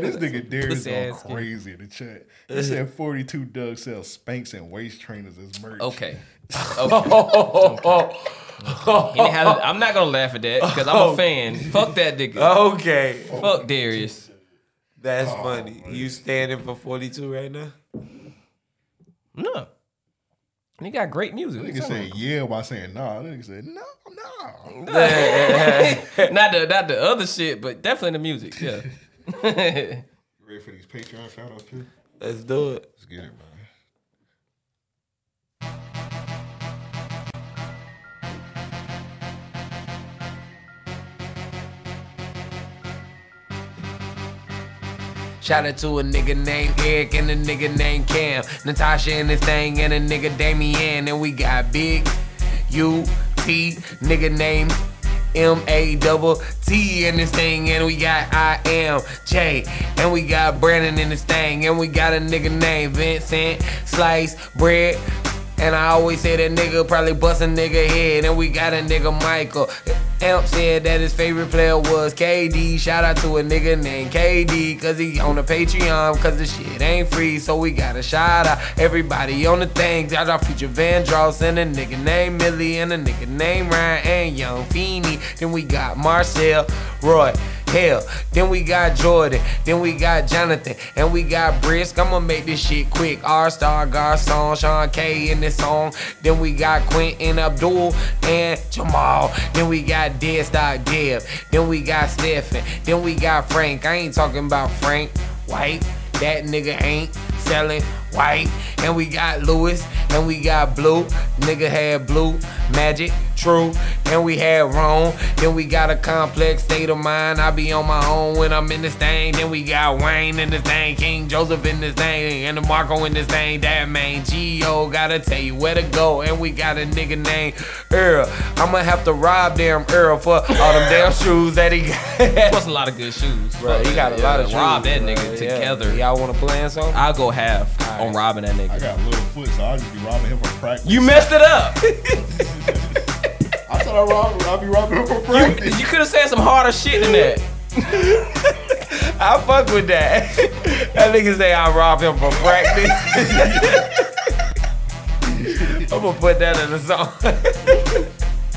this nigga Darius
pussy
going
ass kid.
crazy in the chat. He said forty two Doug sells spanks and waist trainers as merch.
Okay. Okay. Anyhow, I'm not gonna laugh at that because I'm a fan. Fuck that
Oh.
nigga.
Okay.
Fuck Darius.
That's
Oh,
funny. You standing for 42 right now?
No. And he got great music.
That
What you
nigga
talking
said yeah while saying nah. That nigga said no, no.
about? not the not the other shit, but definitely the music. Yeah.
Ready for these Patreon shout outs too?
Let's do it.
Let's get it, man.
Shout out to a nigga named Eric and a nigga named Cam. Natasha and this thing and a nigga Damien. And we got Big U T, nigga named M A double T in this thing. And we got I am J. And we got Brandon in this thing. And we got a nigga named Vincent Slice Bread. And I always say that nigga probably bust a nigga head. And we got a nigga Michael. Amp said that his favorite player was KD. Shout out to a nigga named KD. Cause he on the Patreon. Cause the shit ain't free. So we got a shout out. Everybody on the thing. Shout out Future Van Dross. And a nigga named Millie. And a nigga named Ryan. And Young Feeney. Then we got Marcel Roy. Hell, then we got Jordan, then we got Jonathan, and we got Brisk. I'ma make this shit quick. R Star Garcon, Sean K in this song. Then we got Quentin Abdul and Jamal. Then we got Dead Stock Dev. Then we got Stephen. Then we got Frank. I ain't talking about Frank White. That nigga ain't selling white. And we got Lewis, and we got Blue. Nigga had Blue Magic.
True, then we had Rome, then we got a complex state of mind. I be on my own when I'm in this thing. Then we got Wayne in this thing, King Joseph in this thing, and the Marco in this thing. That man, Geo, gotta tell you where to go. And we got a nigga named Earl. I'ma have to rob damn Earl for all them damn shoes that he got.
Plus a lot of good shoes.
Bro, he got a lot of
Rob
shoes,
that
bro.
nigga
Yeah.
together.
Y'all want to play in something?
I'll go half on robbing that nigga.
I got little foot, so I'll just be robbing him for practice.
You messed it up.
I said I robbed him. I'll be robbing him for practice.
You could have said some harder shit than that.
I fuck with that. that nigga say I rob him for practice. I'm gonna put that in the song.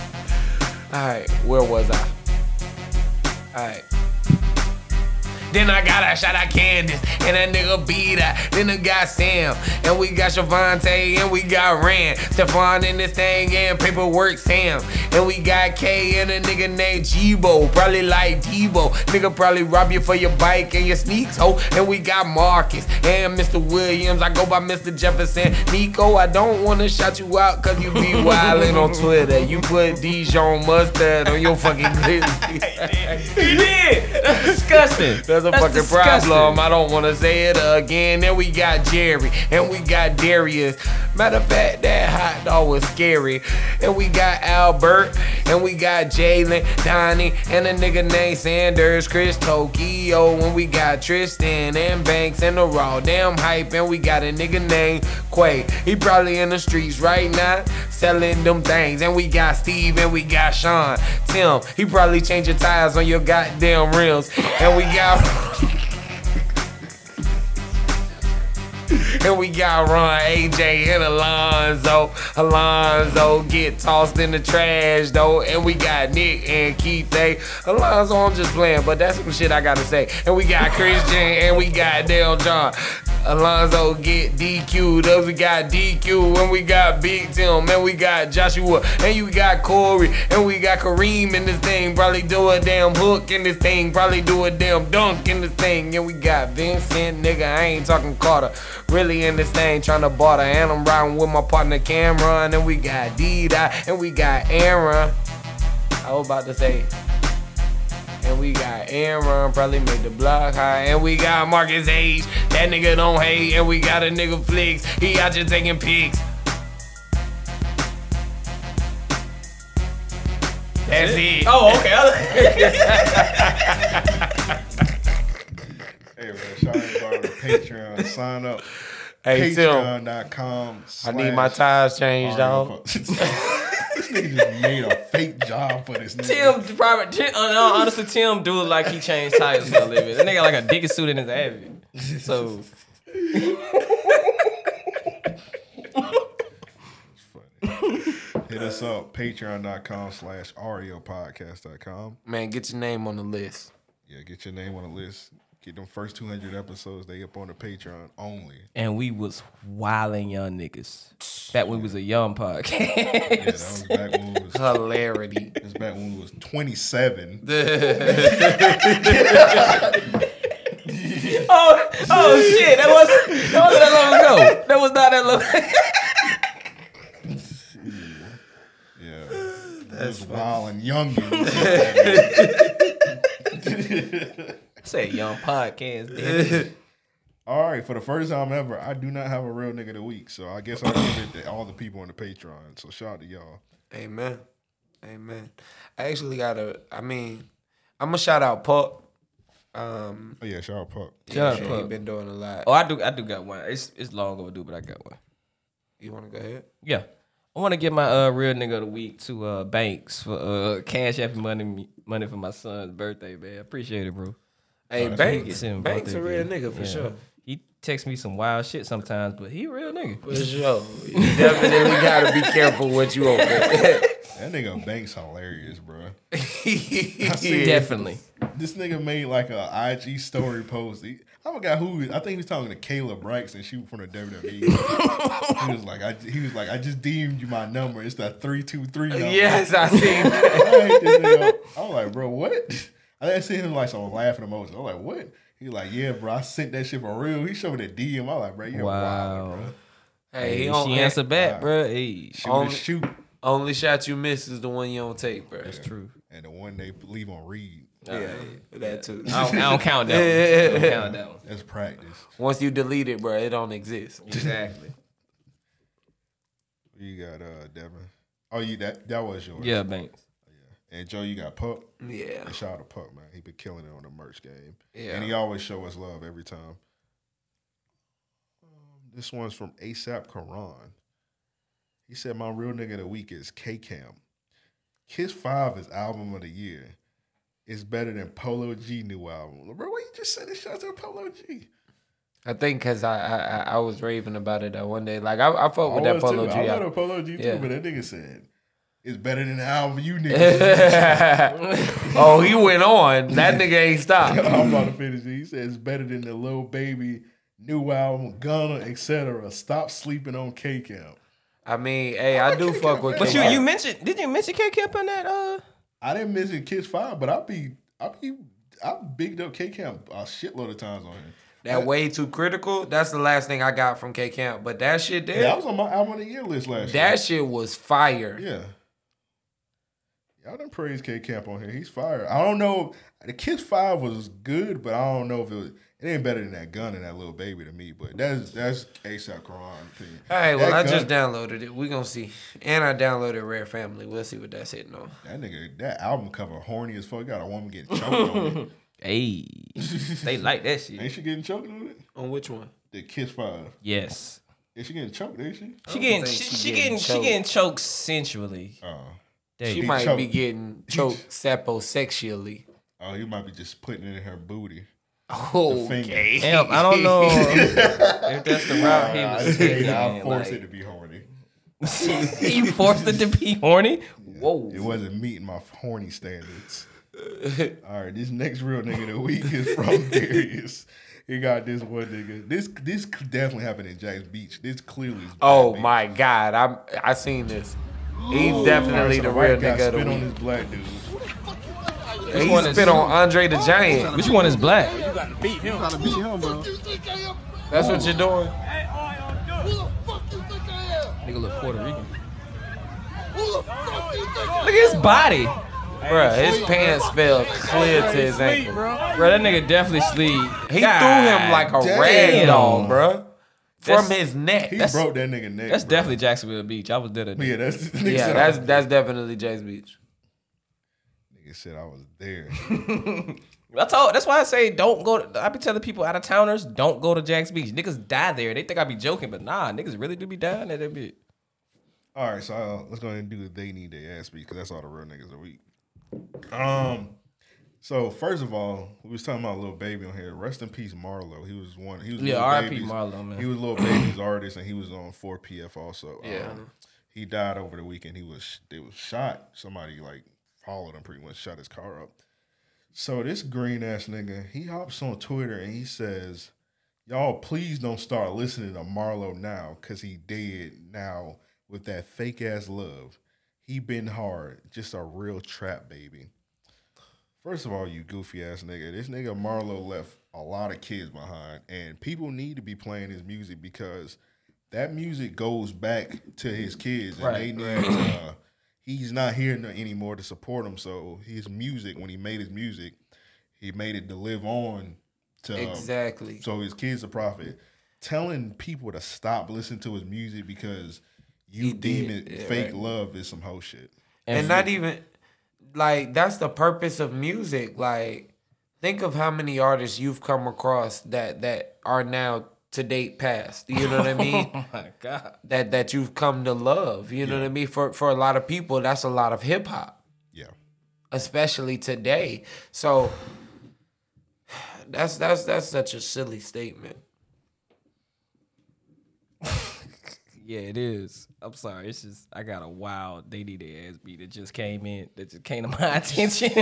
Alright, where was I? Alright. Then I got a shot at Candace, and that nigga beat her. Then I got Sam, and we got Shavante, and we got Rand. Stefan in this thing, and paperwork Sam. And we got K and a nigga named Jibo, probably like Debo. Nigga probably rob you for your bike and your sneaks, ho. And we got Marcus and Mr. Williams. I go by Mr. Jefferson. Nico, I don't wanna shout you out, cause you be wildin' on Twitter. You put Dijon mustard on your fucking glizzy.
He did. That's disgusting.
That's a fucking
disgusting.
problem. I don't wanna say it again. Then we got Jerry and we got Darius. Matter of fact, that hot dog was scary. And we got Albert and we got Jalen, Donnie, and a nigga named Sanders, Chris Tokyo. And we got Tristan and Banks and the raw damn hype. And we got a nigga named Quay. He probably in the streets right now selling them things. And we got Steve and we got Sean, Tim. He probably changing tires on your goddamn rims. And we got. And we got Ron, AJ, and Alonzo. Alonzo get tossed in the trash though. And we got Nick and Keith. They Alonzo, I'm just playing, but that's some shit I gotta say. And we got Christian and we got Dale John. Alonzo get DQ'd up. We got DQ and we got Big Tim and we got Joshua and you got Corey and we got Kareem in this thing. Probably do a damn hook in this thing. Probably do a damn dunk in this thing. And we got Vincent, nigga. I ain't talking Carter. Really in this thing, trying to barter. And I'm riding with my partner Cameron. And we got D Dot and we got Aaron. I was about to say. And we got Aaron, probably made the block high. And we got Marcus Age, that nigga don't hate. And we got a nigga Flicks, he out here taking pics. That's it.
Oh, okay.
Hey, man, shout out to our Patreon. Sign up.
Hey, Tim.
Patreon.com.
I need my tires changed,
Oh,
dog.
This nigga just made a fake job for this nigga.
Tim, Robert, Tim, uh, no, honestly, Tim do look like he changed tires for a living. That nigga like a digging suit in his outfit. So
Hit us up. Patreon.com slash E ariopodcast.com.
Man, get your name on the list.
Yeah, get your name on the list. Get them first 200 episodes. They up on the Patreon only.
and we was wilding young niggas. That we was a young podcast.
Yeah, that was back when we was
hilarity.
That's back when we was 27.
oh, oh shit! That was that wasn't that long ago. That was not that long.
Yeah. That's wild and young. Say
Say young podcast, damn
All right, for the first time ever, I do not have a real nigga of the week, so I guess I'll give it to all the people on the Patreon. So shout out to y'all.
Amen. Amen. I actually got to, I mean, I'm going to shout out Puck. Um,
oh, yeah, shout out Puck.
Yeah,
Shout out
Puck.
Puck.
been doing a lot.
Oh, I do. I do got one. It's it's long overdue, but I got one.
You want to go ahead?
Yeah. I want to give my uh, real nigga of the week to uh, Banks for uh, cash app and money money for my son's birthday, man. Appreciate it, bro.
Hey,
Oh, that's what he
Banks,
gets him
Banks a
birthday
real
gift.
nigga for
Yeah.
sure.
He texts me some wild shit sometimes, but he a real nigga.
For sure. You definitely gotta be careful what you open.
that nigga Banks hilarious, bro. I seen-
Definitely.
This nigga made like a IG story post. He, I forgot who. he- I think he was talking to Kayla Brax and she was from the WWE. he was like, I, he was like, I just DM'd you my number. It's that three two three number.
Yes, I seen
I hate this nigga. I was like, bro, what? I didn't see him like some laughing emoji. I was like, what? He like, yeah, bro, I sent that shit for real. He showed me the DM. I was like, bro, you're wow.
Wow.
wild, bro.
Hey, he
Hey,
on-
she answered back, bro. Hey,
Shoot, is shoot.
Only shot you miss is the one you don't take, bro. That's true.
And the one they leave on read.
Yeah, that too.
I don't- I don't count that one. I don't count that one.
That's practice.
Once you delete it, bro, it don't exist.
Exactly.
You got uh Devin. Oh, you that that was yours.
Yeah, Banks.
Yeah. And Joe, you got Pup.
Yeah.
And shout out to Pup, man. He been killing it on the merch game.
Yeah.
And he always show us love every time. Um, this one's from ASAP Karan. He said, "My real nigga of the week is K Cam. Kiss Five is album of the year. It's better than Polo G new album. Bro, why you just sending shots to Polo G?
I think because I, I I- I was raving about it that one day. Like I I fuck with that
I was
Polo
Oh, too.
G.
I love
album.
the Polo G too,
Yeah.
but that nigga said it's better than the album you niggas.
oh, he went on. That nigga ain't stopped.
I'm about to finish it. He says it's better than the little baby new album, Gunna, etc. Stop sleeping on K Camp.
I mean, hey, I, do fuck with.
But you
K-Camp.
you mentioned did you mention K Camp in that? Uh,
I didn't mention Kids Five, but I be I be I bigged up K Camp a shitload of times on him.
That way too critical. That's the last thing I got from K Camp. But that shit there,
Yeah, that was on my album of the year list last year.
that shit was fire.
Yeah. Y'all done praise K Camp on here. He's fire. I don't know. The Kids Five was good, but I don't know if it was. It ain't better than that gun and that little baby to me. But that's that's ASAP Karan opinion.
All right, well,
That
I
Gunna-
just downloaded it. we going to see. And I downloaded Rare Family. We'll see what that's hitting on.
That nigga, that album cover horny as fuck. Got a woman getting choked on it.
Hey, they like that shit.
Ain't she getting choked on it?
On which one?
The Kiss Five.
Yes.
Is she getting choked? Is she?
She getting she, she, getting, she getting choked sensually.
Oh,
She might be getting choked saposexually.
Oh, you might be just putting it in her booty.
Oh, okay.
Damn, I don't know if that's the route he
Nah,
was
I think
taking,
I'll force
like-
it to be horny.
you forced it to be horny. Whoa!
It wasn't meeting my horny standards. All right, this next real nigga of the week is from Darius. He got this one nigga. This this definitely happened in Jack's Beach. This clearly is
Oh, my God. I'm, I seen this. He's
Ooh.
definitely the real
White guy
nigga of the
spit on this
week.
black dude.
He spit on Andre the Giant.
Which one is black?
You gotta beat him.
gotta beat him, bro.
That's what you're doing.
Nigga look Puerto Rican.
Look
Look at his body.
Bruh, his pants fell clear to his ankle.
Bro, that nigga definitely sleep.
He threw him like a rag doll, bruh. From his neck.
He
That's-
broke that nigga neck.
That's
bro.
definitely Jacksonville Beach. I was there today.
Yeah, that's
Yeah, that's that's definitely Jay's Beach.
nigga said I was there.
I told. That's why I say don't go. To, I be telling people out of towners don't go to Jack's Beach. Niggas die there. They think I be joking, but nah, niggas really do be dying at that bitch.
All right, so uh, let's go ahead and do the they need their ass beat because that's all the real niggas are weak. Um, so first of all, we was talking about little baby on here. Rest in peace, Marlo. He was one. He was
Yeah,
Lil
R.I.P.
Baby's-
Marlo, man.
He was little baby's artist, and he was on 4PF also.
Yeah.
Um, he died over the weekend. He was they was shot. Somebody like followed him pretty much, shot his car up. So this green ass nigga, he hops on Twitter and he says, "Y'all, please don't start listening to Marlo now, cause he dead now with that fake ass love. He been hard, just a real trap baby." First of all, you goofy ass nigga, this nigga Marlo left a lot of kids behind, and people need to be playing his music because that music goes back to his kids, and they
Right,
need.
right.
To, uh, he's not here no- anymore to support him, so his music, when he made his music, he made it to live on. To, um,
Exactly.
so his kids a profit. Telling people to stop listening to his music because you deem
did,
it
yeah,
fake
right.
love is some hoe shit.
And, not even like that's the purpose of music. Like think of how many artists you've come across that that are now to date past. You know what I mean?
oh my god.
that that you've come to love. You know what I mean? For for a lot of people, that's a lot of hip hop.
Yeah.
Especially today. So that's that's that's such a silly statement.
Yeah, it is. I'm sorry. It's just I got a wild they need their ass beat that just came in that just came to my attention.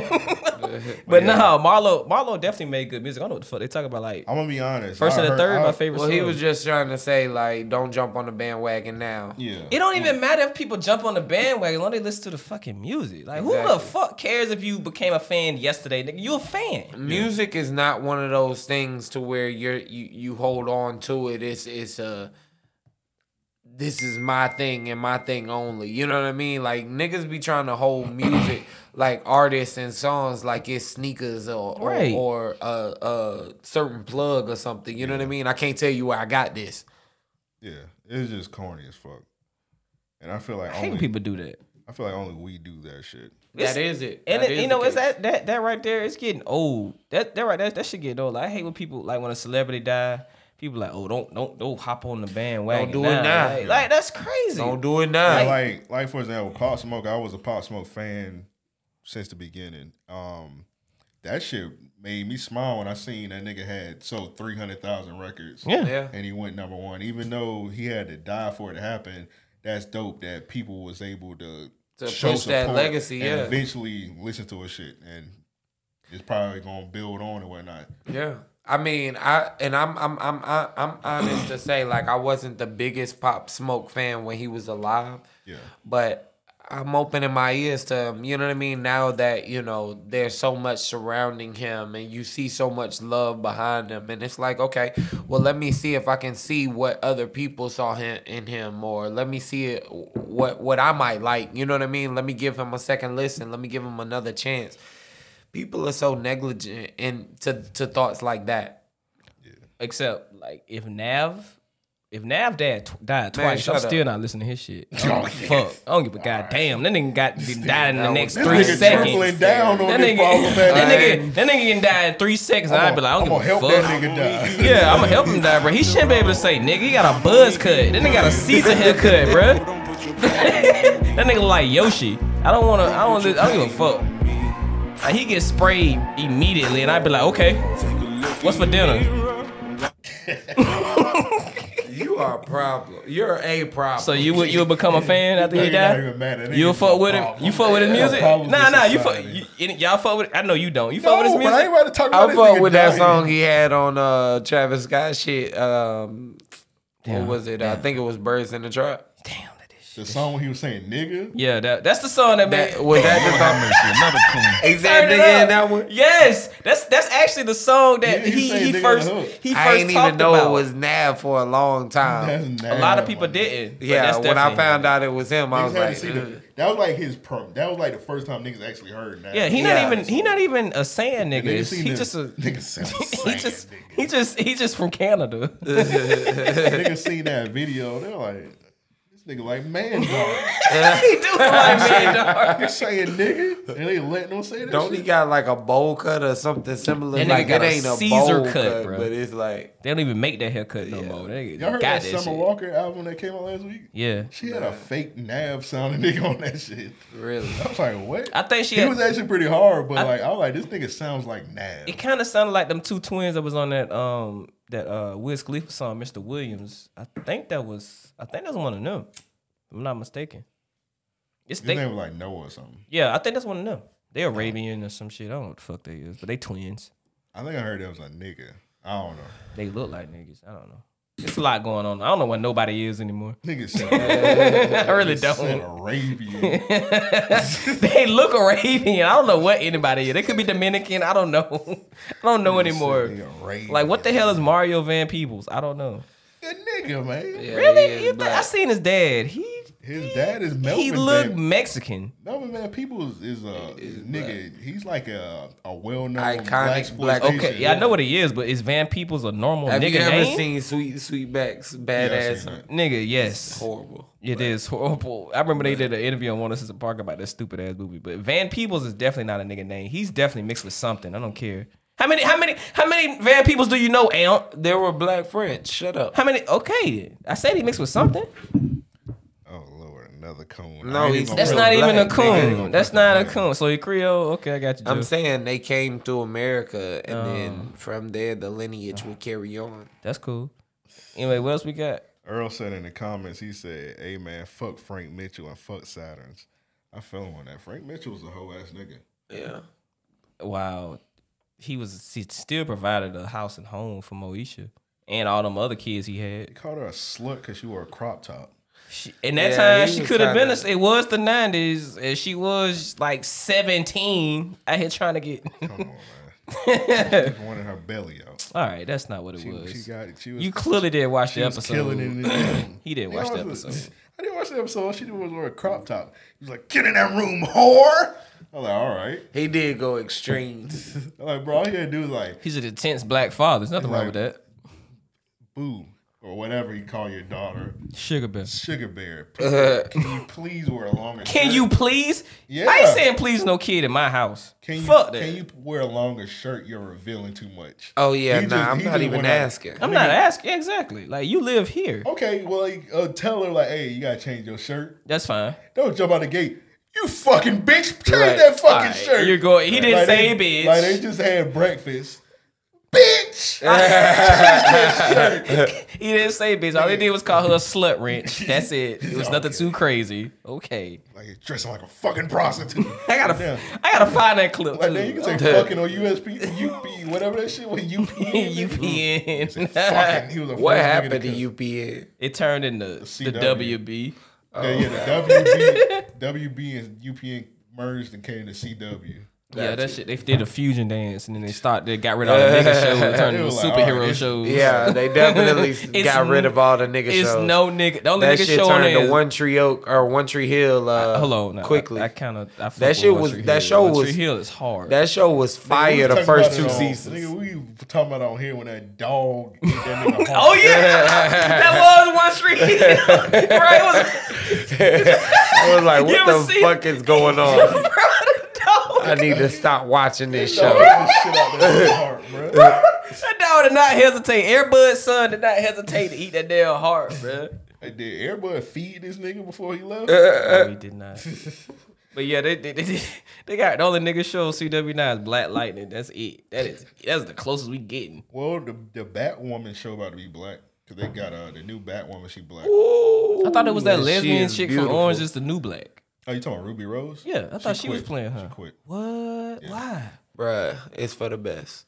but no, Marlo Marlo definitely made good music. I don't know what the fuck they talk about. Like
I'm gonna be honest.
First
I
and the
heard-
third,
I-
my favorite.
Well, he
song.
was just trying to say like, don't jump on the bandwagon now.
Yeah.
It don't even matter if people jump on the bandwagon, as long as they listen to the fucking music. Like, who the
Exactly.
fuck cares if you became a fan yesterday? Nigga, you a fan.
Music is not one of those things to where you're you, you hold on to it. It's it's a this is my thing and my thing only. You know what I mean? Like niggas be trying to hold music, like artists and songs, like it's sneakers or or-
Right.
or, a, a certain plug or something. You know what I mean? I can't tell you where I got this.
Yeah, it's just corny as fuck. And I feel like
I hate
only
people do that.
I feel like only we do that shit.
That is it.
And
That
it-
is
you
the
know, it's
case.
that that that right there. It's getting old. That that right that that should get old. Like, I hate when people like when a celebrity die. People like, oh, don't don't don't hop on the bandwagon.
do it now.
Like, like, that's crazy.
Don't do it now.
Yeah, like, like for example, Pop Smoke. I was a Pop Smoke fan since the beginning. Um, that shit made me smile when I seen that nigga had sold three hundred thousand records.
Yeah. Yeah.
and he went number one, even though he had to die for it to happen. That's dope that people was able to,
To push that legacy,
and
yeah.
eventually listen to his shit, and it's probably gonna build on and whatnot.
Yeah. I mean, I and I'm I'm I'm I- I'm honest to say, like I wasn't the biggest Pop Smoke fan when he was alive.
Yeah.
But I'm opening my ears to him. You know what I mean? Now that you know there's so much surrounding him, and you see so much love behind him, and it's like, okay, well, let me see if I can see what other people saw him in him, or let me see it, what what I might like. You know what I mean? Let me give him a second listen. Let me give him another chance people are so negligent in to to thoughts like that.
Except like if Nav, if Nav dad tw- died
Man,
twice, I'm
shut up.
still not listening to his shit. I don't give a fuck. I don't give a goddamn. That nigga got died in the
that
next
was-
three
This nigga
seconds.
tripling down on
that
this
nigga,
problem, man.
that
Like-
nigga, that nigga can die in three seconds. And I'd be like, I don't
I'ma
give a
help
fuck.
that nigga die.
Yeah, I'm gonna help him die, bro. He shouldn't be able to say, nigga, he got a buzz cut. That nigga got a Caesar haircut, bro. that nigga like Yoshi. I don't wanna, I don't, li- I don't give a fuck. Like, he gets sprayed immediately, and I'd be like, okay, what's for dinner?
You are a problem. You're a problem.
So you would you would become a fan after he
Nigga not even mad. That
died? You
nigga's
would fuck
a
with him?
problem.
You fuck with his
Yeah,
music?
problems
Nah,
with
nah. You fuck
society.
you, any- y'all fuck with? I know you don't. You fuck with his music?
I fuck with that song he had on uh Travis Scott shit. Um, what was it? I think it was Birds in the Trap.
The song when he was saying nigga.
Yeah, that, that's the song that, made.
was that the song? Is that
Turn it
nigga in
up.
that one?
Yes, that's that's actually the song that he
said
he
nigga
first
on the hook.
he first
I didn't
talked
even know
about.
it was Nav for a long time.
a lot of people didn't. but
Yeah,
that's
when I
definitely-
found out it was him, I was
Niggas had to
like,
see
"Ugh."
uh,
the- that was like his prom. That was like the first time niggas actually heard that.
Yeah, he not even he not even a sand nigga.
nigga
It's-
seen
He
the-
just a
nigga sound
he just he just he just from Canada.
niggas seen that video. They're like, this nigga like man dog.
he do like man dog.
You're saying nigga, and they letting them say that.
Don't he
shit?
got like a bowl cut or something similar?
That nigga
like
got
it
a
ain't a
Caesar
bowl
cut,
cut,
bro.
but it's like
They don't even make that haircut no more. They
Y'all
got
heard
that,
that, Summer
shit.
Walker album that came out last week?
Yeah.
She had a fake nav sounding nigga on that shit.
Really?
I was like, what?
I think she
He
had-
was actually pretty hard, but
I-
like I was like, this nigga sounds like nav.
It kind of sounded like them two twins that was on that um that uh Wiz Khalifa song, Mr. Williams. I think that was I think that was one of them. If I'm not mistaken. It's
His
they,
name was like Noah or something.
yeah, I think that's one of them. They Arabian or some shit. I don't know what the fuck they is, but they twins.
I think I heard that was a nigga. I don't know.
They look like niggas. I don't know. It's a lot going on. I don't know what nobody is anymore.
Niggas said,
I really
niggas said
don't.
Arabian.
they look Arabian. I don't know what anybody is. They could be Dominican. I don't know. I don't know anymore. Like what the hell is Mario Van Peebles? I don't know.
Good nigga, man.
really? You think- I seen his dad. He
His dad is Melvin.
he looked
Van-
Mexican.
Melvin Van Peoples is a is nigga. He's like a a well known
Iconic
black
black-
exploitation.
Okay, yeah, I know what he is, but is Van Peebles a normal
Have
Oh, nigga
you ever
name?
seen Sweet Sweetback's
I've
badass?
seen
nigga, yes.
horrible.
It is horrible. I remember they did an interview on One of Citizen Park about this stupid ass movie. But Van Peebles is definitely not a nigga name. He's definitely mixed with something. I don't care. How many? How many? How many Van Peebles do you know, Aunt?
There were black French. Shut up.
How many? Okay, I said he mixed with something.
Oh lord, another coon.
No,
I ain't
he's-
gonna
That's
put
not
him
even a
black, nigga.
coon. That's not a coon. So he Creole. Okay, I Oh. got you.
I'm
Jill.
saying they came to America, and then from there the lineage would carry on.
That's cool. Anyway, what else we got?
Earl said in the comments, he said, "Hey man, fuck Frank Mitchell and fuck Saturns." I fell on that. Frank Mitchell's a whole ass nigga.
Yeah.
Wow, he was he still provided a house and home for Moesha and all them other kids he had.
He called her a slut because she wore a crop top.
And that
Yeah,
time
he
she
was
could have been.
kinda-
A, it was the nineties, and she was like seventeen. I here trying to get.
Took one in her belly out.
All right, that's not what it
She-
was.
she got- she was-
you clearly did watch
she
the
was
episode.
killing it in the gym.
he did
Yeah,
watch
I
the
was-
episode.
I didn't watch the episode. All She did was wear a crop top. He was like, "Get in that room, whore." I was like, "All right."
He did go extremes.
I'm like, bro, all you gotta do is like
He's an intense black father. There's nothing wrong with that.
boo or whatever you call your daughter,
Sugar bear.
sugar bear. Please- Can you please wear a longer?
Can
shirt?
you please?
Yeah.
I ain't saying please no kid in my house.
Can you,
Fuck that.
Can you wear a longer shirt? You're revealing too much.
Oh, yeah, nah, I'm
he
not even
went out-
asking.
I'm not asking exactly. Like you live here.
Okay, well, like, uh, tell her like, hey, you gotta change your shirt.
That's fine.
Don't jump out the gate. You fucking bitch, change
Right.
that fucking
Alright,
shirt.
you're going- he didn't say
they,
bitch.
Like they just had breakfast. Bitch. Change your shirt.
he didn't say bitch. All he did was call her a slut wrench. That's it. It was nothing too crazy. Okay.
like you're dressing like a fucking prostitute.
I gotta I gotta find that clip.
Like
too.
then you can say
I'm done.
fucking or USP, UP, whatever that shit was. UP.
UPN.
fucking, he was the
What
first nigga
happened
to
to
come.
UPN?
It turned into the,
CW.
WB.
Yeah,
Oh.
yeah, the WB, WB and UPN merged and came to CW.
Yeah, that shit. They did a fusion dance, and then they start. They got rid of all the nigga shows, and turned
They
into
were like,
superhero
alright, it's-
shows.
oh, Yeah, they definitely
It's
got rid of all the nigga
it's
shows.
no nigga- the only
that
nigga
shit
show on
turned
there
to
is-
One Tree Oak or One Tree Hill. Uh,
Hello, no,
quickly.
I, I kind of. I fuck
that
with
shit
One
was
Tree Hill.
that show
One
was
Tree Hill is hard.
That show was
We
fire the
talked
first
about it
two
on-
seasons.
Nigga, we were talking about on here when that dog ate that nigga
Oh
heart.
yeah, that was One Tree Hill. right, it was
I was like,
You
what
ever
the
seen-
fuck is going on? I need to stop watching this
Dog
show.
ate the shit out that nigga heart, bruh.
that dog did not hesitate. Airbud's son did not hesitate to eat that damn heart, bro.
Hey, Did everybody feed this nigga before he left?
no, he did not. Uh, But yeah, they they, they they got all the nigga shows CW now is Black Lightning. That's it. That is that's the closest we getting.
Well, the the Batwoman show about to be black because they got uh the new Batwoman. She black.
I thought it was that
Ooh, she
lesbian
is
chick from
beautiful.
Orange is the New Black.
Oh, you talking about Ruby Rose?
Yeah, I thought she was
quit.
playing her.
She quit.
What? Why?
Bruh, it's for the best.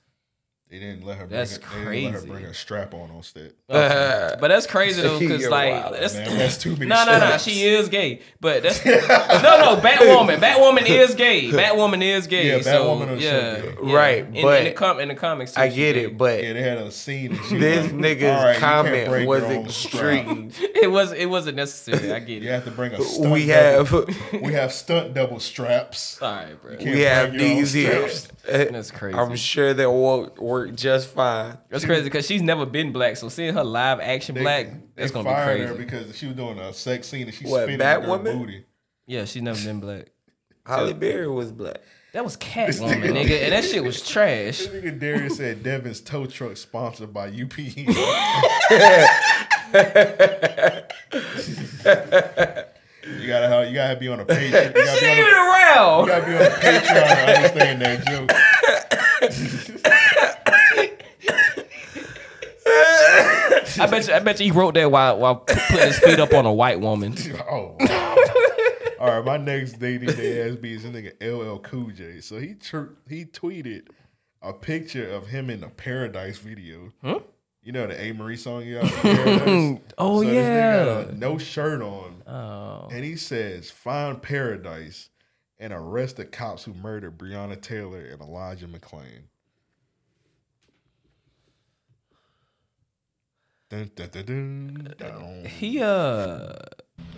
They didn't let her. Bring
That's
her, They didn't let
crazy.
her bring her strap on on set.
Uh, But that's crazy though, because
You're
like
wild,
that's,
Uh, man. That's too many
No, no, no.
steps.
She is gay, but that's no, no. Batwoman, Batwoman is gay. Batwoman is gay.
Yeah,
so,
Batwoman is
yeah,
gay.
yeah.
Right,
In,
but
in the com- in the comics,
I
she's
get
gay.
it, but
Yeah, they had a scene. And she
this
was like, "All right,
nigga's
you can't
comment
break
was
your own strap.
extreme.
It was it wasn't necessary. I get
You
it.
have to bring a stunt.
We
double.
have
we have stunt double straps.
All right, bro.
Can't
we have
bring your own
these here.
straps.
That's crazy.
I'm sure that will work just fine.
That's crazy because she's never been black, so seeing her live action
They-
black,
they
that's gonna be
fired
crazy.
her because she was doing a sex scene and she
What,
spinning her
Batwoman?
booty.
yeah, she's never been black.
Holly Berry was black.
That was Catwoman, nigga, and that shit was trash.
This nigga Darius said Devin's tow truck sponsored by E. UPE. you gotta have, you gotta be on a Patreon. You gotta
She
be
ain't even
on a,
around.
you gotta be on a Patreon to understand that joke.
I bet you. I bet you he wrote that while while putting his feet up on a white woman.
Oh. wow. All right, my next dating day ass beat is a nigga LL Cool J. So he tr- he tweeted a picture of him in a Paradise video.
Hmm?
You know the A Marie song you got. Paradise?
Oh,
this nigga got
yeah.
a no shirt on,
Oh,
and he says, "Find Paradise." And arrest the cops who murdered Breonna Taylor and Elijah McClain. Dun, dun, dun, dun, dun.
he uh.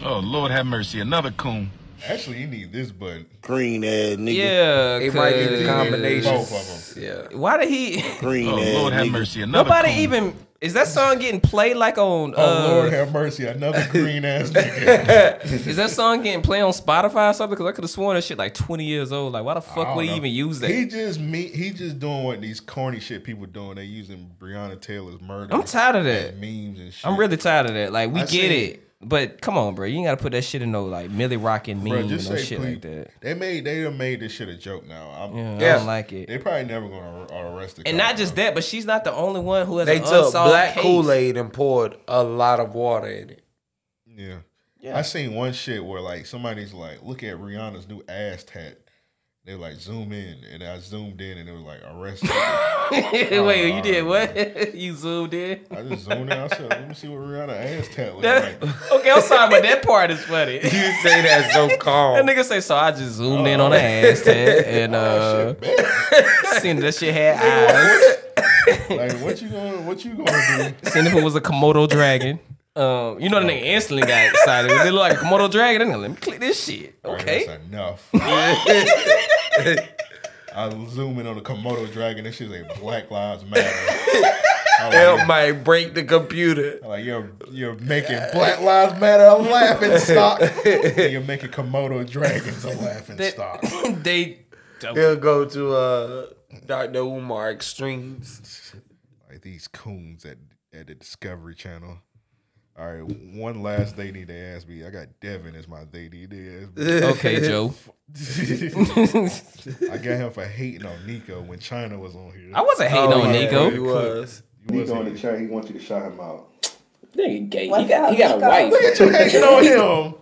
Oh, Lord have mercy. Another coon.
Actually, you need this button.
Green ass nigga.
Yeah,
It might be the
cause-
combination.
Both of
Yeah.
Why did he?
Green
Oh,
ass
Lord have
nigga.
mercy. Another
Nobody
coon.
even is that song getting played like on. Uh,
Oh Lord have mercy, another green ass nigga.
is that song getting played on Spotify or something? Because I could have sworn that shit like twenty years old. Like, why the
I
fuck
don't
would he
know.
even use that?
He just me he just doing what these corny shit people doing. They using Breonna Taylor's murder.
I'm tired of
and
that.
memes and shit.
I'm really tired of that. Like, we
I
get
see.
it, but come on, bro, you ain't gotta put that shit in no like Millie Rockin' meme
Bruh,
and no
just say
shit
please.
like that.
They made they done made this shit a joke now. I'm,
Yeah, I
Yeah.
don't like it.
They probably never gonna ar- arrest the
And
cop,
not just
though.
that, but she's not the only one who has
They
an
took
unsolved
black
case.
Kool Aid and poured a lot of water in it.
Yeah. I seen one shit where like somebody's like, look at Rihanna's new ass tat. They were like zoom in, and I zoomed in, and it was like arrest.
Wait, you did what? you zoomed in?
I just zoomed in. I said, "Let me see what Rihanna ass tat was
That-
like."
okay, I'm sorry, but that part is funny. You say that so calm. That nigga say so. I just zoomed in
Oh.
on the ass tat and uh, seen that shit had eyes.
like, what you gonna, what you gonna do?
Seen if it was a Komodo dragon. Um, you know the nigga instantly got excited. It look like a Komodo dragon. That nigga, let me click this shit.
Alright,
Okay.
that's enough. I zoom in on the Komodo dragon. That shit's like Black Lives Matter. I'm
That
like,
might break the computer.
I'm like you're you're making Black Lives Matter a laughing stock. and you're making Komodo dragons a laughing stock.
they he'll go to uh Dr. Umar Extremes.
Like these coons at at the Discovery Channel. All right, one last they need to ask me. I got Devin as my they need to ask me.
Okay, Joe.
I got him for hating on Nico when China was on here.
I wasn't hating on Nico.
You
Oh, was.
You was on the chat. He wants you to shout him out.
Nigga gay.
What's
he got, he
up,
got a
Nico?
wife.
Look at you hating
on him.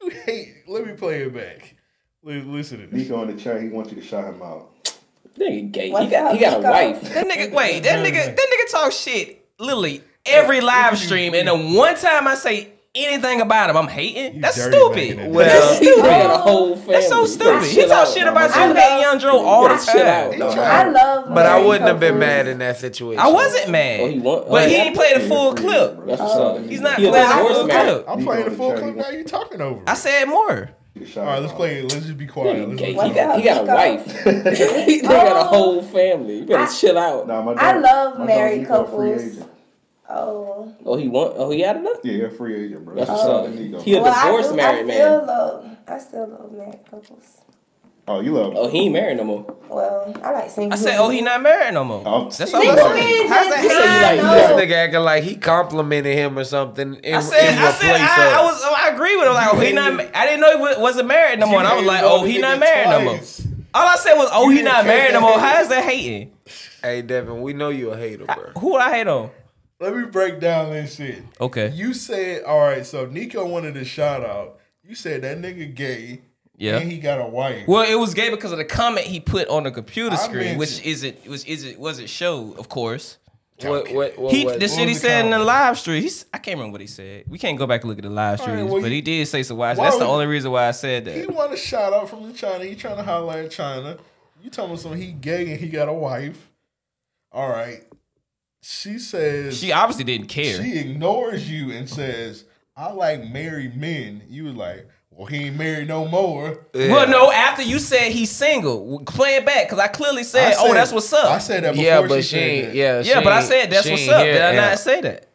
You hate. Let me play it back. Li- Listen to this. Nico on the chat. He wants you to shout him out.
Nigga gay.
What's
He got, he
up,
got a
Nico?
wife.
That nigga, wait, that nigga, that nigga talk shit literally every live stream, and the one time I say anything about him, I'm hating. That's
dirty
stupid.
man. Well-
that's stupid.
He ran a whole
That's so
family.
stupid.
That
He
shit out,
talk shit
mama.
about
I
you, hating Young Dro all the
That shit out,
time.
mama. I love
But I wouldn't have been mad in that situation.
I wasn't mad,
Oh, he want-
but
oh,
he
yeah.
ain't played a full clip.
That's what's up.
He's not
He a
playing a
divorced
full
man.
clip.
I'm playing the full clip now. You talking over?
I said more.
All right, let's play. it. Let's just be quiet. Let's
Gay. He
let
got, he got a wife. they got a whole family. You better chill out.
I love married couples. Oh.
Oh, he want. Oh, he had enough.
Yeah, a free agent, bro.
That's what's
Oh.
up. He a
Well, I
divorced
do-
married
I still
man.
love. I still love married couples.
Oh, you love.
Oh, he ain't married no more.
Well, I like single.
I said, oh, he not married no more. That's all
Single
I'm
men
saying.
just be like,
This
no.
nigga acting like he complimented him or something. In,
I said,
in
I said,
replace
I,
of-
I was, I agree with him. Like, oh, he not. ma- I didn't know he wa- wasn't married no more. And I was like, oh, he not married no more. All I said was, oh, he not married no more. How is that hating?
Hey Devin, we know you a hater, bro.
Who I hate on?
Let me break down this shit.
Okay.
You said, all right, so Nico wanted a shout out. You said that nigga gay.
Yeah.
And he got a wife.
Well, it was gay because of the comment he put on the computer
I
screen,
meant
which isn't, which isn't, wasn't showed, of course.
What, what, what,
he,
what-
the shit he said in the live stream. He's, I can't remember what he said. We can't go back and look at the live
All right,
streams,
well,
but he did say some wild shit.
why
That's the
would-
only reason why I said that.
He want a shout out from the China. He trying to holler at China. You telling him he gay and he got a wife. All right. She says
She obviously didn't care.
She ignores you and says, I like married men. You was like, well, he ain't married no more.
Well, no. After you said he's single, play it back because I clearly said,
I
"Oh,
said-
that's what's up."
I said that before
yeah, but
she
she
said
ain't.
that.
Yeah,
yeah,
she
but I
ain't-
said that's
she
what's
ain't
up.
here,
Did I
yeah.
not say that?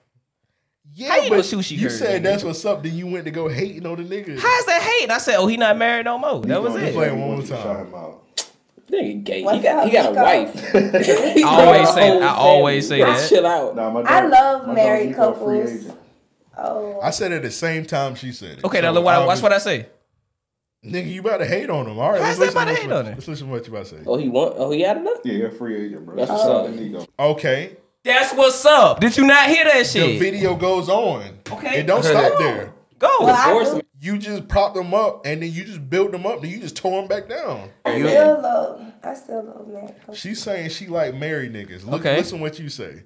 Yeah,
How you
but
know sushi
you
heard
said
that,
that's what's up. Then you went to go hating on the nigga.
How is that hate? I said, "Oh, he not married no more." That was
Play it
it.
one more time.
Nigga gay.
What's
he got,
up,
he got a
Nico?
wife.
I always say-
Whole
I always
family.
say
Better
that.
Chill out.
I love married couples. Oh.
I said it at the same time she said it.
Okay,
So
now look what I, watch
obviously-
what I say.
Nigga, you about to hate on him. All right,
How's
let's
that about
listen to
to
what
hate
you-
on it?
Let's listen to what you about to say.
Oh, he want. Oh, he had enough.
Yeah, you're a free agent, bro.
That's what's up.
Okay.
That's what's up. Did you not hear that
The
shit?
video goes on.
Okay.
It don't stop there.
Go.
Well, I do-
You just propped them up and then you just built them up and you just tore them back down.
I still love. I still love married couples.
She's saying she like married niggas. Look,
Okay.
Listen what you say.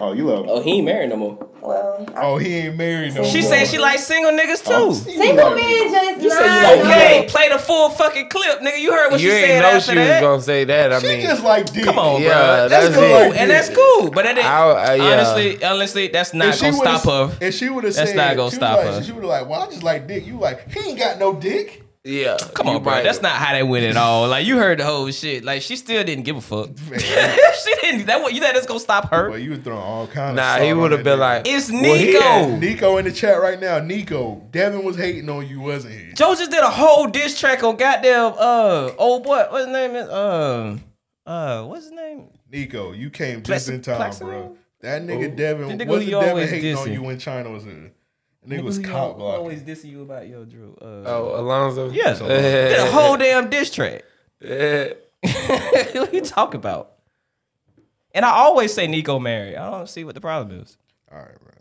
Oh, you love
Oh, he ain't married no more.
Well,
Oh, he ain't married no
she
more.
said she like single niggas too.
single men just
You
not.
say you like
Okay, play the full fucking clip, nigga. You heard what
you
she
ain't
said
know
after
she was
that.
gonna say that. I
She
mean,
just like dick.
Come on,
Yeah,
bro. That's,
that's
cool,
it.
and that's cool. But that didn't,
I- uh, yeah.
honestly, honestly, that's not
If she
gonna
would've-
stop her.
If she would have said,
That's not gonna
she
stop
would've like,
her.
She would have like, well, I just like dick. You like, he ain't got no dick.
yeah.
Come on,
you
bro.
right.
That's not how they went at all. Like you heard the whole shit. Like she still didn't give a fuck. she didn't. That what you that is gonna stop her.
Well, you were throwing all kinds.
Nah,
of
he would've been like,
It's
Well, he had-
Nico.
Nico in the chat right now. Nico, Devin was hating on you, wasn't he?
Joe just did a whole diss track on goddamn uh old boy. What's his name is um uh what's his name?
Nico, you came just
Plexi-
in time,
Plexi-
bro. That
Who?
nigga Devin
Oh, The nigga
wasn't
who you
Devin
always
hating on
dissing.
you when China was in. That Nigga
Nigga
was
who
cop
al-
blocking.
Always dissing you about your Drew. Uh,
Oh, Alonzo.
yeah, did a whole damn diss track.
Yeah.
what you talk about? And I always say Nico married. I don't see what the problem is.
All right, bro.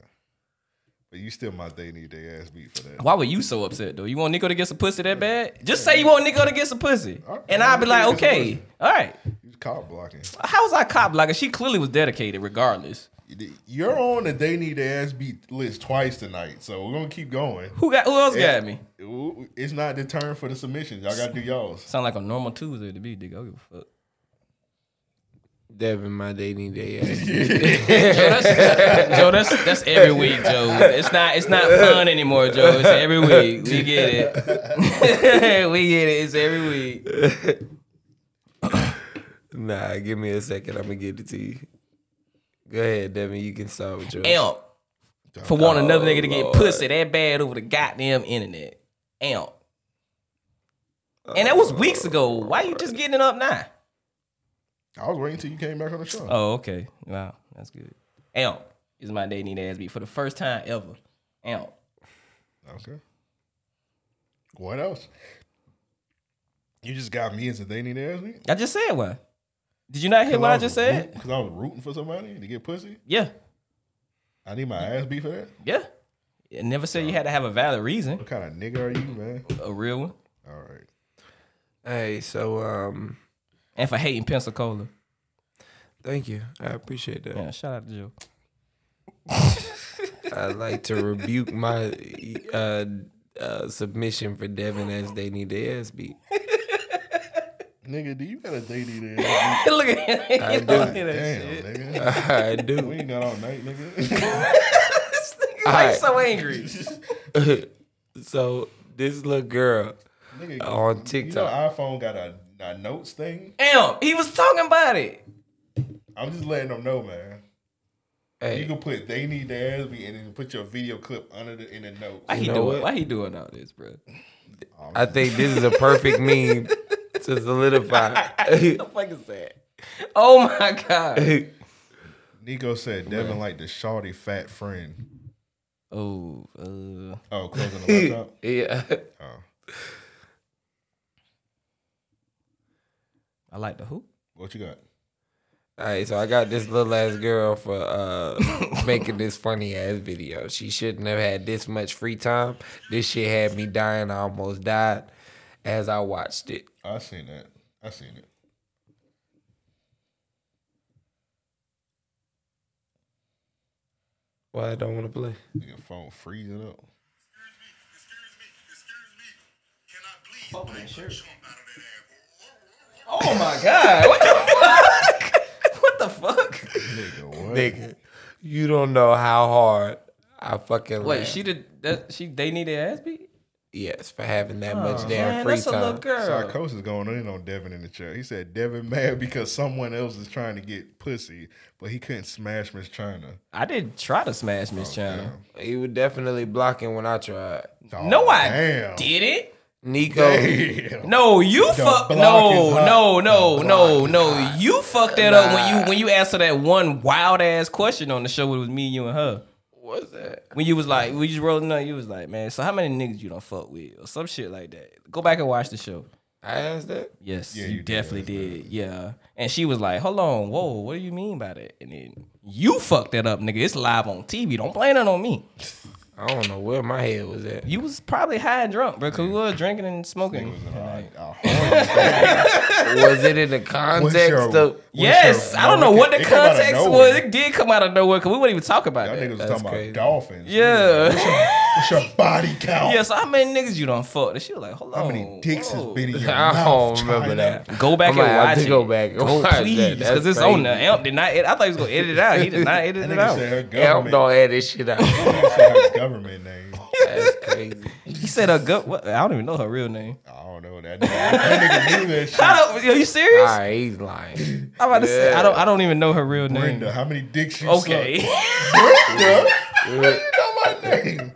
But You still my they need their ass beat for that.
Why were you so upset though? You want Nico to get some pussy that bad? Just say you want Nico to get some pussy,
Uh-uh.
and I'll be like, okay, all right.
You cop blocking.
How was I cop blocking? She clearly was dedicated, regardless.
You're on the they need their ass beat list twice tonight, so we're gonna keep going.
Who got? Who else
And-
got me?
Ooh, It's not the turn for the submissions. Y'all gotta do y'all's.
Sound like a normal Tuesday to be, nigga. I don't give a fuck.
Devin, my dating day.
Joe, that's, Joe, that's that's every week, Joe. It's not it's not fun anymore, Joe. It's every week. We get it. we get it. It's every week.
nah, give me a second. I'm gonna get it to you. Go ahead, Devin. You can start with yours.
Amp for wanting another
Oh,
nigga to get
Lord.
pussy that bad over the goddamn internet. Amp. And that was weeks ago. Why you just getting it up now?
I was waiting till you came back on the show.
Oh, okay. Wow, that's good. Amp is my day need ass beat for the first time ever. Amp. Oh.
Okay. What else? You just got me as a they need their ass beat.
I just said what? Did you not hear what I just said?
Because I was rooting for somebody to get pussy.
Yeah.
I need my ass beat for that.
Yeah. It never said you had to have a valid reason.
What kind of nigga are you, man?
A real one.
All right.
Hey, so um,
and for hating Pensacola.
Thank you. I appreciate that.
Yeah, shout out to Joe.
I'd like to rebuke my uh, uh, submission for Devin as they need their ass beat.
Nigga, do you got a they need their ass beat?
Look at him.
I do.
God Damn, nigga.
I do.
We ain't got all night, nigga.
Alright.
so angry.
so this little girl
Nigga,
on
You know,
TikTok.
iPhone got a, a notes thing.
Amp, he was talking about it.
I'm just letting them know, man.
Hey.
You can put they need their ass beat and then put your video clip under the in the notes.
Why he
You know
doing?
what?
Why he doing all this, bro?
I think this is a perfect meme to solidify.
what the fuck is that? Oh my god.
Nico said Devin like the shawty fat friend.
Oh, uh,
Oh, closing the laptop.
yeah.
Oh.
I like the who?
What you got?
All right, so I got this little ass girl for uh, making this funny ass video. She shouldn't have had this much free time. This shit had me dying. I almost died as I watched it.
I seen that. I seen it.
Why I don't want to play?
Nigga, phone freezing up.
Oh my god. What the fuck? What the fuck?
Nigga, you don't know how hard I fucking
Wait,
laughed.
she did that. She they need their ass beat.
yes for having that
Oh,
much
man,
damn free
that's a little
time.
girl.
Psychosis going in on Devin in the chat. He said Devin mad because someone else is trying to get pussy, but he couldn't smash Miss China.
I didn't try to smash Miss China.
Oh, He was definitely blocking when I tried.
no, I
Oh, damn.
did it.
Nico,
No, you
The
fuck.
block
No,
is hot.
no, no,
The
no,
block is
no.
hot.
You fucked that up when you when you answered that one wild ass question on the show. It was me, you, and her.
what's that?
When you was like, we just rolling up. You was like, man. So how many niggas you don't fuck with or some shit like that? Go back and watch the show.
I asked that.
Yes,
Yeah,
you,
you did
definitely did. Yeah. And she was like, hold on, whoa, what do you mean by that? And then you fucked that up, nigga. It's live on TV. Don't blame it on me.
I don't know where my head was at.
You was probably high and drunk, bro, because we was drinking and smoking.
was it in the context
your-
of?
Yes, I don't know what the
It come out of
context
nowhere.
was. It did come out of nowhere because we wouldn't even talk about
Y'all
that.
niggas was talking
crazy.
about dolphins.
Yeah.
What's your, what's your body count?
Yeah, Oh, so how many niggas you done fucked? And she was like, hold on.
How many dicks has been in your
I
mouth?
don't remember
China?
that.
Go back
I'm gonna
and
have
watch
to
it.
go back and
Go
watch that.
please, because
That's
it's on
crazy.
the Amp did not. I thought he was gonna edit it out. He did not edit
That
it
nigga
out.
said her
Elm
government.
don't edit shit out.
Her government name.
That's crazy.
He said her gut. What? I don't even know her real name.
I don't know that. Nigga. That nigga knew that shit.
Shut up! Are you serious?
All right, he's lying.
I'm about to say I
Yeah.
don't. I don't even know her real name.
Brenda, how many dicks you
Okay.
sucked? Brenda, how do you know my name?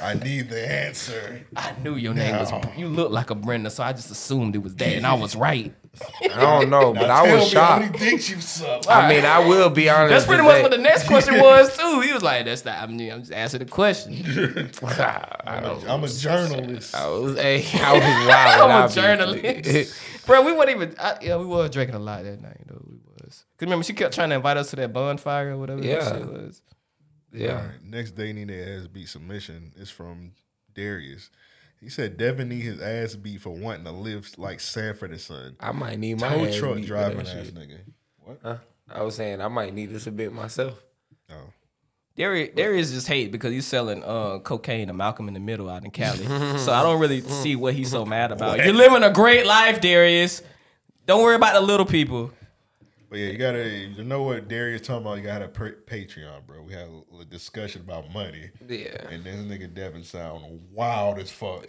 I need the answer.
I knew your name was. You look like a Brenda, so I just assumed it was that, and I was right.
I don't know, but
Now
I
tell
was
me How
shocked.
many dicks you sucked?
I mean, I will be honest.
That's pretty
with
much what
that.
the next question was too. He was like, "That's not. I'm, I'm just answering the question."
I'm a- I'm a journalist.
I was, hey, I was wild.
I'm a
obviously.
journalist, bro. We weren't even. I, yeah, we were drinking a lot that night, though. We was. Cause remember, she kept trying to invite us to that bonfire or whatever. that
Yeah.
shit was.
Yeah.
All right, Next dating their ass beat submission is from Darius. He said Devin need his ass beat for wanting to live like Sanford and Son.
I might need my
Tow
ass
truck
beat for
driving
that
ass
shit.
nigga. What?
Huh? I was saying I might need this a bit myself.
Oh.
Darius, Darius just hate because he's selling uh, cocaine to Malcolm in the Middle out in Cali. so I don't really see what he's so mad about.
What?
You're living a great life, Darius. Don't worry about the little people.
But yeah, you gotta you know what Darius talking about. You gotta have a Patreon, bro. We had a little discussion about money.
Yeah.
And this nigga Devin sound wild as fuck.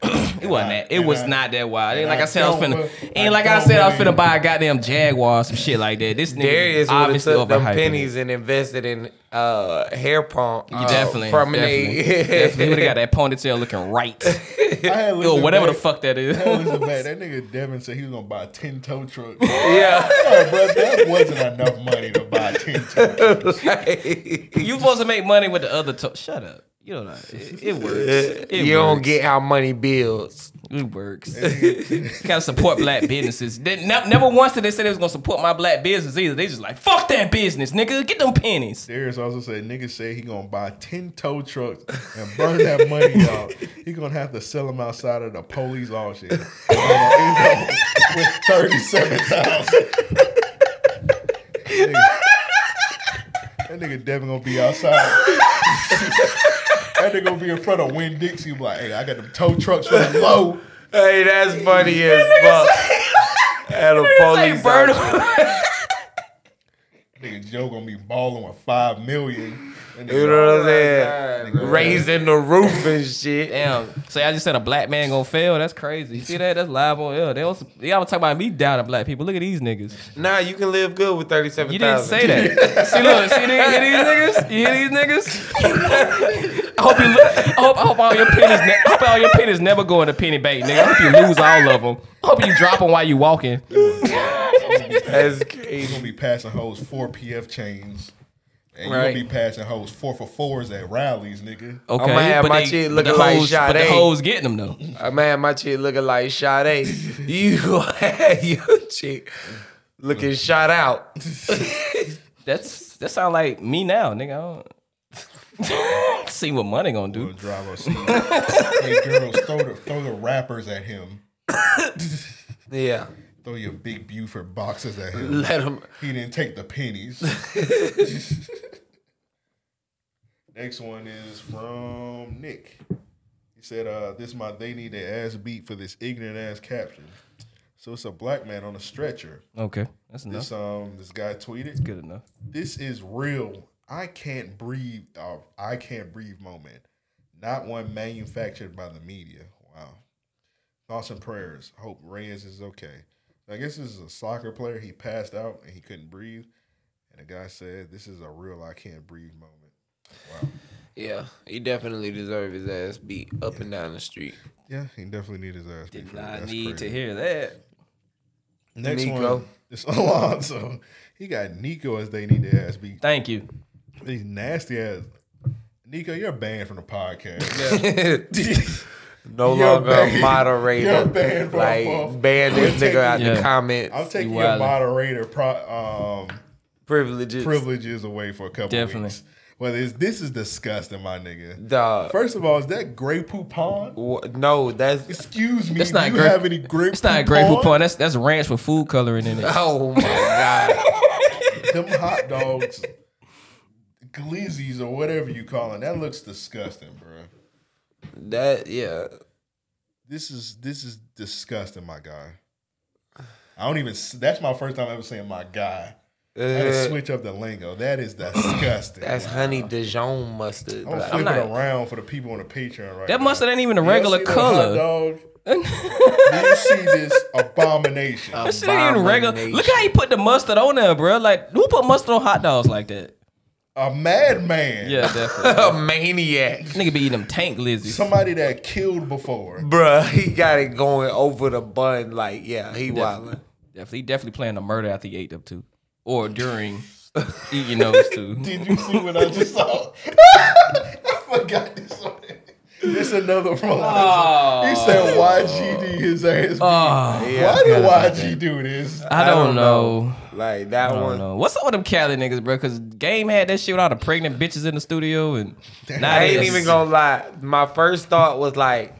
it wasn't that. It
And
was
I-
not that wild. It Ain't
and
like I,
I
said, I was
don't
finna.
bu-
Ain't
I
like I
don't
said, I was
believe-
finna buy a goddamn Jaguar or some shit like that. This nigga
Darius would have
obviously
took them
overhyping it.
pennies and invested in uh, hair pump.
You
uh,
definitely,
promenade.
definitely, definitely. He would have got that ponytail looking right. Yo, whatever the fuck that is.
That back. That nigga Devin said he was gonna buy a ten tow truck.
Yeah.
oh, bro, that wasn't enough money to buy ten tow trucks.
you supposed to make money with the other. To- Shut up. You don't know. It, it works. It
you don't
works.
get how money builds.
It works. Gotta support black businesses. They, ne- never once did they say they was gonna support my black business either. They just like fuck that business, nigga. Get them pennies.
Darius also said nigga said he gonna buy ten tow trucks and burn that money out. He gonna have to sell them outside of the police auction. And gonna end up with thirty seven thousand. That nigga Devin gonna be outside. that nigga gonna be in front of Winn Dixie. be Like, hey, I got them tow trucks for the low.
Hey, that's funny as fuck. At a police auction.
Nigga Joe gonna be balling with five million. And
You know what I'm saying? Raising the roof and shit.
Damn. So y'all just said a black man gonna fail. That's crazy. You see that? That's live on air. They also, y'all was talking about me down to black people. Look at these niggas.
Nah, you can live good with thirty seven.
You didn't say that. see, look, see these, hear these niggas? You hear these niggas? I hope you. Look, I hope, I hope all your pennies. Ne- I hope all your pennies never go in a penny bank, nigga. I hope you lose all of them. I hope you drop them while you walking.
That's crazy. He's gonna be passing hoes four PF chains. And
Right.
you gonna be passing hoes four for fours at rallies, nigga.
Okay,
I'ma have
but
my
they-
chick
but
looking
the
like
hoes-
Sade.
but the hoes getting them though.
I'm have my chick looking like Sade. You gonna have your chick looking shot out.
That's that sound like me now, nigga. I don't see what money gonna do.
Drive us. hey girls, throw the throw the rappers at him.
Yeah.
Throw your big Buford boxes at him.
Let him.
He didn't take the pennies. Next one is from Nick. He said, uh, "This my they need their ass beat for this ignorant ass caption." So it's a black man on a stretcher.
Okay, that's enough.
This um this guy tweeted.
good enough.
This is real. I can't breathe. Uh, I can't breathe moment. Not one manufactured by the media. Wow. Thoughts and prayers. Hope Reyes is okay. I guess this is a soccer player. He passed out and he couldn't breathe. And the guy said, "This is a real I can't breathe moment." Wow.
Yeah, he definitely deserved his ass beat up and down the street.
Yeah, he definitely need his ass. beat for that.
I
That's
need
crazy.
to hear that.
Next
Nico.
one is Alonso. He got Nico as they need their ass beat.
Thank you.
These nasty ass. Nico, you're banned from the podcast.
No
You're
longer
banned.
a moderator.
You're banned from
like
above.
ban
I'm
this
taking-
nigga out
Yeah.
the comments.
I'm taking
You
your
wildin'.
moderator pro, um,
privileges.
privileges away for a couple
Definitely.
weeks. Well, this this is disgusting, my nigga.
Dog.
First of all, is that Grey Poupon?
Wha- No, that's
Excuse me.
That's
do
not
you
Grey-
have any Grey?
It's not a great coupon. That's that's ranch with food coloring in it.
oh my god.
Them hot dogs, glizzies or whatever you call it. That looks disgusting, bro.
That yeah.
This is this is disgusting, my guy. I don't even. s- That's my first time ever saying my guy. I had
Uh,
to switch up the lingo. That is disgusting.
That's honey Dijon mustard.
I'm
Like,
flipping
not-
around for the people on the Patreon right
That
now.
mustard ain't even a
Do y'all
regular
see that
color.
hot dog? Do you see this abomination?
Uh,
That shit ain't even regular. Look how he put the mustard on there, bro. Like who put mustard on hot dogs like that?
A madman.
Yeah, definitely.
a maniac,
Nigga be eating them tank glizzies.
Somebody that killed before.
bruh. He got it going over the bun. Like yeah, he wildin'.
Definitely, he definitely planned a murder after he ate them too, or during eating those two.
Did you see what I just saw? I forgot this one. Oh. This another from He said YG did his ass. beat.
Oh,
Why did YG do this?
I don't know.
Like that
I don't
one.
know. What's up with them Cali niggas, bro? Because Game had that shit with all the pregnant bitches in the studio, and now
I
they
ain't
just-
even gonna lie. My first thought was like,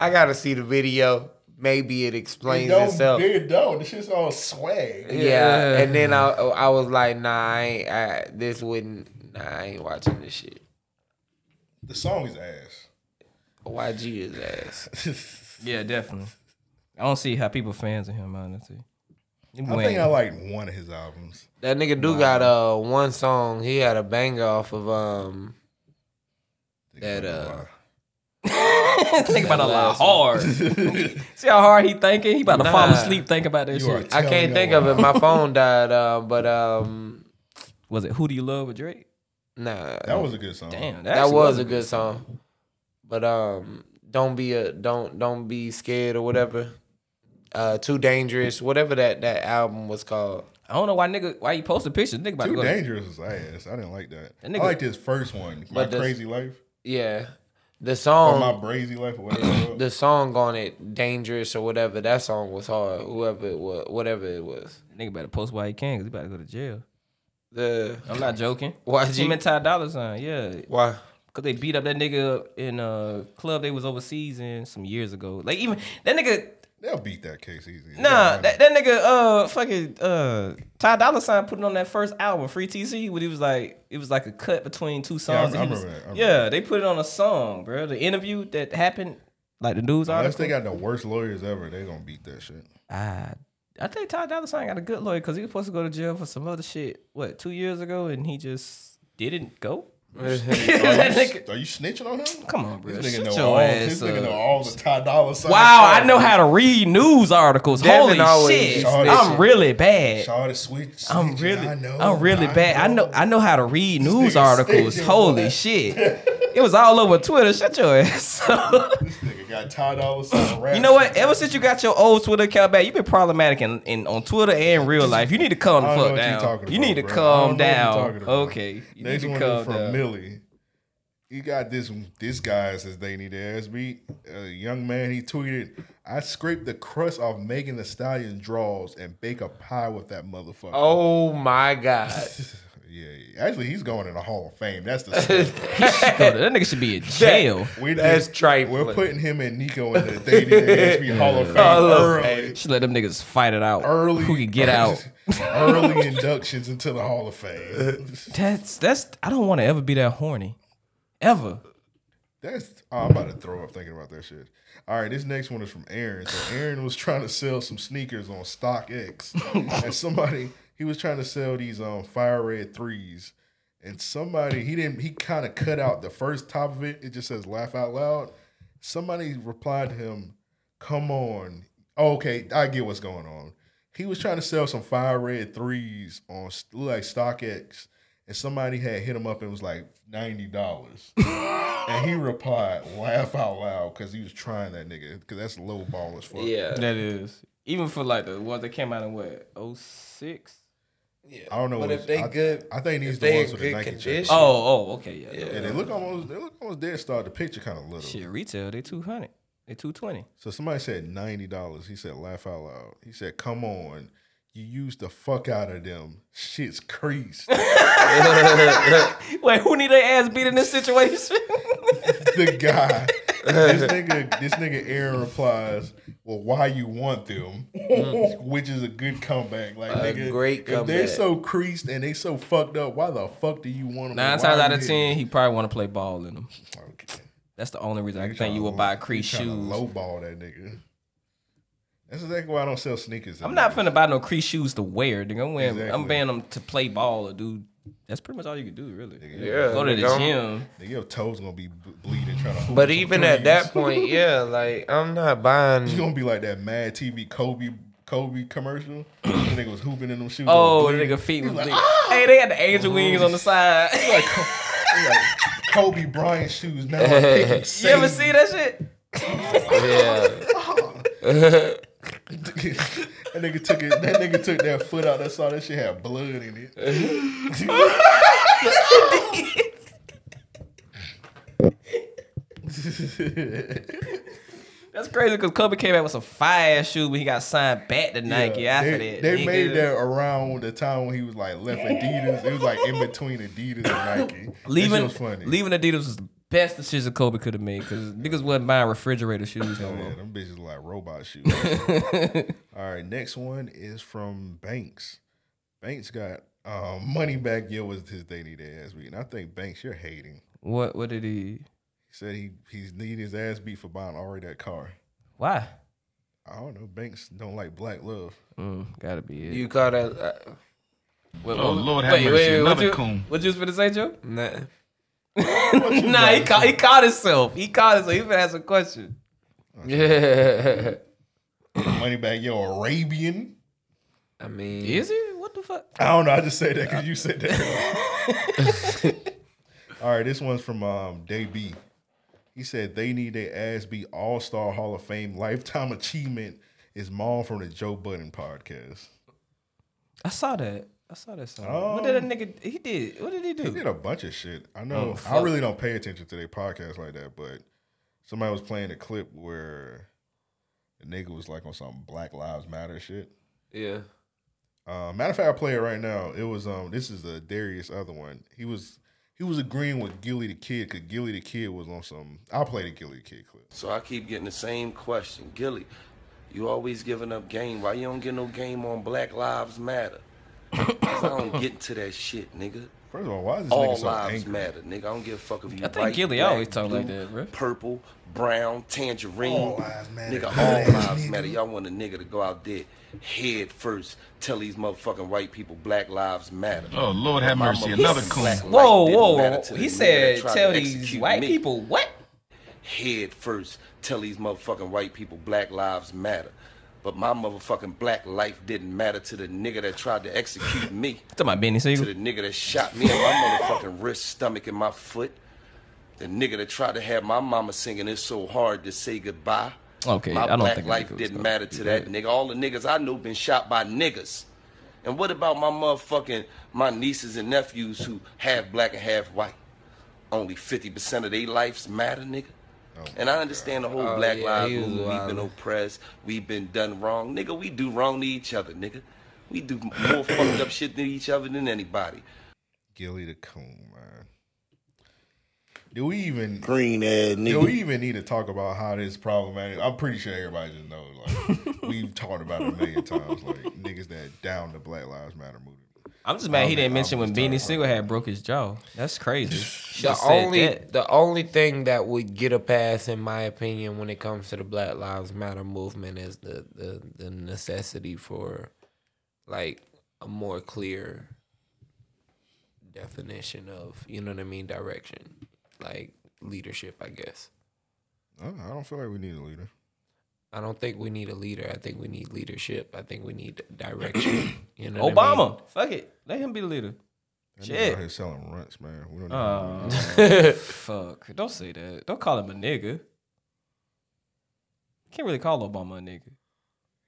I gotta see the video. Maybe it
They
explains
don't.
itself.
They don't. This shit's all swag.
Yeah. And then I I was like, nah, I ain't I, this wouldn't nah, I ain't watching this shit.
the song is ass.
YG is ass.
yeah, definitely. I don't see how people fans of him, honestly. He
I
went-
think I like one of his albums.
That nigga do got uh one song. He had a banger off of um that uh
Think about a lot
That
hard.
last one.
see how hard he thinking? He about to fall
Nah.
asleep thinking about that shit.
I can't think of it. My phone died. Uh, but um,
was it "Who Do You Love" with Drake?
Nah,
That was a good song.
Damn, that,
that, was, a good song. But um, don't be a don't don't be scared or whatever. Uh, too dangerous, whatever that that album was called.
I don't know why nigga why you posted pictures. Nigga about to
Too
go.
dangerous is ass. I didn't like that.
That nigga-
I liked his first one, My
But the-
Crazy Life.
Yeah, the song.
Or My Brazy Life or whatever. it was.
the song on it, dangerous or whatever. That song was hard. Whoever it was, whatever it was.
Nigga better post why he can because he about to go to jail.
The
I'm not joking.
YG?
Him and Ty Dolla Sign, yeah.
Why?
Cause they beat up that nigga in a club they was overseas in some years ago. Like even that nigga.
They'll beat that case easy.
Nah, that, that nigga uh fucking uh Ty Dolla Sign put it on that first album Free TC when he was like it was like a cut between two
Yeah, I-
songs.
I
and he was-
remember that. I
yeah, they put it on a song, bro. The interview that happened, like the news
Unless
article.
they got the worst lawyers ever, they gonna beat that shit.
Ah, I think Ty Dolla Sign got a good lawyer because he was supposed to go to jail for some other shit. What two years ago, and he just didn't go.
Are you,
That nigga-
are you snitching on him?
Come on, bro.
This
Shut
nigga know
your
all.
ass
This nigga
up.
know all the Ty Dolla Sign.
wow, I
songs.
know how to read news articles.
Devin
Holy
always
shit,
be snitching.
I'm really bad.
Shawty sweet.
I'm
snitching,
really,
I know,
Oh
I'm really bad. I know, I know how to read news
nigga
articles.
snitching,
Holy
boy.
shit, it was all over Twitter. Shut your ass up.
Nigga got Ty Dolla Sign. rap
You know what? Ever since you got your old Twitter account back, you've been problematic in, in on Twitter and real life. You need to calm the
I don't
fuck
know what you
down. You,
talking about,
need to
bro. I
calm
don't know what you
down.
talking about.
Okay. You
Next
need to
one
calm
is from
down.
Millie. He got this this guy's as they need ass beat. A young man, he tweeted, "I scraped the crust off Megan the Stallion draws and bake a pie with that motherfucker."
Oh my god.
Yeah, actually, he's going in the Hall of Fame. That's the story.
Yo, that nigga should be in jail.
we
That's
did-
trifling.
We're putting him and Nico in the they need ass beat Hall of Fame
Uh,
early,
Should let them niggas fight it out.
Early-
Who can get out?
early inductions into the Hall of Fame.
That's that's. I don't want to ever be that horny, ever.
That's oh, I'm about to throw up thinking about that shit. All right, this next one is from Aaron. So Aaron was trying to sell some sneakers on StockX, and somebody he was trying to sell these um fire red threes, and somebody he didn't he kind of cut out the first top of it. It just says laugh out loud. Somebody replied to him, "Come on, oh, okay, I get what's going on." He was trying to sell some fire red threes on s- like StockX, and somebody had hit him up and was like ninety dollars. And he replied, laugh out loud, because he was trying that nigga, because that's low ball as fuck.
Yeah.
That is even for like the ones that came out in what 06?
Yeah.
I don't know.
But
what
if
it's-
they
I,
good,
I think these
if
the
they
ones
in
with the
good
Nike check.
condition.
Oh, oh, okay, yeah, yeah.
Yeah, they look almost, they look almost dead. Start the picture kind of little.
Shit, retail they two hundred, they two twenty.
So somebody said ninety dollars. He said, laugh out loud. He said, come on, you used the fuck out of them. Shit's creased.
Wait, who need their ass beat in this situation?
the guy. this nigga, this nigga Aaron replies, "Well, why you want them?"
Mm.
Which is a good comeback. Like,
A
nigga,
great
If they're
comeback.
so creased and they so fucked up, why the fuck do you want them?
Nine times out of ten, he probably want to play ball in them. That's the only reason I
You
can think you
tryna
will buy
low-
crease
you tryna
shoes.
Lowball that nigga. That's exactly why I don't sell sneakers. to
I'm not
niggas.
finna buy no crease shoes to wear. Nigga, I'm wearing,
Exactly.
I'm buying them to play ball or do. That's pretty much all you can do, really.
Yeah,
go to the
nigga,
gym.
Nigga, your toes gonna be b- bleeding trying to.
But even at that point, yeah, like I'm not buying.
you gonna be like that Mad TV Kobe Kobe commercial. the nigga was hooping in them shoes.
Oh, the
bleeding.
nigga feet was
He was
big.
like, "Ah!"
Hey, they had the angel wings on the side.
He like, Kobe Bryant shoes now. I'm picking
you ever
same."
see that shit?
Yeah.
that nigga took it. That nigga took that foot out. That saw that shit had blood in it.
That's That's crazy because Kobe came out with some fire ass shoes, but he got signed back to Nike after
they,
that.
they
nigga.
made that around the time when he was like left Adidas. It was like in between Adidas and Nike. That shit
leaving
was funny.
leaving Adidas was the best decision Kobe could have made because niggas wasn't buying refrigerator shoes no more.
Oh, Yeah, them bitches like robot shoes. All right, next one is from Banks. Banks got um, money back. Yo was his day need ass beat, and I think Banks, you're hating.
What what did he?
He said he he's need his ass beat for buying already that car.
Why?
I don't know. Banks don't like black love.
Mm, gotta be it.
You call that? Uh,
What-
Oh,
what-
Lord have mercy,
what
another
you,
coon.
What you was finna say, Joe?
Nah.
nah, he caught, he caught himself. He caught himself. He finna ask a question.
Yeah.
money back, yo, Arabian.
I mean,
Is he? What the fuck?
I don't know. I just said that because you said that. all right, this one's from um, Day B. He said they need their ass be All Star Hall of Fame lifetime achievement. Is mom from the Joe Budden podcast?
I saw that. I saw that song.
Oh.
what did that nigga? He did. What did he do?
He did a bunch of shit. I know.
Oh,
I
fuck.
really don't pay attention to their podcast like that, but somebody was playing a clip where the nigga was like on some Black Lives Matter shit.
Yeah.
Uh, matter of fact, I play it right now. It was um. This is the Darius other one. He was he was agreeing with Gilly the Kid because Gilly the Kid was on some. I'll play the Gilly the Kid clip.
So I keep getting the same question. Gilly, you always giving up game. Why you don't get no game on Black Lives Matter? 'Cause I don't get to that shit, nigga.
First of all, why is this
All
nigga so
lives
angry?
matter, nigga. I don't give a fuck if you
I think
white,
Gilly
black,
always talk like
blue,
that, bro.
Purple, brown, tangerine.
All lives matter,
Nigga,
nigga.
all lives matter. Y'all want a nigga to go out there head first, tell these motherfucking white people black lives matter.
Oh, Lord have
My
mercy,
mother
another
said
coon.
black life
Whoa,
didn't
whoa,
matter
whoa. He
to the nigga
said,
that tried
tell
to
these
execute
white
me.
people what?
Head first, tell these motherfucking white people black lives matter. But my motherfucking black life didn't matter to the nigga that tried to execute me.
Talking about Benny Siegel.
To the nigga that shot me in my motherfucking wrist, stomach, and my foot. The nigga that tried to have my mama singing It's So Hard to Say Goodbye.
Okay,
my
I don't
black
think
life didn't matter to that nigga. All the niggas I know been shot by niggas. And what about my motherfucking my nieces and nephews who half black and half white? Only fifty percent of their lives matter, nigga.
Oh
and I understand the whole
Oh,
Black
yeah,
Lives
he was
movement. We've been
wildin'.
oppressed. We've been done wrong, nigga. We do wrong to each other, nigga. We do more fucked up shit to each other than anybody.
Gilly the coon, man. Do we even
green ass nigga?
Do we even need to talk about how this problematic? I'm pretty sure everybody just knows. Like we've talked about it a million times. Like niggas that down the Black Lives Matter movement.
I'm just mad he
Um,
didn't mention
I'm
when
just
Benny
tired.
Siegel had broke his jaw. That's crazy.
The
Should've said
only
that.
the only thing that would get a pass, in my opinion, when it comes to the Black Lives Matter movement is the the, the necessity for like a more clear definition of you know what I mean direction, like leadership. I guess
I don't, know, I don't feel like we need a leader.
I don't think we need a leader. I think we need leadership. I think we need direction. You know, what I mean?
Obama. Fuck it. Let him be the leader.
That nigga
Shit.
out here selling runts, man. We don't.
Uh,
need
Oh,
a leader.
fuck. Don't say that. Don't call him a nigga. Can't really call Obama a nigga.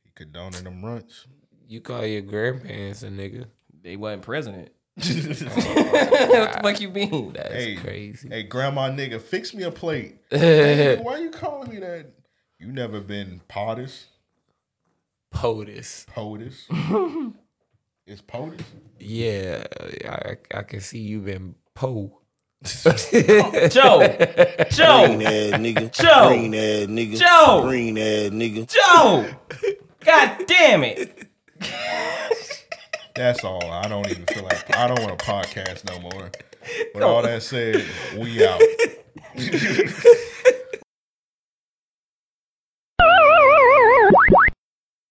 He condoning them runts.
You call your grandparents a nigga.
They wasn't president. what the fuck you mean?
That's
hey,
crazy.
Hey, grandma nigga, fix me a plate. Hey, why you calling me that? You never been POTUS?
POTUS.
POTUS? it's POTUS?
Yeah, I I can see you been po.
Joe, Joe,
Green ass nigga.
Joe.
Green ass nigga.
Joe.
Green ass nigga.
Joe. God damn it.
That's all. I don't even feel like I don't want to podcast no more. With all that said, we out.